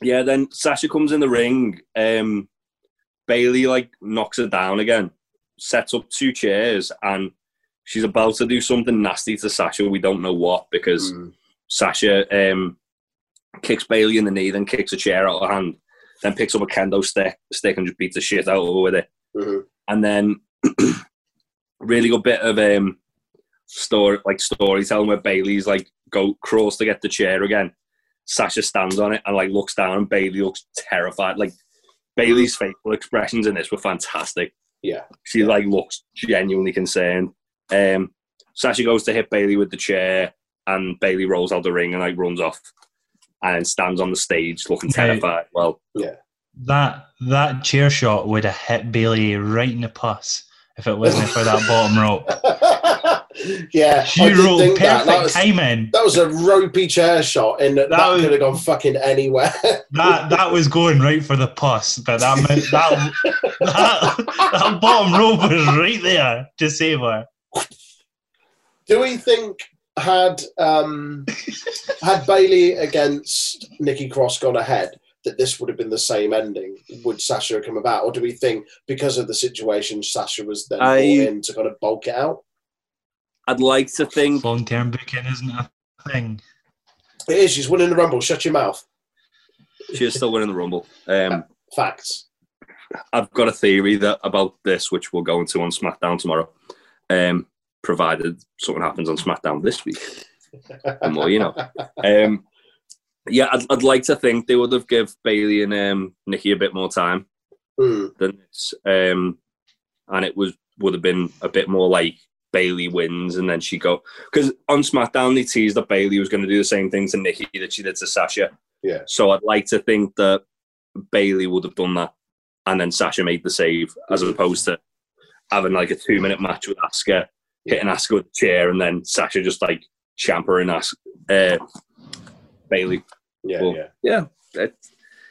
[SPEAKER 3] yeah, then Sasha comes in the ring. Um, Bailey like knocks her down again, sets up two chairs, and she's about to do something nasty to Sasha. We don't know what because
[SPEAKER 2] Mm.
[SPEAKER 3] Sasha um, kicks Bailey in the knee, then kicks a chair out of her hand, then picks up a kendo stick, stick and just beats the shit out of her with it.
[SPEAKER 2] Mhm.
[SPEAKER 3] And then really good bit of um, story, like storytelling where Bailey's like go crawls to get the chair again. Sasha stands on it and like looks down, and Bailey looks terrified. Like Bailey's facial expressions in this were fantastic.
[SPEAKER 2] Mm. Yeah.
[SPEAKER 3] she like looks genuinely concerned. Um, Sasha goes to hit Bailey with the chair, and Bailey rolls out the ring and like runs off, and stands on the stage looking
[SPEAKER 4] Now-
[SPEAKER 3] terrified. Well,
[SPEAKER 4] That that chair shot would have hit Bailey right in the pus if it wasn't for that bottom rope.
[SPEAKER 2] yeah, I
[SPEAKER 4] She
[SPEAKER 2] did
[SPEAKER 4] rolled
[SPEAKER 2] think that.
[SPEAKER 4] perfect
[SPEAKER 2] That was,
[SPEAKER 4] timing.
[SPEAKER 2] that was a ropey chair shot, and that,
[SPEAKER 4] That was-
[SPEAKER 2] could have gone fucking anywhere.
[SPEAKER 4] That that was going right for the pus, but that meant that that, that bottom rope was right there to save her.
[SPEAKER 2] Do we think had um, had Bailey against Nikki Cross gone ahead that this would have been the same ending? Would Sasha have come about, or do we think because of the situation Sasha was then
[SPEAKER 3] I-
[SPEAKER 2] brought in to kind of bulk it out?
[SPEAKER 3] I'd like to think
[SPEAKER 4] Long term booking isn't a thing.
[SPEAKER 2] It is. She's winning the rumble. Shut your mouth.
[SPEAKER 3] she's still winning the rumble. Um,
[SPEAKER 2] Facts.
[SPEAKER 3] I've got a theory that about this, which we'll go into on SmackDown tomorrow. Um, provided something happens on SmackDown this week, the more you know. Um, yeah, I'd, I'd like to think they would have give Bailey and um, Nikki a bit more time
[SPEAKER 2] Hmm.
[SPEAKER 3] than this, um, and it was would have been a bit more like Bailey wins and then she go because on SmackDown they teased that Bailey was going to do the same thing to Nikki that she did to Sasha.
[SPEAKER 2] Yeah.
[SPEAKER 3] So I'd like to think that Bailey would have done that, and then Sasha made the save as opposed to having like a two minute match with Asuka, hitting Asuka with a chair, and then Sasha just like champering As uh, Bailey.
[SPEAKER 2] Yeah,
[SPEAKER 3] Well,
[SPEAKER 2] yeah.
[SPEAKER 3] Yeah, it,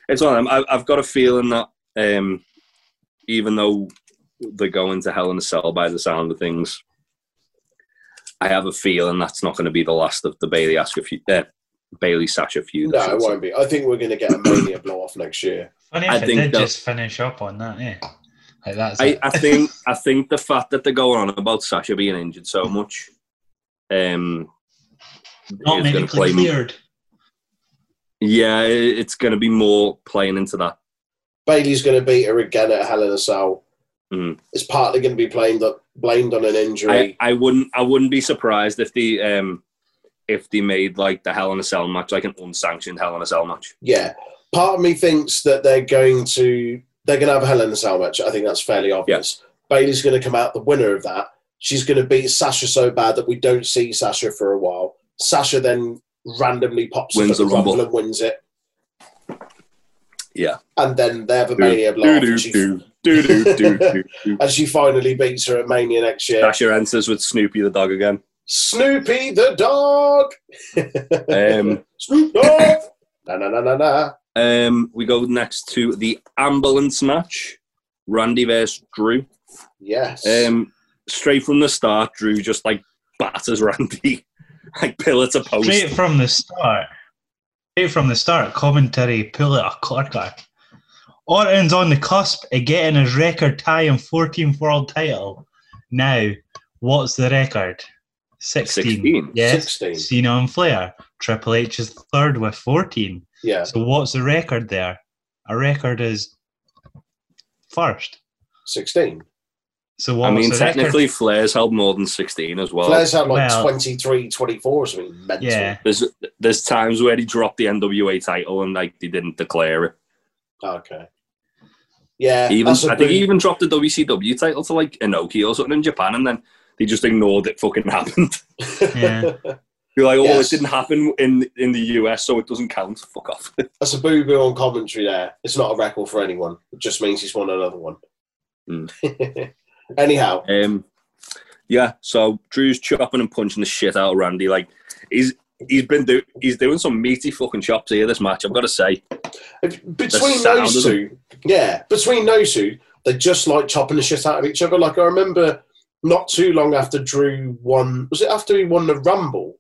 [SPEAKER 3] it's one of them. I, I've got a feeling that um, even though they're going to hell in a cell by the sound of things, I have a feeling that's not going to be the last of the Bailey Asuka feud, uh, Bailey Sasha feud. I
[SPEAKER 2] No,
[SPEAKER 3] should
[SPEAKER 2] it
[SPEAKER 3] say.
[SPEAKER 2] won't be. I think we're going to get a mania blow off next year.
[SPEAKER 4] Funny if
[SPEAKER 3] I
[SPEAKER 4] it
[SPEAKER 3] think
[SPEAKER 4] did
[SPEAKER 3] that-
[SPEAKER 4] just finish up on that, yeah. Like that's
[SPEAKER 3] I,
[SPEAKER 4] it.
[SPEAKER 3] I think I think the fact that they're going on about Sasha being injured so much, um,
[SPEAKER 4] not
[SPEAKER 3] is gonna
[SPEAKER 4] medically
[SPEAKER 3] me-
[SPEAKER 4] cleared.
[SPEAKER 3] Yeah, i- it's going to be more playing into that.
[SPEAKER 2] Bailey's going to beat her again at Hell in a Cell.
[SPEAKER 3] Mm.
[SPEAKER 2] It's partly going to be blamed on, blamed on an
[SPEAKER 3] I,
[SPEAKER 2] injury.
[SPEAKER 3] I wouldn't I wouldn't be surprised if the um if they made like the Hell in a Cell match like an unsanctioned Hell in a Cell match.
[SPEAKER 2] yeah, part of me thinks that they're going to they're going to have a Hell in a Cell match. I think that's fairly obvious. Bailey's going to come out the winner of that. She's going to beat Sasha so bad that we don't see Sasha for a while. Sasha then randomly pops up
[SPEAKER 3] Wins
[SPEAKER 2] at the
[SPEAKER 3] the Rumble.
[SPEAKER 2] rumble. and wins it,
[SPEAKER 3] Yeah.
[SPEAKER 2] and then they have a
[SPEAKER 3] Do-
[SPEAKER 2] mania blow. off and, she, and she finally beats her at Mania next year.
[SPEAKER 3] Dasher enters with Snoopy the dog again.
[SPEAKER 2] Snoopy the dog.
[SPEAKER 3] Um,
[SPEAKER 2] Snoop Dogg. na na na na na.
[SPEAKER 3] um, we go next to the ambulance match, Randy versus Drew.
[SPEAKER 2] Yes.
[SPEAKER 3] Um, straight from the start, Drew just like batters Randy like pillar to post.
[SPEAKER 4] Straight from the start. Straight from the start, commentary pull it a corker. Orton's on the cusp of getting his record tie and 14th world title. Now, what's the record? 16.
[SPEAKER 3] 16.
[SPEAKER 4] Yes.
[SPEAKER 2] 16.
[SPEAKER 4] Cena and Flair. Triple H is third with 14.
[SPEAKER 2] yeah.
[SPEAKER 4] So what's the record there? A record is first.
[SPEAKER 2] 16.
[SPEAKER 4] So what
[SPEAKER 3] I mean,
[SPEAKER 4] was the record?
[SPEAKER 3] technically, Flair's held more than 16 as well.
[SPEAKER 2] Flair's had like
[SPEAKER 4] well-
[SPEAKER 2] twenty three, twenty four 23, 24 or something. Mental.
[SPEAKER 4] Yeah.
[SPEAKER 3] There's there's times where he dropped the NWA title and like they didn't declare it.
[SPEAKER 2] Okay. Yeah.
[SPEAKER 3] Even
[SPEAKER 2] that's a
[SPEAKER 3] I think he
[SPEAKER 2] big-
[SPEAKER 3] even dropped the WCW title to like Inoki or something in Japan, and then They just ignored it fucking happened.
[SPEAKER 4] Yeah.
[SPEAKER 3] You're like, oh, well,
[SPEAKER 2] Yes.
[SPEAKER 3] it didn't happen in in the US, so it doesn't count. Fuck off.
[SPEAKER 2] That's a boo boo on commentary there. It's not a record for anyone. It just means he's won another one.
[SPEAKER 3] Mm.
[SPEAKER 2] Anyhow,
[SPEAKER 3] Um, yeah, so Drew's chopping and punching the shit out of Randy. Like he's he's been do- he's doing some meaty fucking chops here this match. I've got to say,
[SPEAKER 2] if-
[SPEAKER 3] The
[SPEAKER 2] between
[SPEAKER 3] sound
[SPEAKER 2] those
[SPEAKER 3] of
[SPEAKER 2] two, yeah, between those two, they just like chopping the shit out of each other. Like I remember not too long after Drew won, was it after he won the Rumble,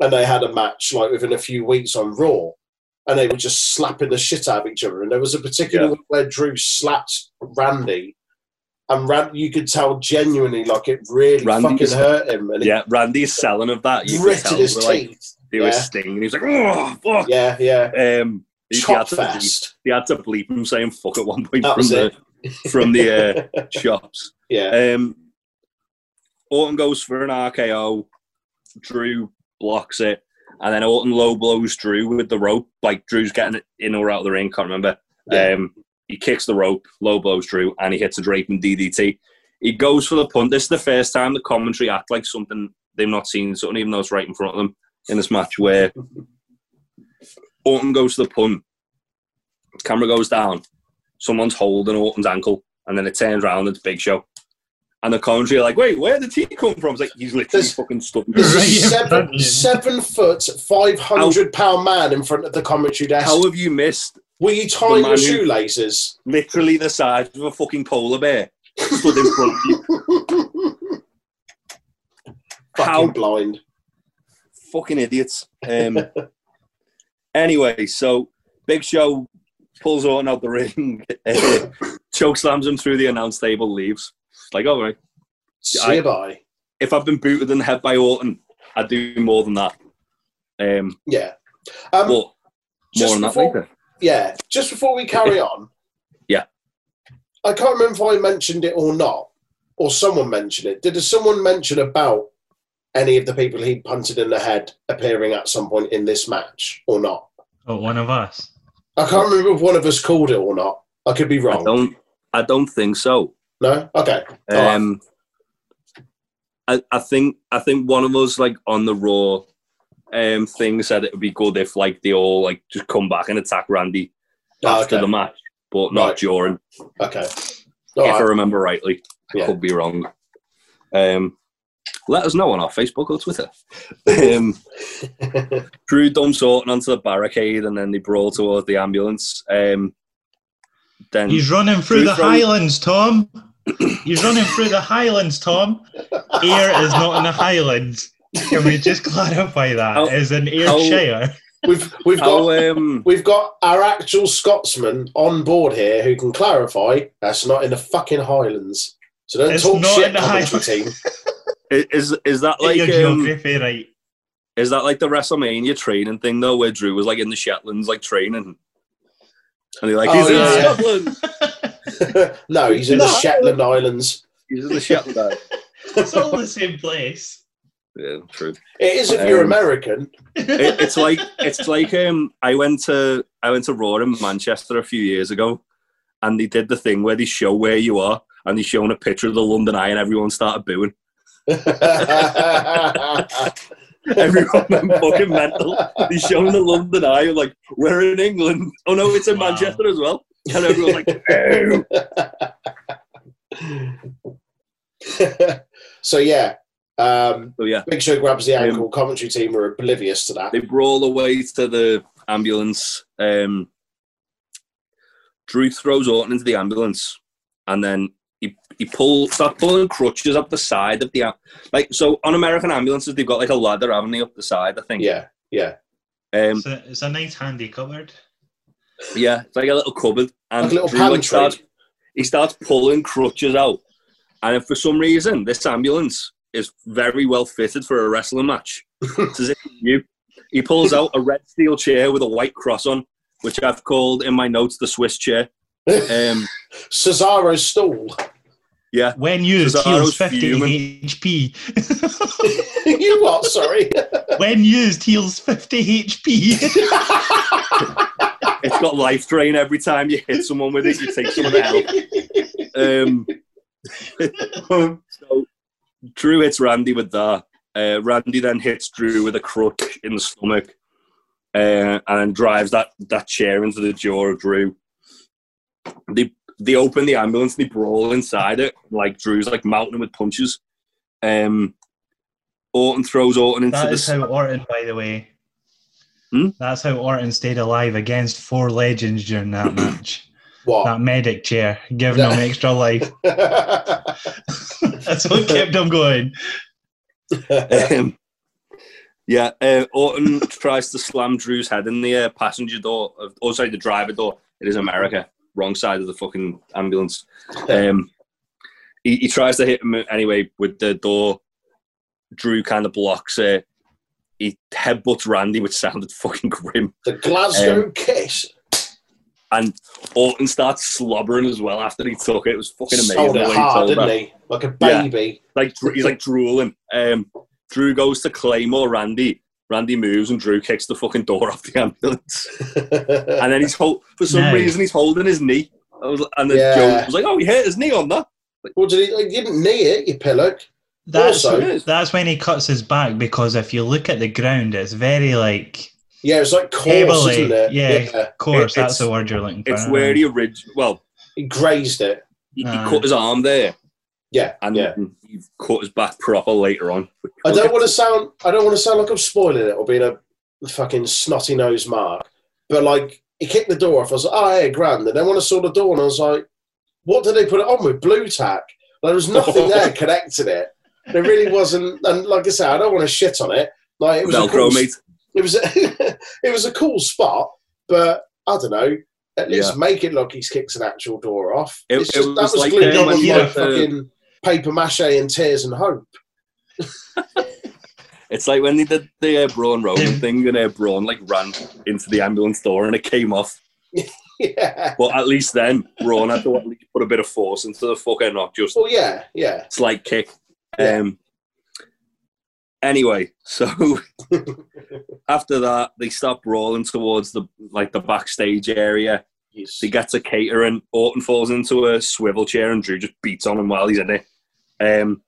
[SPEAKER 2] and they had a match like within a few weeks on Raw, and they were just slapping the shit out of each other. And there was a particular
[SPEAKER 3] Yeah.
[SPEAKER 2] one where Drew slapped Randy. And Rand, you could tell genuinely, like it really
[SPEAKER 3] Randy's-
[SPEAKER 2] fucking hurt him, and he
[SPEAKER 3] yeah, Randy's selling of that. You could
[SPEAKER 2] gritted
[SPEAKER 3] tell
[SPEAKER 2] his
[SPEAKER 3] they were, like
[SPEAKER 2] teeth.
[SPEAKER 3] they were
[SPEAKER 2] yeah.
[SPEAKER 3] stinging. He was like, oh fuck.
[SPEAKER 2] Yeah, yeah.
[SPEAKER 3] Um, he, he had
[SPEAKER 2] Chop
[SPEAKER 3] to bleep,
[SPEAKER 2] fast.
[SPEAKER 3] he had to bleep him saying fuck at one point
[SPEAKER 2] That
[SPEAKER 3] from
[SPEAKER 2] was
[SPEAKER 3] the
[SPEAKER 2] it.
[SPEAKER 3] from the uh, chops.
[SPEAKER 2] Yeah.
[SPEAKER 3] Um, Orton goes for an RKO. Drew blocks it, and then Orton low blows Drew with the rope. Like Drew's getting it in or out of the ring. Can't remember.
[SPEAKER 2] Yeah.
[SPEAKER 3] Um, he kicks the rope, low blows Drew, and he hits a draping DDT. He goes for the punt. This is the first time the commentary act like something they've not seen, something even though it's right in front of them in this match where Orton goes to the punt. Camera goes down. Someone's holding Orton's ankle, and then it turns around. It's Big Show. And the commentary are like, wait, where did he come from? It's like, he's literally
[SPEAKER 2] There's-
[SPEAKER 3] fucking stuck.
[SPEAKER 2] This
[SPEAKER 4] Right
[SPEAKER 2] is
[SPEAKER 4] in front of
[SPEAKER 2] seven,
[SPEAKER 4] you.
[SPEAKER 2] seven foot, 500 pound man in front of the commentary desk.
[SPEAKER 3] How have you missed
[SPEAKER 2] Were you tying
[SPEAKER 3] the
[SPEAKER 2] your
[SPEAKER 3] man who-
[SPEAKER 2] shoelaces?
[SPEAKER 3] literally the size of a fucking polar bear stood in front of you? How
[SPEAKER 2] Fucking blind.
[SPEAKER 3] fucking idiots. Um, anyway, so Big Show pulls Orton out the ring, uh, choke slams him through the announce table, leaves. Like, all right,
[SPEAKER 2] See
[SPEAKER 3] I-
[SPEAKER 2] you bye.
[SPEAKER 3] if I've been booted in the head by Orton, I'd do more than that. Um,
[SPEAKER 2] Yeah. Um,
[SPEAKER 3] but more
[SPEAKER 2] just
[SPEAKER 3] on that
[SPEAKER 2] before-
[SPEAKER 3] later.
[SPEAKER 2] yeah, just before we carry on.
[SPEAKER 3] Yeah.
[SPEAKER 2] I can't remember if I mentioned it or not, or someone mentioned it. Did someone mention about any of the people he punted in the head appearing at some point in this match or not?
[SPEAKER 4] Oh, one of us.
[SPEAKER 2] I can't remember if one of us called it or not. I could be
[SPEAKER 3] I
[SPEAKER 2] wrong.
[SPEAKER 3] don't, I don't think so.
[SPEAKER 2] No? Okay. All right.
[SPEAKER 3] Um, I, I think I think one of us like on the raw um, thing said it would be good if like they all like just come back and attack Randy
[SPEAKER 2] Ah,
[SPEAKER 3] after
[SPEAKER 2] okay.
[SPEAKER 3] the match, but not
[SPEAKER 2] Right.
[SPEAKER 3] during.
[SPEAKER 2] Okay. All
[SPEAKER 3] if I
[SPEAKER 2] right.
[SPEAKER 3] remember rightly, I
[SPEAKER 2] Yeah.
[SPEAKER 3] could be wrong. Um, let us know on our Facebook or Twitter. Um, Drew dumps Orton onto the barricade, and then they brawl towards the ambulance. Um, then
[SPEAKER 4] He's running through the
[SPEAKER 3] Who's running-
[SPEAKER 4] Highlands, Tom. He's running through the Highlands, Tom. Air is not in the Highlands. Can we just clarify
[SPEAKER 3] How-
[SPEAKER 4] that? Is in
[SPEAKER 3] how-
[SPEAKER 4] Ayrshire.
[SPEAKER 2] we've we've
[SPEAKER 3] how
[SPEAKER 2] got
[SPEAKER 3] um,
[SPEAKER 2] we've got our actual Scotsman on board here who can clarify that's not in the fucking Highlands. So don't
[SPEAKER 4] It's
[SPEAKER 2] talk
[SPEAKER 4] not
[SPEAKER 2] shit,
[SPEAKER 4] in the
[SPEAKER 2] commentary team.
[SPEAKER 3] i- is is that like
[SPEAKER 4] Get your
[SPEAKER 3] um,
[SPEAKER 4] geography right.
[SPEAKER 3] Is that like the WrestleMania training thing though, where Drew was like in the Shetlands, like training, and he like
[SPEAKER 2] Oh,
[SPEAKER 3] he's
[SPEAKER 2] yeah,
[SPEAKER 3] in
[SPEAKER 2] yeah.
[SPEAKER 3] Scotland,
[SPEAKER 2] no, he's in
[SPEAKER 3] No.
[SPEAKER 2] the Shetland Islands.
[SPEAKER 3] he's in the Shetland.
[SPEAKER 4] It's all the same place.
[SPEAKER 3] yeah, true.
[SPEAKER 2] It is if you're
[SPEAKER 3] Um,
[SPEAKER 2] American.
[SPEAKER 3] It, it's like it's like um, I went to I went to Raw in Manchester a few years ago, and they did the thing where they show where you are, and they shown a picture of the London Eye, and everyone started booing. Everyone went fucking mental. They shown the London Eye, like we're in England. Oh no, it's in
[SPEAKER 4] Wow.
[SPEAKER 3] Manchester as well, and everyone like, "Ew."
[SPEAKER 2] so yeah. Um,
[SPEAKER 3] so Oh, yeah.
[SPEAKER 2] Big Show grabs the
[SPEAKER 3] Um,
[SPEAKER 2] ankle. Commentary team are oblivious to that.
[SPEAKER 3] they brawl away to the ambulance. Um, Drew throws Orton into the ambulance, and then he he pulls start pulling crutches up the side of the am- like. So on American ambulances, they've got like a ladder, haven't they, up the side? I think.
[SPEAKER 2] Yeah, yeah.
[SPEAKER 3] Um,
[SPEAKER 4] It's a, it's a nice handy cupboard.
[SPEAKER 3] yeah, it's like a little cupboard, and
[SPEAKER 2] Like a little
[SPEAKER 3] Drew like,
[SPEAKER 2] pantry.
[SPEAKER 3] starts he starts pulling crutches out, and if for some reason this ambulance is very well fitted for a wrestling match. it's as if it's new. He pulls out a red steel chair with a white cross on, which I've called in my notes the Swiss chair. Um,
[SPEAKER 2] Cesaro's stool.
[SPEAKER 4] When used, heals
[SPEAKER 3] Cesaro's
[SPEAKER 4] 15
[SPEAKER 3] fuming.
[SPEAKER 4] HP.
[SPEAKER 2] you what? Sorry.
[SPEAKER 4] when used, heals 50 HP.
[SPEAKER 3] it's got life drain every time you hit someone with it. You take someone out. Um, so Drew hits Randy with that. Uh, Randy then hits Drew with a crutch in the stomach uh, and drives that, that chair into the jaw of Drew. They they open the ambulance and they brawl inside it. Like Drew's like mounting with punches. Um, Orton throws Orton into
[SPEAKER 4] That
[SPEAKER 3] the
[SPEAKER 4] is how Orton, by the way.
[SPEAKER 3] Hmm?
[SPEAKER 4] That's how Orton stayed alive against four legends during that match.
[SPEAKER 2] What?
[SPEAKER 3] Um,
[SPEAKER 4] that medic chair, giving him extra life. That's what kept him going.
[SPEAKER 3] Um, yeah, uh, Orton tries to slam Drew's head in the uh, passenger door, of, oh, sorry, the driver door. It is America, wrong side of the fucking ambulance. Um, he, he tries to hit him anyway with the door. Drew kind of blocks it. He headbutts Randy, which sounded fucking grim.
[SPEAKER 2] the Glasgow
[SPEAKER 3] um,
[SPEAKER 2] kiss.
[SPEAKER 3] And Orton starts slobbering as well after he took it. It was fucking amazing.
[SPEAKER 2] Sold
[SPEAKER 3] the
[SPEAKER 2] it
[SPEAKER 3] way he
[SPEAKER 2] hard,
[SPEAKER 3] told that.
[SPEAKER 2] didn't he? Like a
[SPEAKER 3] Yeah.
[SPEAKER 2] baby.
[SPEAKER 3] like dr- he's like drooling. Um, Drew goes to Claymore Randy. Randy moves and Drew kicks the fucking door off the ambulance. And then he's hold for some
[SPEAKER 4] Nice.
[SPEAKER 3] reason he's holding his knee. I was, and then
[SPEAKER 2] Yeah.
[SPEAKER 3] Joe was like, "Oh, he hit his knee on that."
[SPEAKER 2] well, did he, he didn't knee it, you pillock.
[SPEAKER 4] That's
[SPEAKER 2] Also-
[SPEAKER 4] that's when he cuts his back because if you look at the ground, it's very like
[SPEAKER 2] Yeah, it's like coarse,
[SPEAKER 4] Heavily,
[SPEAKER 2] isn't it?
[SPEAKER 4] yeah. coarse.
[SPEAKER 3] It-
[SPEAKER 4] that's
[SPEAKER 3] it's-
[SPEAKER 4] the word you're looking for.
[SPEAKER 3] It's where he originally well
[SPEAKER 2] He grazed it.
[SPEAKER 3] he, he
[SPEAKER 4] Ah.
[SPEAKER 3] cut his arm there
[SPEAKER 2] Yeah,
[SPEAKER 3] and
[SPEAKER 2] yeah.
[SPEAKER 3] he cut his back proper later on.
[SPEAKER 2] I don't want to sound. I don't want to sound like I'm spoiling it or being a fucking snotty nosed mark. But like, he kicked the door off. I was like, oh, hey, grand. And then when I saw the door, and I was like, what did they put it on with? Blue tack. There was nothing there connecting it. There really wasn't. And like I said, I don't want to shit on it. Like it was a
[SPEAKER 3] Velcro,
[SPEAKER 2] cool,
[SPEAKER 3] mate.
[SPEAKER 2] It was a, it was a cool spot, but I don't know. At least make it look he's kicks an actual door off.
[SPEAKER 3] It-
[SPEAKER 2] It's
[SPEAKER 3] it
[SPEAKER 2] just, that
[SPEAKER 3] was
[SPEAKER 2] was
[SPEAKER 3] like
[SPEAKER 2] glued
[SPEAKER 4] the-
[SPEAKER 2] on with
[SPEAKER 4] yeah,
[SPEAKER 2] like
[SPEAKER 3] the-
[SPEAKER 2] fucking paper mache and tears and hope.
[SPEAKER 3] It's like when they did the uh, Braun Roman thing and uh, Braun like ran into the ambulance door and it came off.
[SPEAKER 2] Yeah.
[SPEAKER 3] But at least then, Braun had to at least put a bit of force into the fucker, not just a
[SPEAKER 2] Well, Oh, yeah, yeah.
[SPEAKER 3] slight kick.
[SPEAKER 2] Yeah.
[SPEAKER 3] Um, anyway, so after that, they start brawling towards the like the backstage area.
[SPEAKER 2] Yes.
[SPEAKER 3] They get to catering. Orton falls into a swivel chair, and Drew just beats on him while he's in it. Um,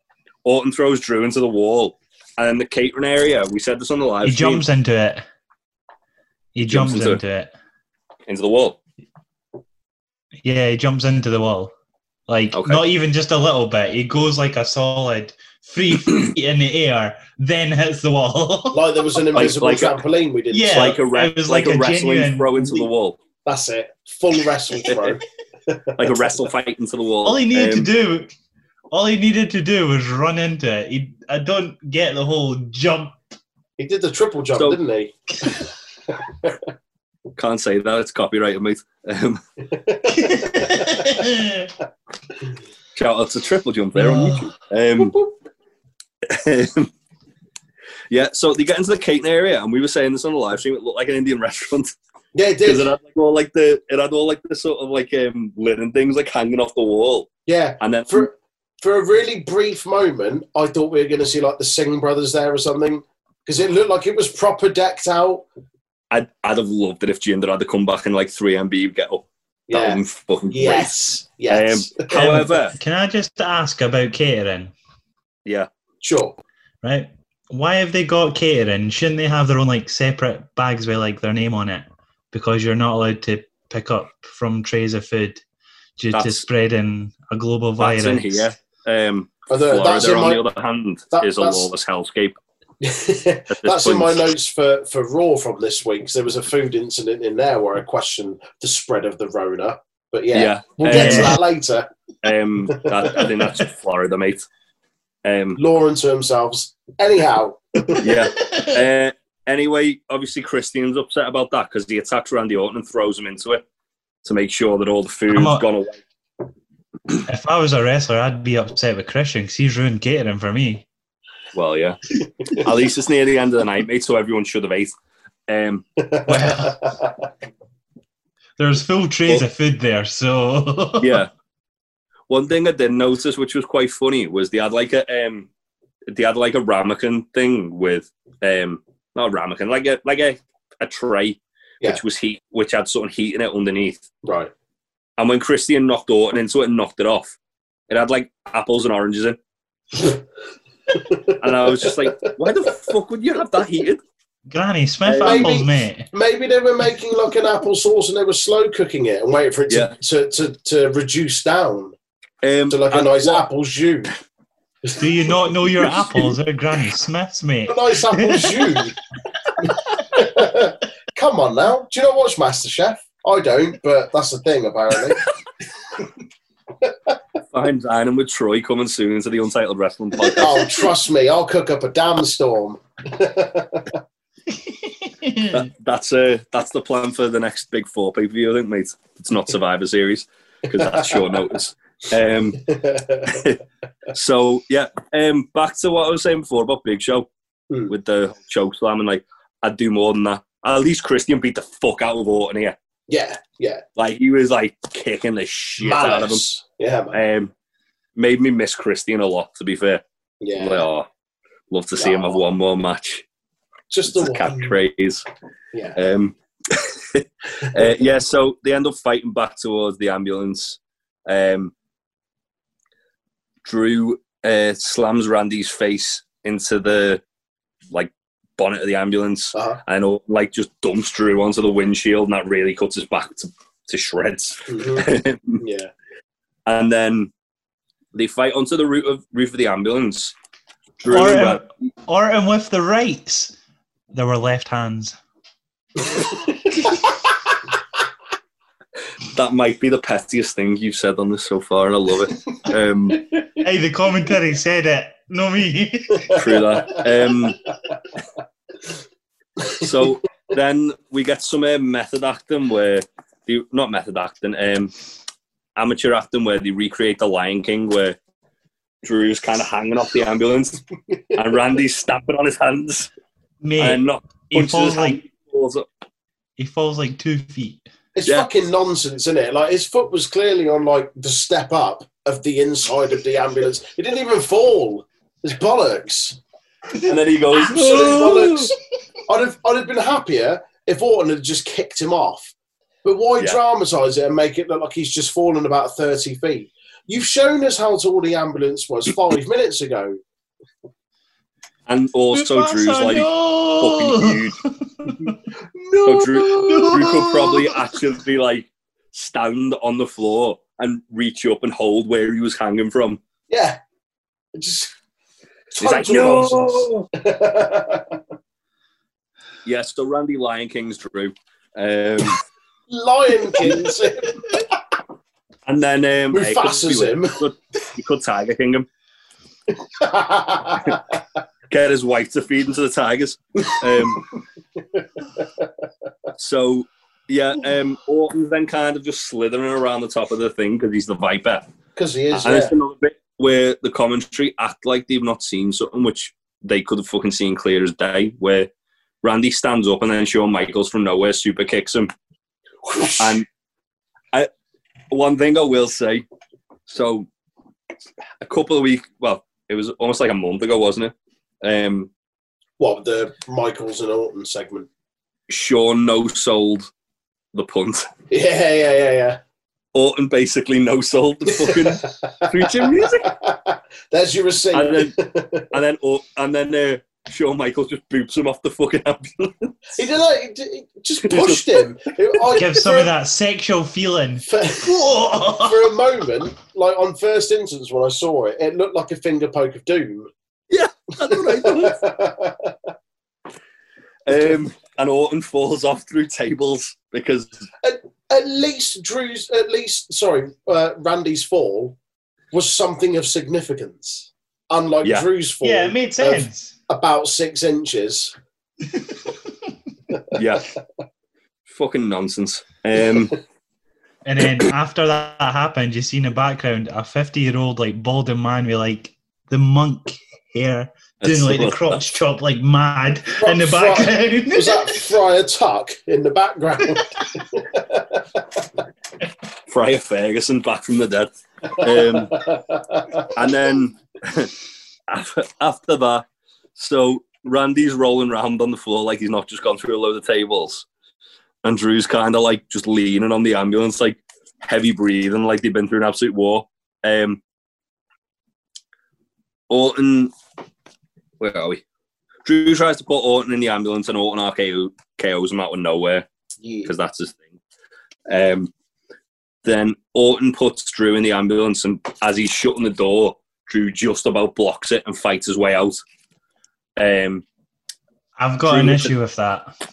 [SPEAKER 3] Orton throws Drew into the wall, and in the catering area, we said this on the live
[SPEAKER 4] he
[SPEAKER 3] stream,
[SPEAKER 4] jumps into it. He
[SPEAKER 3] Jumps
[SPEAKER 4] jumps,
[SPEAKER 3] into
[SPEAKER 4] into it.
[SPEAKER 3] into the wall.
[SPEAKER 4] Yeah, he jumps into the wall. Like
[SPEAKER 3] Okay.
[SPEAKER 4] not even just a little bit. He goes like a solid three feet in the air, then hits the wall.
[SPEAKER 2] Like there was an invisible
[SPEAKER 3] like a-
[SPEAKER 2] trampoline we didn't.
[SPEAKER 4] Yeah.
[SPEAKER 3] It's like a, re-
[SPEAKER 4] it was
[SPEAKER 3] like
[SPEAKER 4] like
[SPEAKER 3] a
[SPEAKER 4] a
[SPEAKER 3] wrestling
[SPEAKER 4] genuine-
[SPEAKER 3] throw into the wall.
[SPEAKER 2] That's it. Full wrestling throw.
[SPEAKER 3] like a wrestle fight into the wall.
[SPEAKER 4] all he needed
[SPEAKER 3] Um,
[SPEAKER 4] to do, all he needed to do was run into it. He, I don't get the whole jump.
[SPEAKER 2] He did the triple jump,
[SPEAKER 3] So-
[SPEAKER 2] didn't he?
[SPEAKER 3] Can't say that; it's copyrighted, mate. Um, shout out to Triple Jump there on
[SPEAKER 4] Oh.
[SPEAKER 3] YouTube. Um, um, yeah, so they get into the catering area, and we were saying this on the live stream. It looked like an Indian restaurant
[SPEAKER 2] Yeah, he
[SPEAKER 3] because it
[SPEAKER 2] did.
[SPEAKER 3] had like, all like the it had all like the sort of like um, linen things like hanging off the wall,
[SPEAKER 2] Yeah.
[SPEAKER 3] and then
[SPEAKER 2] For for a really brief moment, I thought we were going to see like the Singh brothers there or something because it looked like it was proper decked out.
[SPEAKER 3] I'd, I'd have loved it if Jinder had to come back in like three MB get up.
[SPEAKER 2] Yeah.
[SPEAKER 3] That would have been fucking
[SPEAKER 2] Yes. Yes.
[SPEAKER 3] great. However,
[SPEAKER 4] Can I just ask about catering?
[SPEAKER 3] yeah,
[SPEAKER 2] sure.
[SPEAKER 4] Right? Why have they got catering? Shouldn't they have their own like separate bags with like their name on it? Because you're not allowed to pick up from trays of food due to
[SPEAKER 3] That's-
[SPEAKER 4] spreading a global virus.
[SPEAKER 3] that's in here. Um,
[SPEAKER 2] Although, Uh, that's
[SPEAKER 3] Florida,
[SPEAKER 2] in
[SPEAKER 3] on
[SPEAKER 2] my
[SPEAKER 3] the other hand,
[SPEAKER 2] that-
[SPEAKER 3] is a
[SPEAKER 2] that's-
[SPEAKER 3] lawless hellscape. at this
[SPEAKER 2] That's in my
[SPEAKER 3] point.
[SPEAKER 2] notes for, for Raw from this week. 'cause there was a food incident in there where I questioned the spread of the Rona. But yeah,
[SPEAKER 3] Yeah,
[SPEAKER 2] we'll get to
[SPEAKER 4] Um,
[SPEAKER 2] that later.
[SPEAKER 3] um, that, I think that's Florida, mate. Um,
[SPEAKER 2] Law unto themselves. Anyhow,
[SPEAKER 3] yeah. Uh, anyway, obviously Christian's upset about that because he attacks Randy Orton and throws him into it to make sure that all the food's
[SPEAKER 4] I'm not-
[SPEAKER 3] gone away.
[SPEAKER 4] If I was a wrestler, I'd be upset with Christian because he's ruined catering for me.
[SPEAKER 3] Well, yeah. At least it's near the end of the night, mate, so everyone should have ate. Um,
[SPEAKER 4] Well. There's full trays of food there, so
[SPEAKER 3] yeah. One thing I did notice, which was quite funny, was they had like a um, they had like a ramekin thing with um, not a ramekin, like a like a, a tray,
[SPEAKER 2] Yeah.
[SPEAKER 3] which was heat, which had something heat in it underneath.
[SPEAKER 2] right.
[SPEAKER 3] And when Christian knocked Orton into it and knocked it off, it had like apples and oranges in. and I was just like, why the fuck would you have that heated?
[SPEAKER 4] Granny Smith
[SPEAKER 2] Maybe-
[SPEAKER 4] apples, mate.
[SPEAKER 2] Maybe they were making like an applesauce and they were slow cooking it and waiting for it to,
[SPEAKER 3] Yeah.
[SPEAKER 2] to, to, to reduce down
[SPEAKER 3] Um,
[SPEAKER 2] to like a
[SPEAKER 3] and
[SPEAKER 2] nice
[SPEAKER 3] what-
[SPEAKER 2] apple jus.
[SPEAKER 4] Do you not know your apples are Granny Smith's, mate?
[SPEAKER 2] A nice apple jus. Come on now. Do you not watch MasterChef? I don't, but that's the thing apparently.
[SPEAKER 3] Fine dining with Troy coming soon to the Untitled Wrestling podcast.
[SPEAKER 2] oh, trust me, I'll cook up a damn storm.
[SPEAKER 3] That- that's uh, that's the plan for the next big four pay per view, I think, mate. It's not Survivor Series because that's short notice. Um, so yeah, um, back to what I was saying before about Big Show
[SPEAKER 2] Hmm.
[SPEAKER 3] with the choke slam and like I'd do more than that. At least Christian beat the fuck out of Orton here.
[SPEAKER 2] yeah, yeah.
[SPEAKER 3] Like he was like kicking the shit out of him.
[SPEAKER 2] Malice. Yeah, man.
[SPEAKER 3] Um, made me miss Christian a lot. To be fair,
[SPEAKER 2] Yeah.
[SPEAKER 3] Like, oh, love to see him have one more match.
[SPEAKER 2] Just
[SPEAKER 3] It's
[SPEAKER 2] the
[SPEAKER 3] a
[SPEAKER 2] one.
[SPEAKER 3] catchphrase.
[SPEAKER 2] Yeah.
[SPEAKER 3] Um, uh, yeah, so they end up fighting back towards the ambulance. Um, Drew uh, slams Randy's face into the like bonnet of the ambulance,
[SPEAKER 2] Uh-huh.
[SPEAKER 3] and uh, like just dumps Drew onto the windshield, and that really cuts his back to, to shreds.
[SPEAKER 2] Mhm. Yeah.
[SPEAKER 3] and then they fight onto the roof of roof of the ambulance. Drew
[SPEAKER 4] Oh,
[SPEAKER 3] and Randy-
[SPEAKER 4] Orton, Orton with the rights. There were left hands.
[SPEAKER 3] that might be the pettiest thing you've said on this so far, and I love it. Um,
[SPEAKER 4] Hey, the commentary said it, not me.
[SPEAKER 3] true that. Um, so then we get some uh, method acting where the not method acting, um, amateur acting where they recreate the Lion King where Drew's kind of hanging off the ambulance and Randy's stamping on his hands
[SPEAKER 4] Mate,
[SPEAKER 3] and not
[SPEAKER 4] he
[SPEAKER 3] punches his
[SPEAKER 4] falls
[SPEAKER 3] hand.
[SPEAKER 4] like he falls like two feet.
[SPEAKER 2] It's
[SPEAKER 3] Yeah.
[SPEAKER 2] fucking nonsense, isn't it? Like his foot was clearly on like the step up of the inside of the ambulance. It didn't even fall. It's bollocks.
[SPEAKER 3] and then he goes,
[SPEAKER 2] Absolute bollocks. I'd have I'd have been happier if Orton had just kicked him off. But why
[SPEAKER 3] Yeah.
[SPEAKER 2] dramatise it and make it look like he's just fallen about thirty feet? You've shown us how tall the ambulance was five minutes ago.
[SPEAKER 3] and also
[SPEAKER 4] Mufasa,
[SPEAKER 3] Drew's like
[SPEAKER 4] no!
[SPEAKER 3] fucking huge.
[SPEAKER 2] No,
[SPEAKER 3] Oh, Drew- You could probably actually like stand on the floor and reach up and hold where he was hanging from.
[SPEAKER 2] yeah, It just
[SPEAKER 3] He's like,
[SPEAKER 2] total
[SPEAKER 3] no.
[SPEAKER 2] nonsense.
[SPEAKER 3] Yeah, so Randy Lion King's Drew. Um,
[SPEAKER 2] Lion King's him,
[SPEAKER 3] and then um, yeah, he could-
[SPEAKER 2] Mufasa's him.
[SPEAKER 3] He could Tiger King him. Get his wife to feed him to the tigers. Um, so yeah, um, Orton's then kind of just slithering around the top of the thing because he's the Viper.
[SPEAKER 2] Because he is.
[SPEAKER 3] and
[SPEAKER 2] yeah.
[SPEAKER 3] it's another bit where the commentary act like they've not seen something which they could have fucking seen clear as day. Where Randy stands up and then Shawn Michaels from nowhere super kicks him. And I, one thing I will say, so a couple of weeks, well, it was almost like a month ago, wasn't it? Um,
[SPEAKER 2] what the Michaels and Orton segment?
[SPEAKER 3] Sean no sold the punt.
[SPEAKER 2] Yeah, yeah, yeah, yeah.
[SPEAKER 3] Orton basically no sold the fucking future music,
[SPEAKER 2] There's your receipt.
[SPEAKER 3] and then and then Or- and then uh, Shawn Michaels just boops him off the fucking ambulance.
[SPEAKER 2] he did that. He, did- he just pushed him. It- I-
[SPEAKER 4] Give some of that sexual feeling.
[SPEAKER 2] For, for a moment, like on first instance when I saw it, it looked like a finger poke of doom.
[SPEAKER 3] That's what I thought. Um, and Orton falls off through tables because
[SPEAKER 2] at least Drew's, at least sorry, uh, Randy's fall was something of significance, unlike
[SPEAKER 3] Yeah.
[SPEAKER 2] Drew's fall,
[SPEAKER 4] Yeah, it made sense.
[SPEAKER 2] about six inches.
[SPEAKER 3] yeah, fucking nonsense. Um,
[SPEAKER 4] And then after that happened, you see in the background a 50 year old, like, balding man with, like, the monk hair, doing, like, the crotch chop, like, mad in the
[SPEAKER 2] Right, right.
[SPEAKER 4] background.
[SPEAKER 2] Was that Friar Tuck in the background?
[SPEAKER 3] Friar Ferguson back from the dead. Um, and then after after that, so Randy's rolling around on the floor like he's not just gone through a load of tables, and Drew's kind of like just leaning on the ambulance, like heavy breathing, like they've been through an absolute war. Um, Orton Where are we? Drew tries to put Orton in the ambulance, and Orton RKO, KOs him out of nowhere
[SPEAKER 2] Yeah.
[SPEAKER 3] because that's his thing. Um, then Orton puts Drew in the ambulance, and as he's shutting the door, Drew just about blocks it and fights his way out. Um,
[SPEAKER 4] I've got an issue with that.
[SPEAKER 2] Of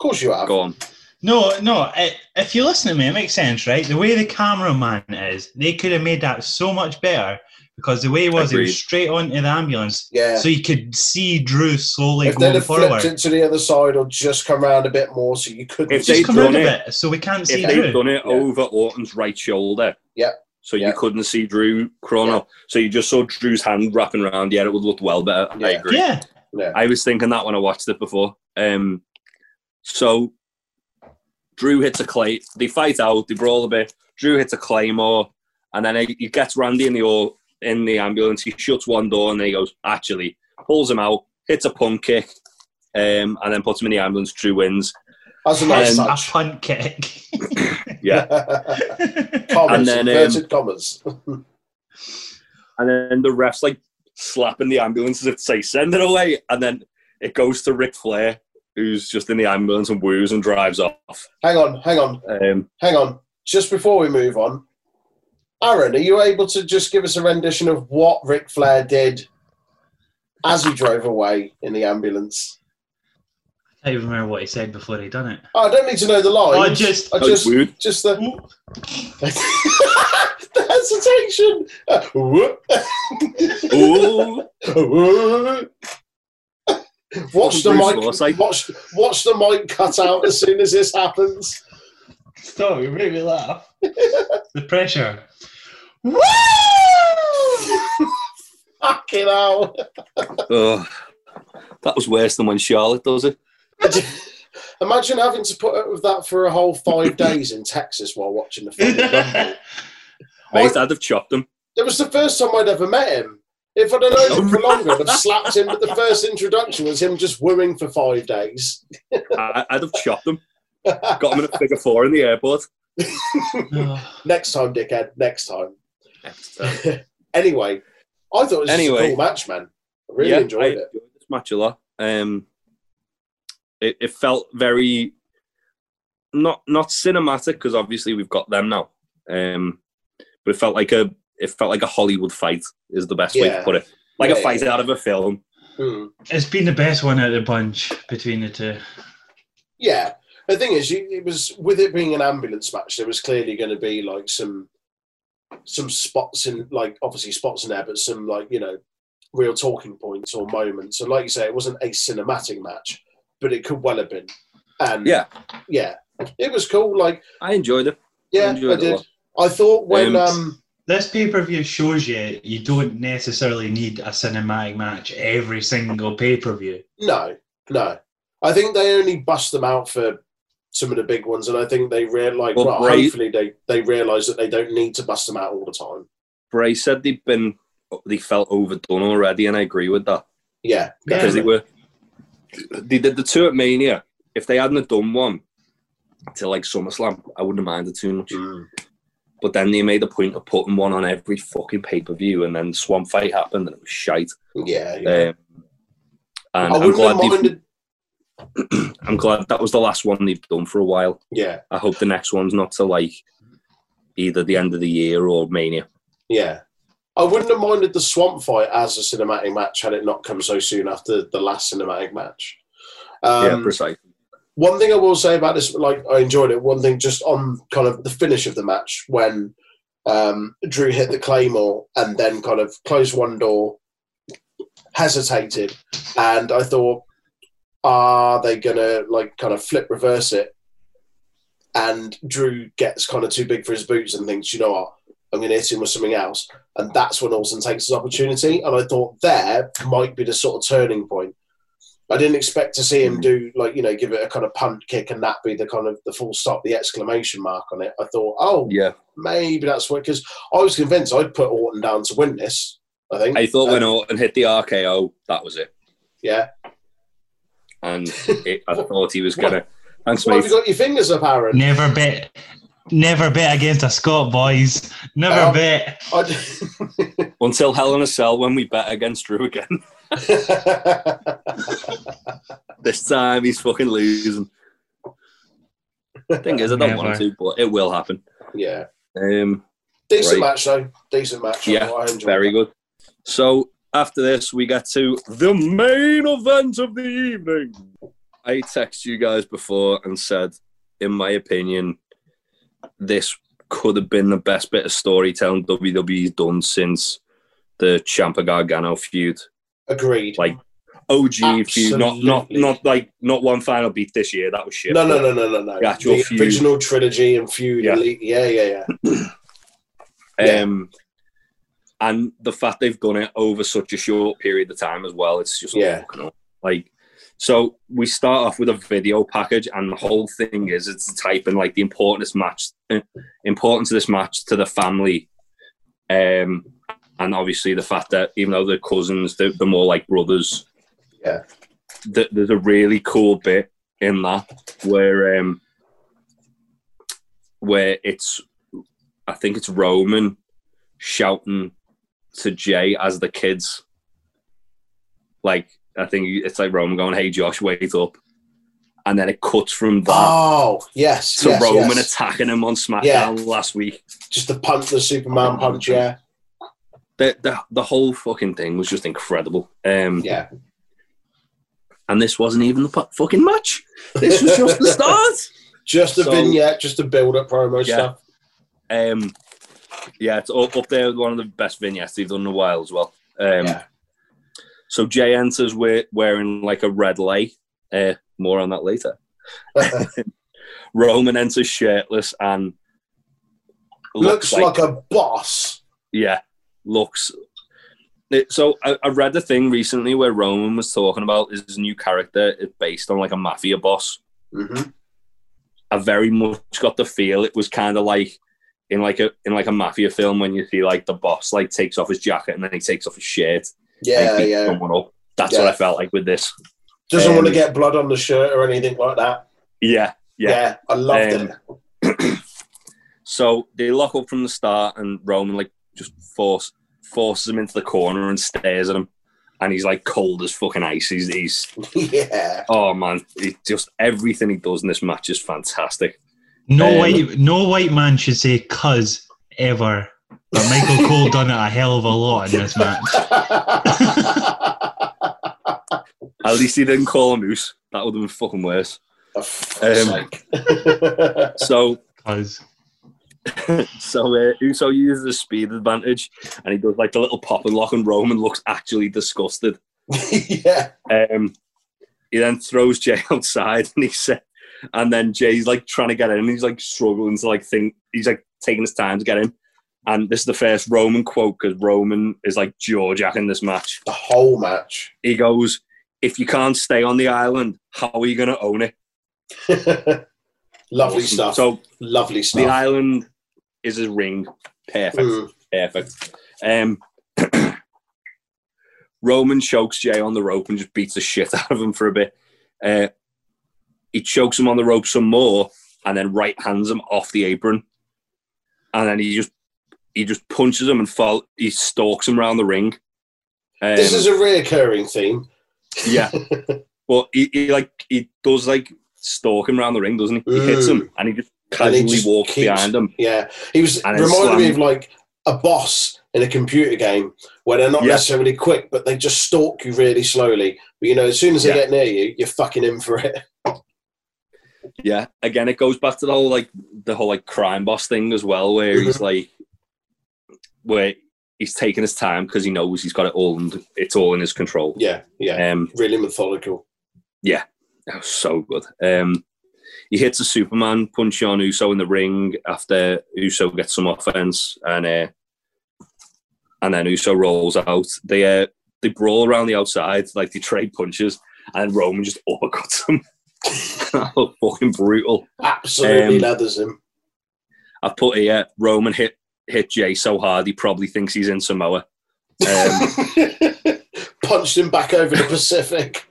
[SPEAKER 2] course you have.
[SPEAKER 3] go on.
[SPEAKER 4] No, no. i if you listen to me, it makes sense, right? The way the cameraman is, they could have made that so much better because the way he was, he
[SPEAKER 3] Agreed.
[SPEAKER 4] was straight onto the ambulance,
[SPEAKER 2] Yeah.
[SPEAKER 4] so you could see Drew slowly
[SPEAKER 2] if they'd
[SPEAKER 4] going
[SPEAKER 2] have flipped
[SPEAKER 4] forward.
[SPEAKER 2] it to the other side or just come round a bit more so you couldn't
[SPEAKER 3] If
[SPEAKER 2] see-
[SPEAKER 3] they'd
[SPEAKER 4] Just come round a
[SPEAKER 3] done it-
[SPEAKER 4] bit, so we can't see
[SPEAKER 3] If they'd
[SPEAKER 4] Drew.
[SPEAKER 3] done it
[SPEAKER 2] Yeah.
[SPEAKER 3] over Orton's right shoulder,
[SPEAKER 2] Yeah.
[SPEAKER 3] so
[SPEAKER 2] Yeah.
[SPEAKER 3] you couldn't see Drew Chrono, so you just saw Drew's hand wrapping around. Yeah, it would look well better. I
[SPEAKER 2] Yeah.
[SPEAKER 3] agree.
[SPEAKER 4] Yeah,
[SPEAKER 3] I was thinking that when I watched it before. Um, so Drew hits a clay. They fight out. They brawl a bit. Drew hits a claymore, and then he he gets Randy in the or, in the ambulance. He shuts one door, and then he goes actually pulls him out, hits a punt kick, um, and then puts him in the ambulance. Drew wins.
[SPEAKER 2] That's a nice
[SPEAKER 4] a
[SPEAKER 2] touch.
[SPEAKER 4] punt kick.
[SPEAKER 3] Um, Yeah,
[SPEAKER 2] commas,
[SPEAKER 3] And then, um,
[SPEAKER 2] inverted commas.
[SPEAKER 3] and then the refs like slapping the ambulance as if to say send it away, and then it goes to Ric Flair, who's just in the ambulance and woos and drives off.
[SPEAKER 2] Hang on, hang on,
[SPEAKER 3] Um,
[SPEAKER 2] hang on. Just before we move on, Aaron, are you able to just give us a rendition of what Ric Flair did as he drove away in the ambulance?
[SPEAKER 4] I don't even remember what he said before he done it.
[SPEAKER 2] Oh, I don't need to know the line.
[SPEAKER 4] I just-
[SPEAKER 2] I
[SPEAKER 3] that was
[SPEAKER 2] just,
[SPEAKER 3] wooed.
[SPEAKER 2] just the, the hesitation. Uh, whoop,
[SPEAKER 3] Ooh.
[SPEAKER 2] whoop. Watch the
[SPEAKER 3] Bruce
[SPEAKER 2] mic.
[SPEAKER 3] Forsyth.
[SPEAKER 2] Watch, watch the mic cut out as soon as this happens.
[SPEAKER 4] Stop! You made me laugh. the pressure.
[SPEAKER 2] Woo! Fucking hell.
[SPEAKER 3] Ugh. that was worse than when Charlotte does it.
[SPEAKER 2] Imagine having to put up with that for a whole five days in Texas while watching the fucking Rumble.
[SPEAKER 3] Mate,
[SPEAKER 2] I-
[SPEAKER 3] I'd have chopped him.
[SPEAKER 2] It was the first time I'd ever met him. If I'd have known him for longer, I'd have slapped him. But the first introduction was him just wooing for five days.
[SPEAKER 3] I, I'd have chopped him. Got him in a figure four in the airport.
[SPEAKER 4] Oh,
[SPEAKER 2] Next time, dickhead. Next time.
[SPEAKER 3] So,
[SPEAKER 2] anyway, I thought it was
[SPEAKER 3] Anyway.
[SPEAKER 2] a cool match, man. I really
[SPEAKER 3] yeah,
[SPEAKER 2] enjoyed
[SPEAKER 3] I
[SPEAKER 2] it.
[SPEAKER 3] enjoyed this match a lot. Um, it, it felt very not not cinematic because obviously we've got them now. Um, but it felt like a it felt like a Hollywood fight is the best way
[SPEAKER 2] Yeah.
[SPEAKER 3] to put it. Like
[SPEAKER 2] Yeah,
[SPEAKER 3] a fight out of a film.
[SPEAKER 2] Mm.
[SPEAKER 4] it's been the best one out of the bunch between the two.
[SPEAKER 2] Yeah. The thing is, you, it was with it being an ambulance match, there was clearly going to be like some some spots in, like obviously spots in there, but some like you know real talking points or moments. And like you say, it wasn't a cinematic match, but it could well have been. And
[SPEAKER 3] Yeah.
[SPEAKER 2] yeah, it was cool. Like
[SPEAKER 3] I enjoyed it.
[SPEAKER 2] yeah,
[SPEAKER 3] enjoyed
[SPEAKER 2] I
[SPEAKER 3] it a
[SPEAKER 2] did.
[SPEAKER 3] lot.
[SPEAKER 2] I thought when
[SPEAKER 3] Um,
[SPEAKER 2] um
[SPEAKER 4] This pay per view shows you you don't necessarily need a cinematic match every single pay per view.
[SPEAKER 2] No, no. I think they only bust them out for some of the big ones, and I think they real like well,
[SPEAKER 3] Well, Bray-
[SPEAKER 2] hopefully they they realise that they don't need to bust them out all the time.
[SPEAKER 3] Bray said they'd been they felt overdone already, and I agree with that.
[SPEAKER 2] Yeah,
[SPEAKER 4] Yeah.
[SPEAKER 3] because they were they did the two at Mania. If they hadn't have done one till like SummerSlam, I wouldn't have minded too much.
[SPEAKER 2] Mm.
[SPEAKER 3] But then they made a point of putting one on every fucking pay per view, and then Swamp Fight happened, and it was shite.
[SPEAKER 2] yeah. yeah.
[SPEAKER 3] Um, and
[SPEAKER 2] I
[SPEAKER 3] I'm
[SPEAKER 2] wouldn't have
[SPEAKER 3] glad, they've-
[SPEAKER 2] minded.
[SPEAKER 3] I'm glad that was the last one they've done for a while.
[SPEAKER 2] Yeah,
[SPEAKER 3] I hope the next one's not to like either the end of the year or Mania.
[SPEAKER 2] yeah. I wouldn't have minded the swamp fight as a cinematic match had it not come so soon after the last cinematic match.
[SPEAKER 3] yeah,
[SPEAKER 2] Um,
[SPEAKER 3] precisely.
[SPEAKER 2] one thing I will say about this, like I enjoyed it. One thing just on kind of the finish of the match when um, Drew hit the claymore and then kind of closed one door, hesitated, and I thought, are they gonna like kind of flip reverse it? And Drew gets kind of too big for his boots and thinks, you know what, I'm gonna hit him with something else, and that's when Orton takes his opportunity. And I thought there might be the sort of turning point. I didn't expect to see him do like you know give it a kind of punt kick and that be the kind of the full stop, the exclamation mark on it. I thought, oh,
[SPEAKER 3] Yeah,
[SPEAKER 2] maybe that's what because I was convinced I'd put Orton down to win this. I think
[SPEAKER 3] I thought
[SPEAKER 2] Uh,
[SPEAKER 3] when Orton hit the RKO, that was it,
[SPEAKER 2] yeah.
[SPEAKER 3] and it, I thought he was
[SPEAKER 2] What-
[SPEAKER 3] gonna. Thanks,
[SPEAKER 2] Why
[SPEAKER 3] mate.
[SPEAKER 2] have you got your fingers up, Aaron?
[SPEAKER 4] Never bet, Never bet against a Scot, boys. Never
[SPEAKER 2] Um,
[SPEAKER 4] bet.
[SPEAKER 2] I-
[SPEAKER 3] Until Hell in a Cell, when we bet against Drew again. this time he's fucking losing. Thing is, I don't want
[SPEAKER 4] Never.
[SPEAKER 3] to, but it will happen.
[SPEAKER 2] yeah,
[SPEAKER 3] Um,
[SPEAKER 2] decent
[SPEAKER 3] Right.
[SPEAKER 2] match though. Decent match.
[SPEAKER 3] Yeah,
[SPEAKER 2] I enjoyed
[SPEAKER 3] very
[SPEAKER 2] that.
[SPEAKER 3] good. So after this, we get to the main event of the evening. I texted you guys before and said, in my opinion, this could have been the best bit of storytelling WWE's done since the Champa Gargano feud.
[SPEAKER 2] Agreed.
[SPEAKER 3] Like OG feud, not not
[SPEAKER 2] Absolutely.
[SPEAKER 3] not like not one final beat this year. That was shit.
[SPEAKER 2] no, no, no, no, no, no.
[SPEAKER 3] The actual feud.
[SPEAKER 2] original trilogy and feud.
[SPEAKER 3] Yeah.
[SPEAKER 2] Yeah, yeah, yeah. yeah. Yeah.
[SPEAKER 3] Um, and the fact they've done it over such a short period of time as well, it's just
[SPEAKER 2] Yeah.
[SPEAKER 3] fucking up. like. So we start off with a video package, and the whole thing is it's typing like the importance match, eh, importance of this match to the family, um, and obviously the fact that even though they're cousins, they're, they're more like brothers.
[SPEAKER 2] Yeah.
[SPEAKER 3] Th- there's a really cool bit in that where um, where it's I think it's Roman shouting to Jay as the kids. Like I think it's like Roman going, "Hey Josh, wait up," and then it cuts from that
[SPEAKER 2] Oh yes,
[SPEAKER 3] to
[SPEAKER 2] yes,
[SPEAKER 3] Roman
[SPEAKER 2] yes.
[SPEAKER 3] attacking him on SmackDown
[SPEAKER 2] Yeah.
[SPEAKER 3] last week.
[SPEAKER 2] just the punch, the Superman punch. Yeah,
[SPEAKER 3] The, the the whole fucking thing was just incredible. Um,
[SPEAKER 2] yeah.
[SPEAKER 3] and this wasn't even the pu- fucking match. This was just the start.
[SPEAKER 2] Just a
[SPEAKER 3] So-
[SPEAKER 2] vignette, just a build-up promo
[SPEAKER 3] Yeah.
[SPEAKER 2] stuff.
[SPEAKER 3] Um, yeah, it's up, up there with one of the best vignettes they've done in a while as well. Um,
[SPEAKER 2] Yeah.
[SPEAKER 3] So Jay enters we wearing like a red light. Uh, more on that later. Roman enters shirtless and
[SPEAKER 2] Looks, like, a boss.
[SPEAKER 3] yeah, looks. It, so I, I read a thing recently where Roman was talking about his new character is based on like a mafia boss.
[SPEAKER 2] Mhm.
[SPEAKER 3] I very much got the feel it was kind of like in like a in like a mafia film when you see like the boss like takes off his jacket and then he takes off his shirt and
[SPEAKER 2] Yeah,
[SPEAKER 3] he beats
[SPEAKER 2] yeah.
[SPEAKER 3] someone up. That's
[SPEAKER 2] Yeah.
[SPEAKER 3] what I felt like with this.
[SPEAKER 2] Doesn't
[SPEAKER 3] Um,
[SPEAKER 2] want to get blood on the shirt or anything like that.
[SPEAKER 3] Yeah,
[SPEAKER 2] Yeah,
[SPEAKER 3] yeah.
[SPEAKER 2] I loved
[SPEAKER 3] Um,
[SPEAKER 2] it.
[SPEAKER 3] So they lock up from the start, and Roman like just force forces him into the corner and stares at him, and he's like cold as fucking ice. He's, he's
[SPEAKER 2] yeah,
[SPEAKER 3] oh man, he just everything he does in this match is fantastic.
[SPEAKER 4] No
[SPEAKER 3] Um,
[SPEAKER 4] white, no white man should say "cuz" ever. But Michael Cole done it a hell of a lot in this match.
[SPEAKER 2] a
[SPEAKER 3] At least he didn't call him Moose. That would have been fucking worse.
[SPEAKER 2] fuck's
[SPEAKER 3] Um,
[SPEAKER 2] sake.
[SPEAKER 3] So
[SPEAKER 4] Cuz
[SPEAKER 3] so uh, Uso uses his speed advantage, and he does like the little pop and lock, and Roman looks actually disgusted.
[SPEAKER 2] yeah,
[SPEAKER 3] Um, he then throws Jay outside, and he said, and then Jay's like trying to get in, and he's like struggling to like think. He's like taking his time to get in, and this is the first Roman quote because Roman is like jaw jacking this match.
[SPEAKER 2] the whole match.
[SPEAKER 3] He goes, "If you can't stay on the island, how are you going to own it?"
[SPEAKER 2] Lovely
[SPEAKER 3] Awesome.
[SPEAKER 2] stuff.
[SPEAKER 3] So
[SPEAKER 2] Lovely
[SPEAKER 3] the
[SPEAKER 2] stuff.
[SPEAKER 3] island is his ring. Perfect.
[SPEAKER 2] Mm.
[SPEAKER 3] Perfect. Um, Roman chokes Jay on the rope and just beats the shit out of him for a bit. Uh, he chokes him on the rope some more and then right hands him off the apron. And then he just he just punches him and fall. He stalks him around the ring. Um,
[SPEAKER 2] this is a reoccurring theme.
[SPEAKER 3] yeah, but he, he like he does like stalk him around the ring, doesn't he? He hits him and he just
[SPEAKER 2] And he
[SPEAKER 3] casually
[SPEAKER 2] just
[SPEAKER 3] walks
[SPEAKER 2] keeps-
[SPEAKER 3] behind him.
[SPEAKER 2] Yeah, he was
[SPEAKER 3] And then
[SPEAKER 2] reminded me
[SPEAKER 3] slam.
[SPEAKER 2] of like a boss in a computer game where they're not
[SPEAKER 3] Yeah.
[SPEAKER 2] necessarily quick, but they just stalk you really slowly. But you know, as soon as they
[SPEAKER 3] Yeah.
[SPEAKER 2] get near you, you're fucking in for it.
[SPEAKER 3] Yeah, again, it goes back to the whole like the whole like crime boss thing as well, where he's like, where he's taking his time because he knows he's got it all and it's all in his control.
[SPEAKER 2] Yeah, yeah,
[SPEAKER 3] Um,
[SPEAKER 2] really methodical.
[SPEAKER 3] that was so good. Um, he hits a Superman punch on Uso in the ring after Uso gets some offense, and uh, and then Uso rolls out. They uh, they brawl around the outside like they trade punches, and Roman just uppercuts him. that was fucking brutal.
[SPEAKER 2] Absolutely
[SPEAKER 3] Um,
[SPEAKER 2] leathers him.
[SPEAKER 3] I put here Roman hit hit Jay so hard he probably thinks he's in Samoa. Um,
[SPEAKER 2] Punched him back over the Pacific.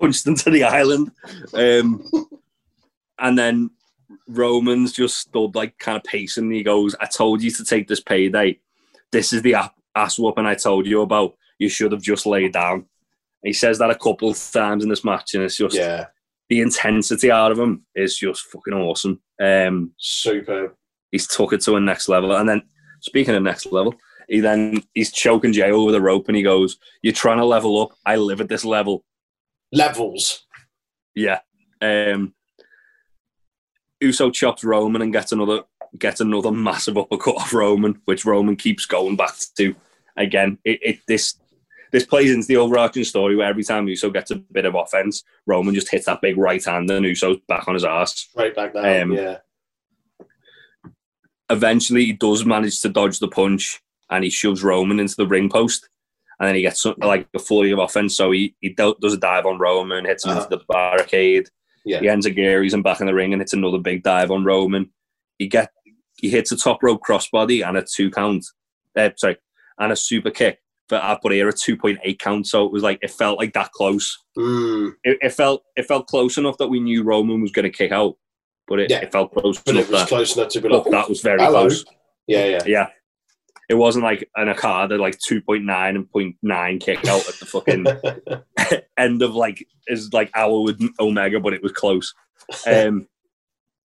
[SPEAKER 3] punched into the island, um, and then Roman's just stood like kind of pacing. And he goes, "I told you to take this payday. This is the app- ass whooping I told you about. You should have just laid down." He says that a couple of times in this match, and it's just
[SPEAKER 2] Yeah,
[SPEAKER 3] the intensity out of him is just fucking awesome. Um,
[SPEAKER 2] super.
[SPEAKER 3] he's took it to a next level. And then speaking of next level, he then he's choking Jay over the rope and he goes, You're trying to level up. I live at this level.
[SPEAKER 2] Levels.
[SPEAKER 3] Yeah. Um Uso chops Roman and gets another gets another massive uppercut off Roman, which Roman keeps going back to. Again, it, it this this plays into the overarching story where every time Uso gets a bit of offense, Roman just hits that big right hand and Uso's back on his ass.
[SPEAKER 2] Right back down.
[SPEAKER 3] Um,
[SPEAKER 2] yeah.
[SPEAKER 3] eventually he does manage to dodge the punch and he shoves Roman into the ring post. And then he gets something like a flurry of offense. So he, he do- does a dive on Roman, hits him
[SPEAKER 2] Uh-huh.
[SPEAKER 3] into the barricade.
[SPEAKER 2] Yeah.
[SPEAKER 3] He ends Aguirre's and back in the ring and hits another big dive on Roman. He get he hits a top rope crossbody and a two count. Uh, sorry, and a super kick. But I put here a two point eight count. So it was like it felt like that close.
[SPEAKER 2] Mm,
[SPEAKER 3] It, it felt it felt close enough that we knew Roman was going to kick out, but it,
[SPEAKER 2] Yeah.
[SPEAKER 3] it felt close
[SPEAKER 2] but
[SPEAKER 3] enough
[SPEAKER 2] it was
[SPEAKER 3] that,
[SPEAKER 2] close enough to be like,
[SPEAKER 3] that was very
[SPEAKER 2] hello.
[SPEAKER 3] close.
[SPEAKER 2] yeah, yeah.
[SPEAKER 3] Yeah. It wasn't like an Akada like 2.9 and 0.9 kick out at the fucking end of like is like hour with Omega, but it was close. Um,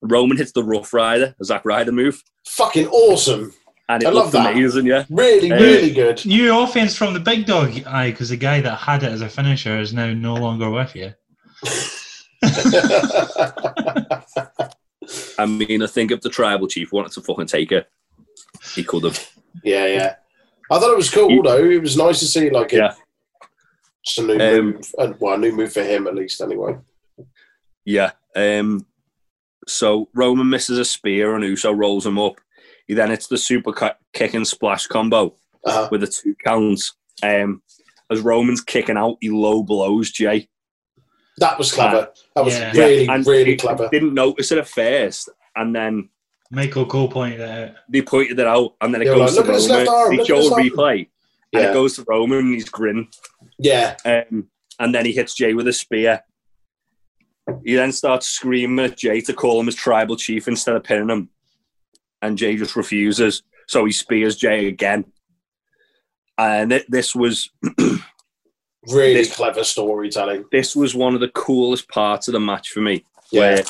[SPEAKER 3] Roman hits the Rough Rider, a Zack Ryder move,
[SPEAKER 2] Fucking awesome.
[SPEAKER 3] and it
[SPEAKER 2] I love
[SPEAKER 3] looked
[SPEAKER 2] that.
[SPEAKER 3] amazing. Yeah,
[SPEAKER 2] Really,
[SPEAKER 3] Uh,
[SPEAKER 2] really good.
[SPEAKER 4] New offense from the big dog, aye, because the guy that had it as a finisher is now no longer with you.
[SPEAKER 3] I mean, I think if the Tribal Chief wanted to fucking take it, he could have.
[SPEAKER 2] yeah, yeah. I thought it was cool though. It was nice to see like a,
[SPEAKER 3] Yeah.
[SPEAKER 2] it's a new
[SPEAKER 3] Um,
[SPEAKER 2] move. Uh, Well, a new move for him at least anyway.
[SPEAKER 3] Yeah. Um, so Roman misses a spear, and Uso rolls him up. He then hits the super cu- kick and splash combo.
[SPEAKER 2] Uh-huh.
[SPEAKER 3] with the two counts. Um, as Roman's kicking out, he low blows Jay.
[SPEAKER 2] That was clever. That was
[SPEAKER 4] Yeah.
[SPEAKER 2] really,
[SPEAKER 3] and
[SPEAKER 2] really
[SPEAKER 3] he
[SPEAKER 2] clever.
[SPEAKER 3] Didn't notice it at first, and then
[SPEAKER 4] Michael Cole pointed it out.
[SPEAKER 3] they pointed it out, and then it
[SPEAKER 2] They were
[SPEAKER 3] goes
[SPEAKER 2] like,
[SPEAKER 3] to
[SPEAKER 2] "Look at his left arm,
[SPEAKER 3] Roman. They
[SPEAKER 2] look at his
[SPEAKER 3] show a
[SPEAKER 2] arm."
[SPEAKER 3] replay, and
[SPEAKER 2] Yeah,
[SPEAKER 3] it goes to Roman, and he's grinning.
[SPEAKER 2] yeah,
[SPEAKER 3] Um, and then he hits Jay with a spear. He then starts screaming at Jay to call him his tribal chief instead of pinning him. And Jay just refuses. So he spears Jay again. And thi- this was
[SPEAKER 2] really
[SPEAKER 3] This-
[SPEAKER 2] clever storytelling.
[SPEAKER 3] this was one of the coolest parts of the match for me.
[SPEAKER 2] Yeah,
[SPEAKER 3] Where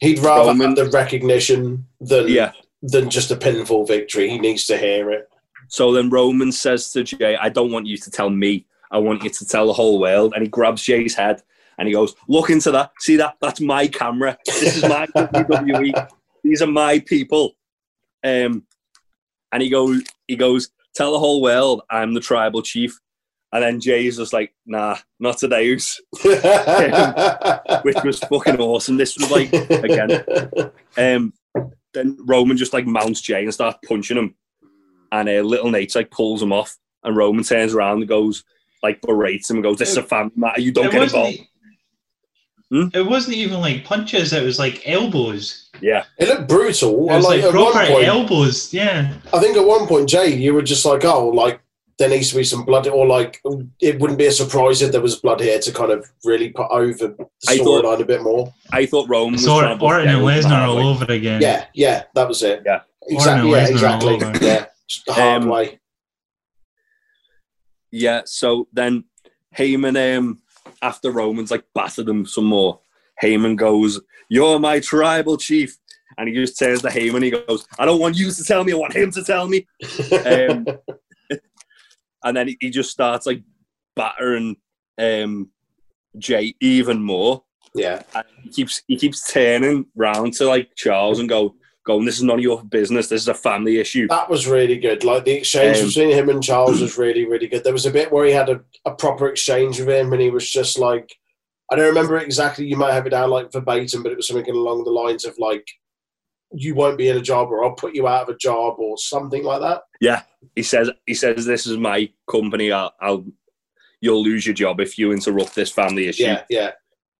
[SPEAKER 2] he'd rather
[SPEAKER 3] Roman-
[SPEAKER 2] have the recognition than
[SPEAKER 3] yeah,
[SPEAKER 2] than just a pinfall victory. He needs to hear it.
[SPEAKER 3] So then Roman says to Jay, I don't want you to tell me. I want you to tell the whole world. And he grabs Jay's head and he goes, Look into that. See that? That's my camera. This is my WWE. These are my people. Um, and he goes, he goes, Tell the whole world I'm the tribal chief. And then Jay's just like, nah, not today, Uso," which was fucking awesome. This was like, again. um, then Roman just like mounts Jay and starts punching him, and uh, little Nate like pulls him off, and Roman turns around and goes like berates him and goes, "This is a family matter. You don't
[SPEAKER 4] it
[SPEAKER 3] get
[SPEAKER 4] wasn't
[SPEAKER 3] involved."
[SPEAKER 4] e-
[SPEAKER 3] Hmm?
[SPEAKER 4] It wasn't even like punches, it was like elbows.
[SPEAKER 3] Yeah,
[SPEAKER 2] It looked brutal.
[SPEAKER 4] It
[SPEAKER 2] I
[SPEAKER 4] was
[SPEAKER 2] like,
[SPEAKER 4] like,
[SPEAKER 2] at one
[SPEAKER 4] proper
[SPEAKER 2] point,
[SPEAKER 4] elbows, yeah.
[SPEAKER 2] I think at one point, Jay, you were just like, oh, like there needs to be some blood, or like it wouldn't be a surprise if there was blood here to kind of really put over the
[SPEAKER 3] I thought-
[SPEAKER 2] storyline a bit more.
[SPEAKER 3] I thought Roman was
[SPEAKER 4] So
[SPEAKER 3] trying to
[SPEAKER 4] Orton and
[SPEAKER 3] bust Jay
[SPEAKER 4] Lesnar all
[SPEAKER 3] hard, like-
[SPEAKER 4] over again.
[SPEAKER 2] Yeah, yeah, that was it.
[SPEAKER 3] Yeah.
[SPEAKER 2] exactly.
[SPEAKER 4] Orton
[SPEAKER 2] Yeah,
[SPEAKER 4] and Lesnar
[SPEAKER 2] exactly.
[SPEAKER 4] all over.
[SPEAKER 2] Yeah, just the hard
[SPEAKER 3] Um,
[SPEAKER 2] way.
[SPEAKER 3] Yeah, so then Heyman, um, after Roman's like battered him some more, Heyman goes, "You're my tribal chief." And he just turns to Heyman. He goes, "I don't want you to tell me. I want him to tell me." um, and then he- he just starts like battering um, Jay even more.
[SPEAKER 2] yeah,
[SPEAKER 3] He keeps he keeps turning round to like Charles and go going. This is none of your business. This is a family issue.
[SPEAKER 2] that was really good. Like the exchange
[SPEAKER 3] Um,
[SPEAKER 2] between him and Charles was really, really good. There was a bit where he had a, a proper exchange with him, and he was just like, I don't remember exactly. You might have it down like verbatim, but it was something along the lines of like, "You won't be in a job, or I'll put you out of a job, or something like that."
[SPEAKER 3] He says he says this is my company. I'll, I'll you'll lose your job if you interrupt this family issue.
[SPEAKER 2] Yeah, yeah,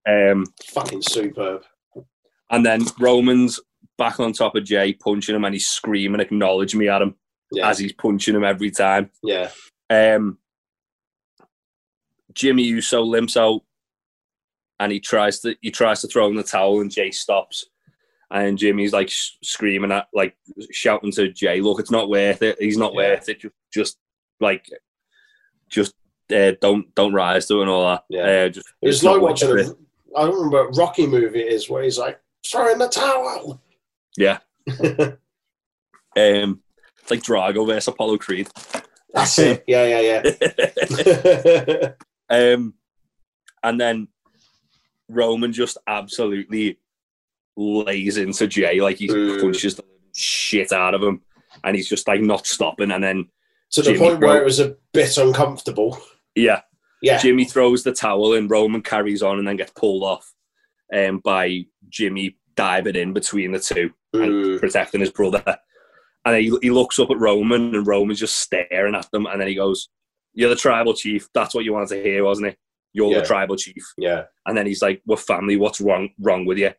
[SPEAKER 3] Um,
[SPEAKER 2] fucking superb.
[SPEAKER 3] and then Roman's back on top of Jay, punching him, and he's screaming, "Acknowledge me at him!"
[SPEAKER 2] Yeah,
[SPEAKER 3] as he's punching him every time.
[SPEAKER 2] yeah,
[SPEAKER 3] Um, Jimmy Uso limps out, and he tries to he tries to throw in the towel, and Jay stops, and Jimmy's like s- screaming at, like shouting to Jay, "Look, it's not worth it. He's not
[SPEAKER 4] Yeah.
[SPEAKER 3] worth it. Just, just like, just uh, don't don't rise to it and all that."
[SPEAKER 2] Yeah.
[SPEAKER 3] uh, just,
[SPEAKER 2] It's,
[SPEAKER 3] it's
[SPEAKER 2] like
[SPEAKER 3] not worth
[SPEAKER 2] watching
[SPEAKER 3] it.
[SPEAKER 2] a, I don't remember what Rocky movie it is where he's like, throw in the towel.
[SPEAKER 3] Yeah.
[SPEAKER 2] That's
[SPEAKER 3] Um, it's like Drago versus Apollo Creed.
[SPEAKER 2] it. Yeah, yeah, yeah.
[SPEAKER 3] Um, and then Roman just absolutely lays into Jay, like he
[SPEAKER 2] Mm.
[SPEAKER 3] punches the shit out of him, and he's just like not stopping. And then
[SPEAKER 2] to the
[SPEAKER 3] Jimmy
[SPEAKER 2] point where
[SPEAKER 3] Bro-
[SPEAKER 2] it was a bit uncomfortable.
[SPEAKER 3] yeah,
[SPEAKER 2] Yeah.
[SPEAKER 3] Jimmy throws the towel, and Roman carries on, and then gets pulled off um, by Jimmy diving in between the two,
[SPEAKER 2] Mm.
[SPEAKER 3] protecting his brother. And he, he looks up at Roman, and Roman's just staring at them. And then he goes, "You're the tribal chief. That's what you wanted to hear, wasn't it? You're
[SPEAKER 2] Yeah.
[SPEAKER 3] the tribal chief."
[SPEAKER 2] Yeah.
[SPEAKER 3] and then he's like, "We're family. What's wrong wrong with you?"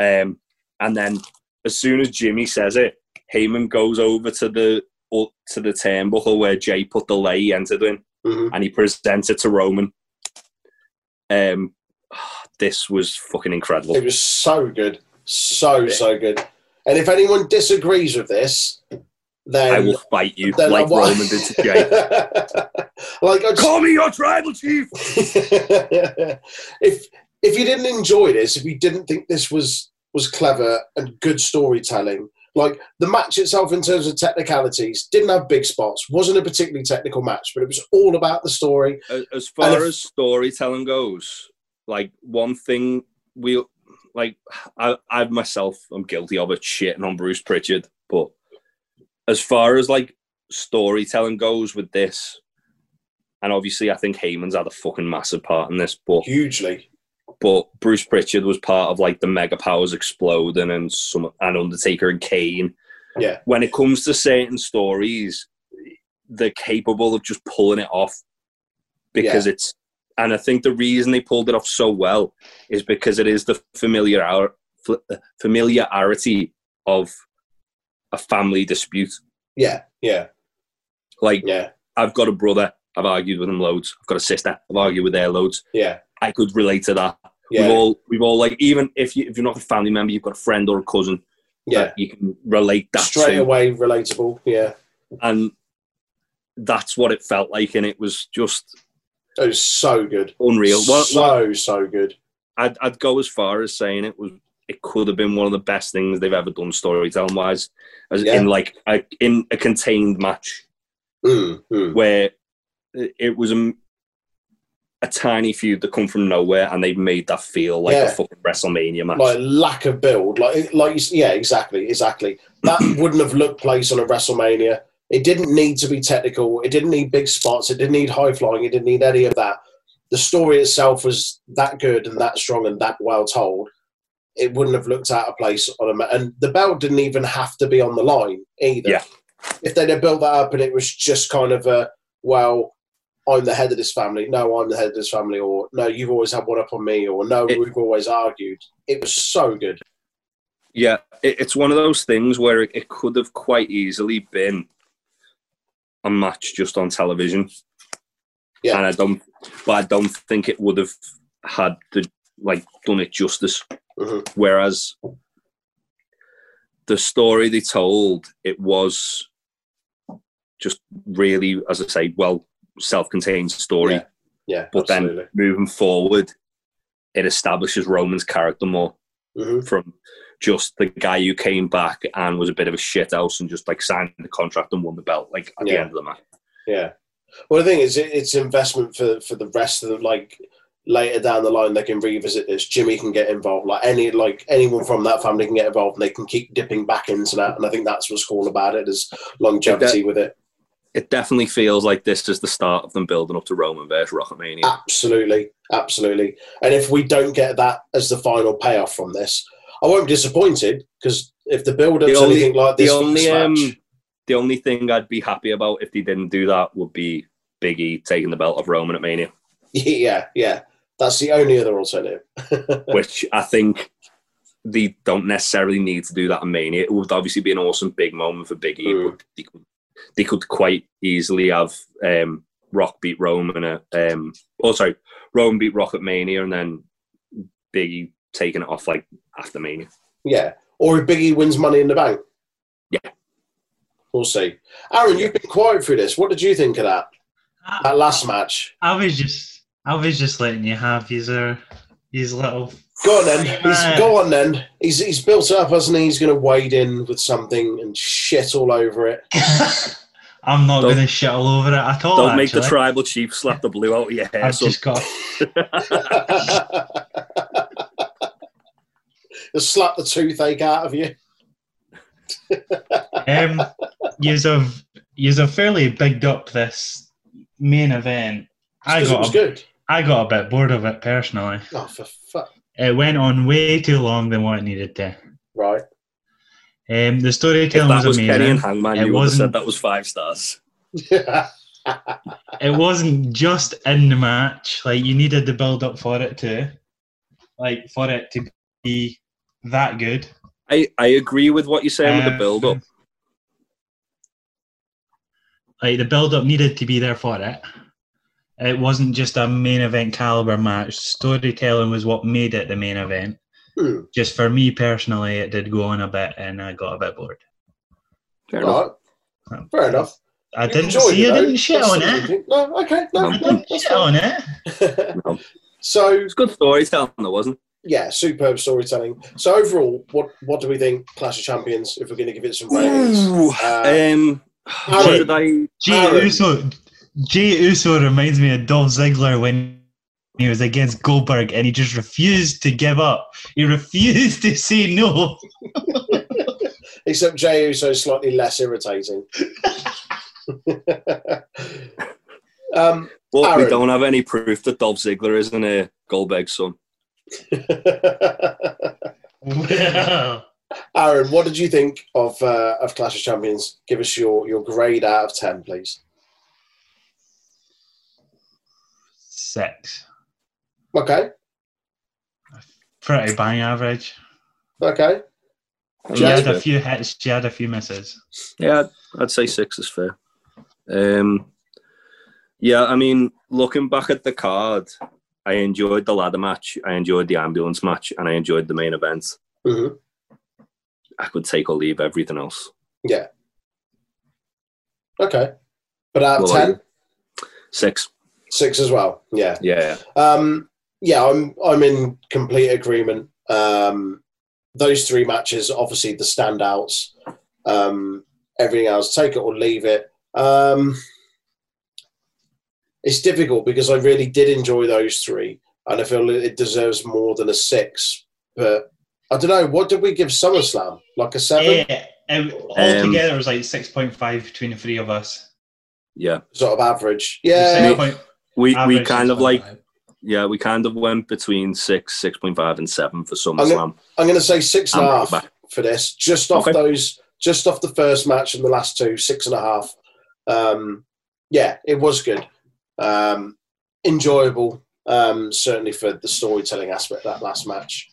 [SPEAKER 3] Um, and then as soon as Jimmy says it, Heyman goes over to the up to the turnbuckle where Jay put the lay he entered in,
[SPEAKER 2] Mhm.
[SPEAKER 3] and he presents it to Roman. Um, this was fucking incredible.
[SPEAKER 2] It was so good. So, so good. And if anyone disagrees with this, then.
[SPEAKER 3] I will fight you
[SPEAKER 2] then
[SPEAKER 3] like
[SPEAKER 2] what-
[SPEAKER 3] Roman did to Jay.
[SPEAKER 2] like, I just-
[SPEAKER 3] Call me your tribal chief.
[SPEAKER 2] if if you didn't enjoy this, if you didn't think this was was clever and good storytelling, like the match itself in terms of technicalities didn't have big spots, wasn't a particularly technical match, but it was all about the story.
[SPEAKER 3] As- As
[SPEAKER 2] And
[SPEAKER 3] far
[SPEAKER 2] if-
[SPEAKER 3] as storytelling goes, like one thing we like, I, I myself am guilty of it shitting on Bruce Pritchard, but as far as like storytelling goes with this, and obviously I think Heyman's had a fucking massive part in this, but
[SPEAKER 2] Hugely,
[SPEAKER 3] but Bruce Pritchard was part of like the Mega Powers exploding and some and Undertaker and Kane.
[SPEAKER 2] Yeah.
[SPEAKER 3] When it comes to certain stories, they're capable of just pulling it off because it's and I think the reason they pulled it off so well is because it is the familiar familiarity of a family dispute.
[SPEAKER 2] yeah, yeah,
[SPEAKER 3] Like
[SPEAKER 2] yeah,
[SPEAKER 3] I've got a brother, I've argued with him loads. I've got a sister, I've argued with their loads.
[SPEAKER 2] yeah,
[SPEAKER 3] I could relate to that
[SPEAKER 2] yeah,
[SPEAKER 3] we've all we've all like even if you if you're not a family member, you've got a friend or a cousin
[SPEAKER 2] yeah.
[SPEAKER 3] that you can relate that
[SPEAKER 2] Straight
[SPEAKER 3] to,
[SPEAKER 2] away relatable. Yeah,
[SPEAKER 3] and that's what it felt like, and it was just
[SPEAKER 2] it was so good,
[SPEAKER 3] unreal. Well,
[SPEAKER 2] so so good.
[SPEAKER 3] I'd, I'd go as far as saying it was it could have been one of the best things they've ever done storytelling wise, as
[SPEAKER 2] Yeah.
[SPEAKER 3] in like a, in a contained match
[SPEAKER 2] Mm, mm.
[SPEAKER 3] where it it was a, a tiny feud that come from nowhere, and they made that feel like
[SPEAKER 2] Yeah.
[SPEAKER 3] a fucking WrestleMania match.
[SPEAKER 2] like lack of build, like like you s- yeah, exactly, exactly. That wouldn't have looked place on a WrestleMania. It didn't need to be technical. It didn't need big spots. It didn't need high flying. It didn't need any of that. The story itself was that good and that strong and that well told. It wouldn't have looked out of place on a ma- and the belt didn't even have to be on the line either.
[SPEAKER 3] Yeah.
[SPEAKER 2] If they'd have built that up and it was just kind of a well, I'm the head of this family. No, I'm the head of this family. Or no, you've always had one up on me. Or no,
[SPEAKER 3] It-
[SPEAKER 2] we've always argued. It was so good.
[SPEAKER 3] Yeah, it, it's one of those things where it, it could have quite easily been a match just on television.
[SPEAKER 2] Yeah.
[SPEAKER 3] And I don't, but I don't think it would have had the like done it justice.
[SPEAKER 2] Mhm.
[SPEAKER 3] Whereas the story they told, it was just really, as I say, well self-contained story.
[SPEAKER 2] Yeah, Yeah,
[SPEAKER 3] but
[SPEAKER 2] absolutely.
[SPEAKER 3] then moving forward, it establishes Roman's character more
[SPEAKER 2] Mhm.
[SPEAKER 3] from just the guy who came back and was a bit of a shit house and just like signed the contract and won the belt like at the
[SPEAKER 2] Yeah.
[SPEAKER 3] end of the match.
[SPEAKER 2] Yeah. Well, the thing is, it, it's investment for for the rest of the like later down the line. They can revisit this. Jimmy can get involved. Like any like anyone from that family can get involved, and they can keep dipping back into that. And I think that's what's cool about it is longevity with it.
[SPEAKER 3] It definitely feels like this is the start of them building up to Roman versus Rocketmania.
[SPEAKER 2] Ah, Absolutely, absolutely. And if we don't get that as the final payoff from this, I won't be disappointed because if the build up's
[SPEAKER 3] The only-
[SPEAKER 2] anything like this,
[SPEAKER 3] the
[SPEAKER 2] for this
[SPEAKER 3] only um,
[SPEAKER 2] match-
[SPEAKER 3] the only thing I'd be happy about if they didn't do that would be Big E taking the belt of Roman at Mania,
[SPEAKER 2] yeah, yeah, that's the only other alternative.
[SPEAKER 3] which I think they don't necessarily need to do that in Mania. It would obviously be an awesome big moment for Big E,
[SPEAKER 2] Mm.
[SPEAKER 3] but they could, they could quite easily have um, Rock beat Roman at um, oh sorry, Roman beat Rock at Mania, and then Biggie taking it off like after Mania.
[SPEAKER 2] Yeah. Or if Biggie wins Money in the Bank.
[SPEAKER 3] Yeah.
[SPEAKER 2] We'll see. Aaron, you've been quiet through this. What did you think of that?
[SPEAKER 4] I,
[SPEAKER 2] That last match.
[SPEAKER 4] I was just, I was just letting you have these, uh, these little.
[SPEAKER 2] Go on then. He's,
[SPEAKER 4] Right.
[SPEAKER 2] go on then. He's, he's built up, hasn't he? He's going to wade in with something and shit all over it.
[SPEAKER 4] I'm not
[SPEAKER 3] Don't-
[SPEAKER 4] gonna shit all over it at all.
[SPEAKER 3] Don't make the
[SPEAKER 4] Oh, actually.
[SPEAKER 3] tribal chief slap the blue out of your hair.
[SPEAKER 4] I've
[SPEAKER 3] son.
[SPEAKER 4] just got.
[SPEAKER 2] Just slap the toothache out of you.
[SPEAKER 4] Um, yous have yous have fairly bigged up this main event. I
[SPEAKER 2] Because it was
[SPEAKER 4] got a,
[SPEAKER 2] good.
[SPEAKER 4] I got a bit bored of it personally.
[SPEAKER 2] Oh, for fuck.
[SPEAKER 4] It went on way too long than what it needed to.
[SPEAKER 2] Right.
[SPEAKER 4] Um, the
[SPEAKER 3] If
[SPEAKER 4] storytelling
[SPEAKER 3] that was
[SPEAKER 4] was,
[SPEAKER 3] Kenny and
[SPEAKER 4] amazing.
[SPEAKER 3] Hangman, you would
[SPEAKER 4] It
[SPEAKER 3] have
[SPEAKER 4] wasn't-
[SPEAKER 3] said that was five stars.
[SPEAKER 2] Hmm.
[SPEAKER 4] It wasn't just in the match; like you needed the build up for it to, like for it to be that good.
[SPEAKER 3] I, I agree with what you're saying with the build up.
[SPEAKER 4] Um, Like the build up needed to be there for it. It wasn't just a main event caliber match. Storytelling was what made it the main event.
[SPEAKER 2] Hmm.
[SPEAKER 4] Just for me personally, it did go on a bit, and I got a bit bored.
[SPEAKER 3] Fair enough.
[SPEAKER 2] Right. Fair enough.
[SPEAKER 4] I
[SPEAKER 2] You
[SPEAKER 4] didn't
[SPEAKER 2] enjoyed
[SPEAKER 4] see.
[SPEAKER 2] it,
[SPEAKER 4] I
[SPEAKER 2] though.
[SPEAKER 4] didn't shit
[SPEAKER 2] That's
[SPEAKER 4] on
[SPEAKER 2] something.
[SPEAKER 4] it.
[SPEAKER 2] No, okay. No,
[SPEAKER 4] I
[SPEAKER 3] No.
[SPEAKER 2] no,
[SPEAKER 4] didn't
[SPEAKER 2] that's
[SPEAKER 4] shit on it.
[SPEAKER 2] fine.
[SPEAKER 3] No.
[SPEAKER 2] so,
[SPEAKER 3] It's good storytelling, though, wasn't
[SPEAKER 2] yeah, superb storytelling. So, overall, what, what do we think Clash of Champions, if we're going to give it some
[SPEAKER 3] it?
[SPEAKER 2] ratings? Uh,
[SPEAKER 3] um, what
[SPEAKER 2] Aaron.
[SPEAKER 3] did I?
[SPEAKER 4] Jay
[SPEAKER 2] Aaron.
[SPEAKER 4] Uso, Jay Uso reminds me of Dolph Ziggler when he was against Goldberg and he just refused to give up. He refused to say no.
[SPEAKER 2] Except Jey Uso is slightly less irritating. um,
[SPEAKER 3] Well,
[SPEAKER 2] Aaron.
[SPEAKER 3] we don't have any proof that Dolph Ziggler isn't a Goldberg's son.
[SPEAKER 4] Well,
[SPEAKER 2] Aaron, what did you think of uh, of Clash of Champions? Give us your, your grade out of ten, please.
[SPEAKER 4] six.
[SPEAKER 2] Okay,
[SPEAKER 4] Pretty bang average.
[SPEAKER 2] okay.
[SPEAKER 4] She had a
[SPEAKER 3] Yeah,
[SPEAKER 4] few hits, she had a few misses.
[SPEAKER 3] yeah, I'd say six is fair. Um, yeah, I mean, looking back at the card, I enjoyed the ladder match, I enjoyed the ambulance match, and I enjoyed the main event.
[SPEAKER 2] hmm
[SPEAKER 3] I could take or leave everything else.
[SPEAKER 2] Okay, but out of
[SPEAKER 3] Well,
[SPEAKER 2] ten,
[SPEAKER 3] Six.
[SPEAKER 2] six as well. Yeah,
[SPEAKER 3] Yeah.
[SPEAKER 2] Um, yeah, I'm I'm in complete agreement. Um, those three matches, obviously the standouts. Um, everything else, take it or leave it. Um, it's difficult because I really did enjoy those three, and I feel it it deserves more than a six. But I don't know. What did we give SummerSlam? Like a seven,
[SPEAKER 4] Yeah, Eh,
[SPEAKER 3] Um,
[SPEAKER 4] it- altogether it was like 6.5 between the three of us.
[SPEAKER 3] Yeah.
[SPEAKER 2] sort of average. Yeah,
[SPEAKER 4] 6.5
[SPEAKER 3] We, we
[SPEAKER 4] average,
[SPEAKER 3] kind of like
[SPEAKER 4] 6.5.
[SPEAKER 3] Yeah, we kind of went between six, six point five, and seven for
[SPEAKER 2] I'm
[SPEAKER 3] SummerSlam.
[SPEAKER 2] I'm going to say six and a
[SPEAKER 3] I'm
[SPEAKER 2] half
[SPEAKER 3] back.
[SPEAKER 2] for this, just off
[SPEAKER 3] Okay.
[SPEAKER 2] those, just off the first match and the last two, six and a half. Um, yeah, it was good, um, enjoyable, um, certainly for the storytelling aspect of that last match.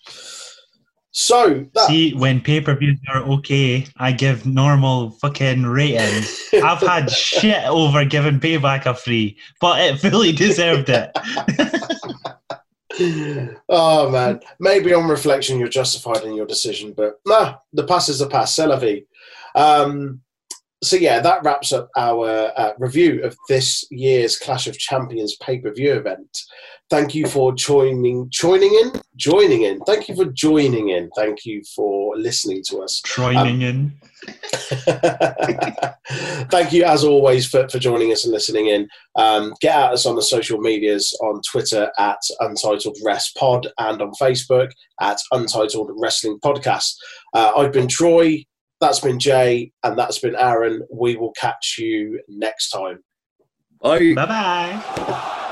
[SPEAKER 2] So that,
[SPEAKER 4] See, when pay per views are okay, I give normal fucking ratings. I've had shit over giving payback a free, but it fully deserved it.
[SPEAKER 2] oh man, maybe on reflection you're justified in your decision, but nah, the pass is the pass, c'est la vie. Um, so yeah, that wraps up our uh, review of this year's Clash of Champions pay-per-view event. Thank you for joining, joining in, joining in. Thank you for joining in. Thank you for listening to us.
[SPEAKER 4] Troy
[SPEAKER 2] Um,
[SPEAKER 4] Minion.
[SPEAKER 2] Thank you, as always, for, for joining us and listening in. Um, get at us on the social medias on Twitter at Untitled Rest Pod and on Facebook at Untitled Wrestling Podcast. Uh, I've been Troy, that's been Jay, and that's been Aaron. We will catch you next time.
[SPEAKER 3] I
[SPEAKER 4] Bye bye.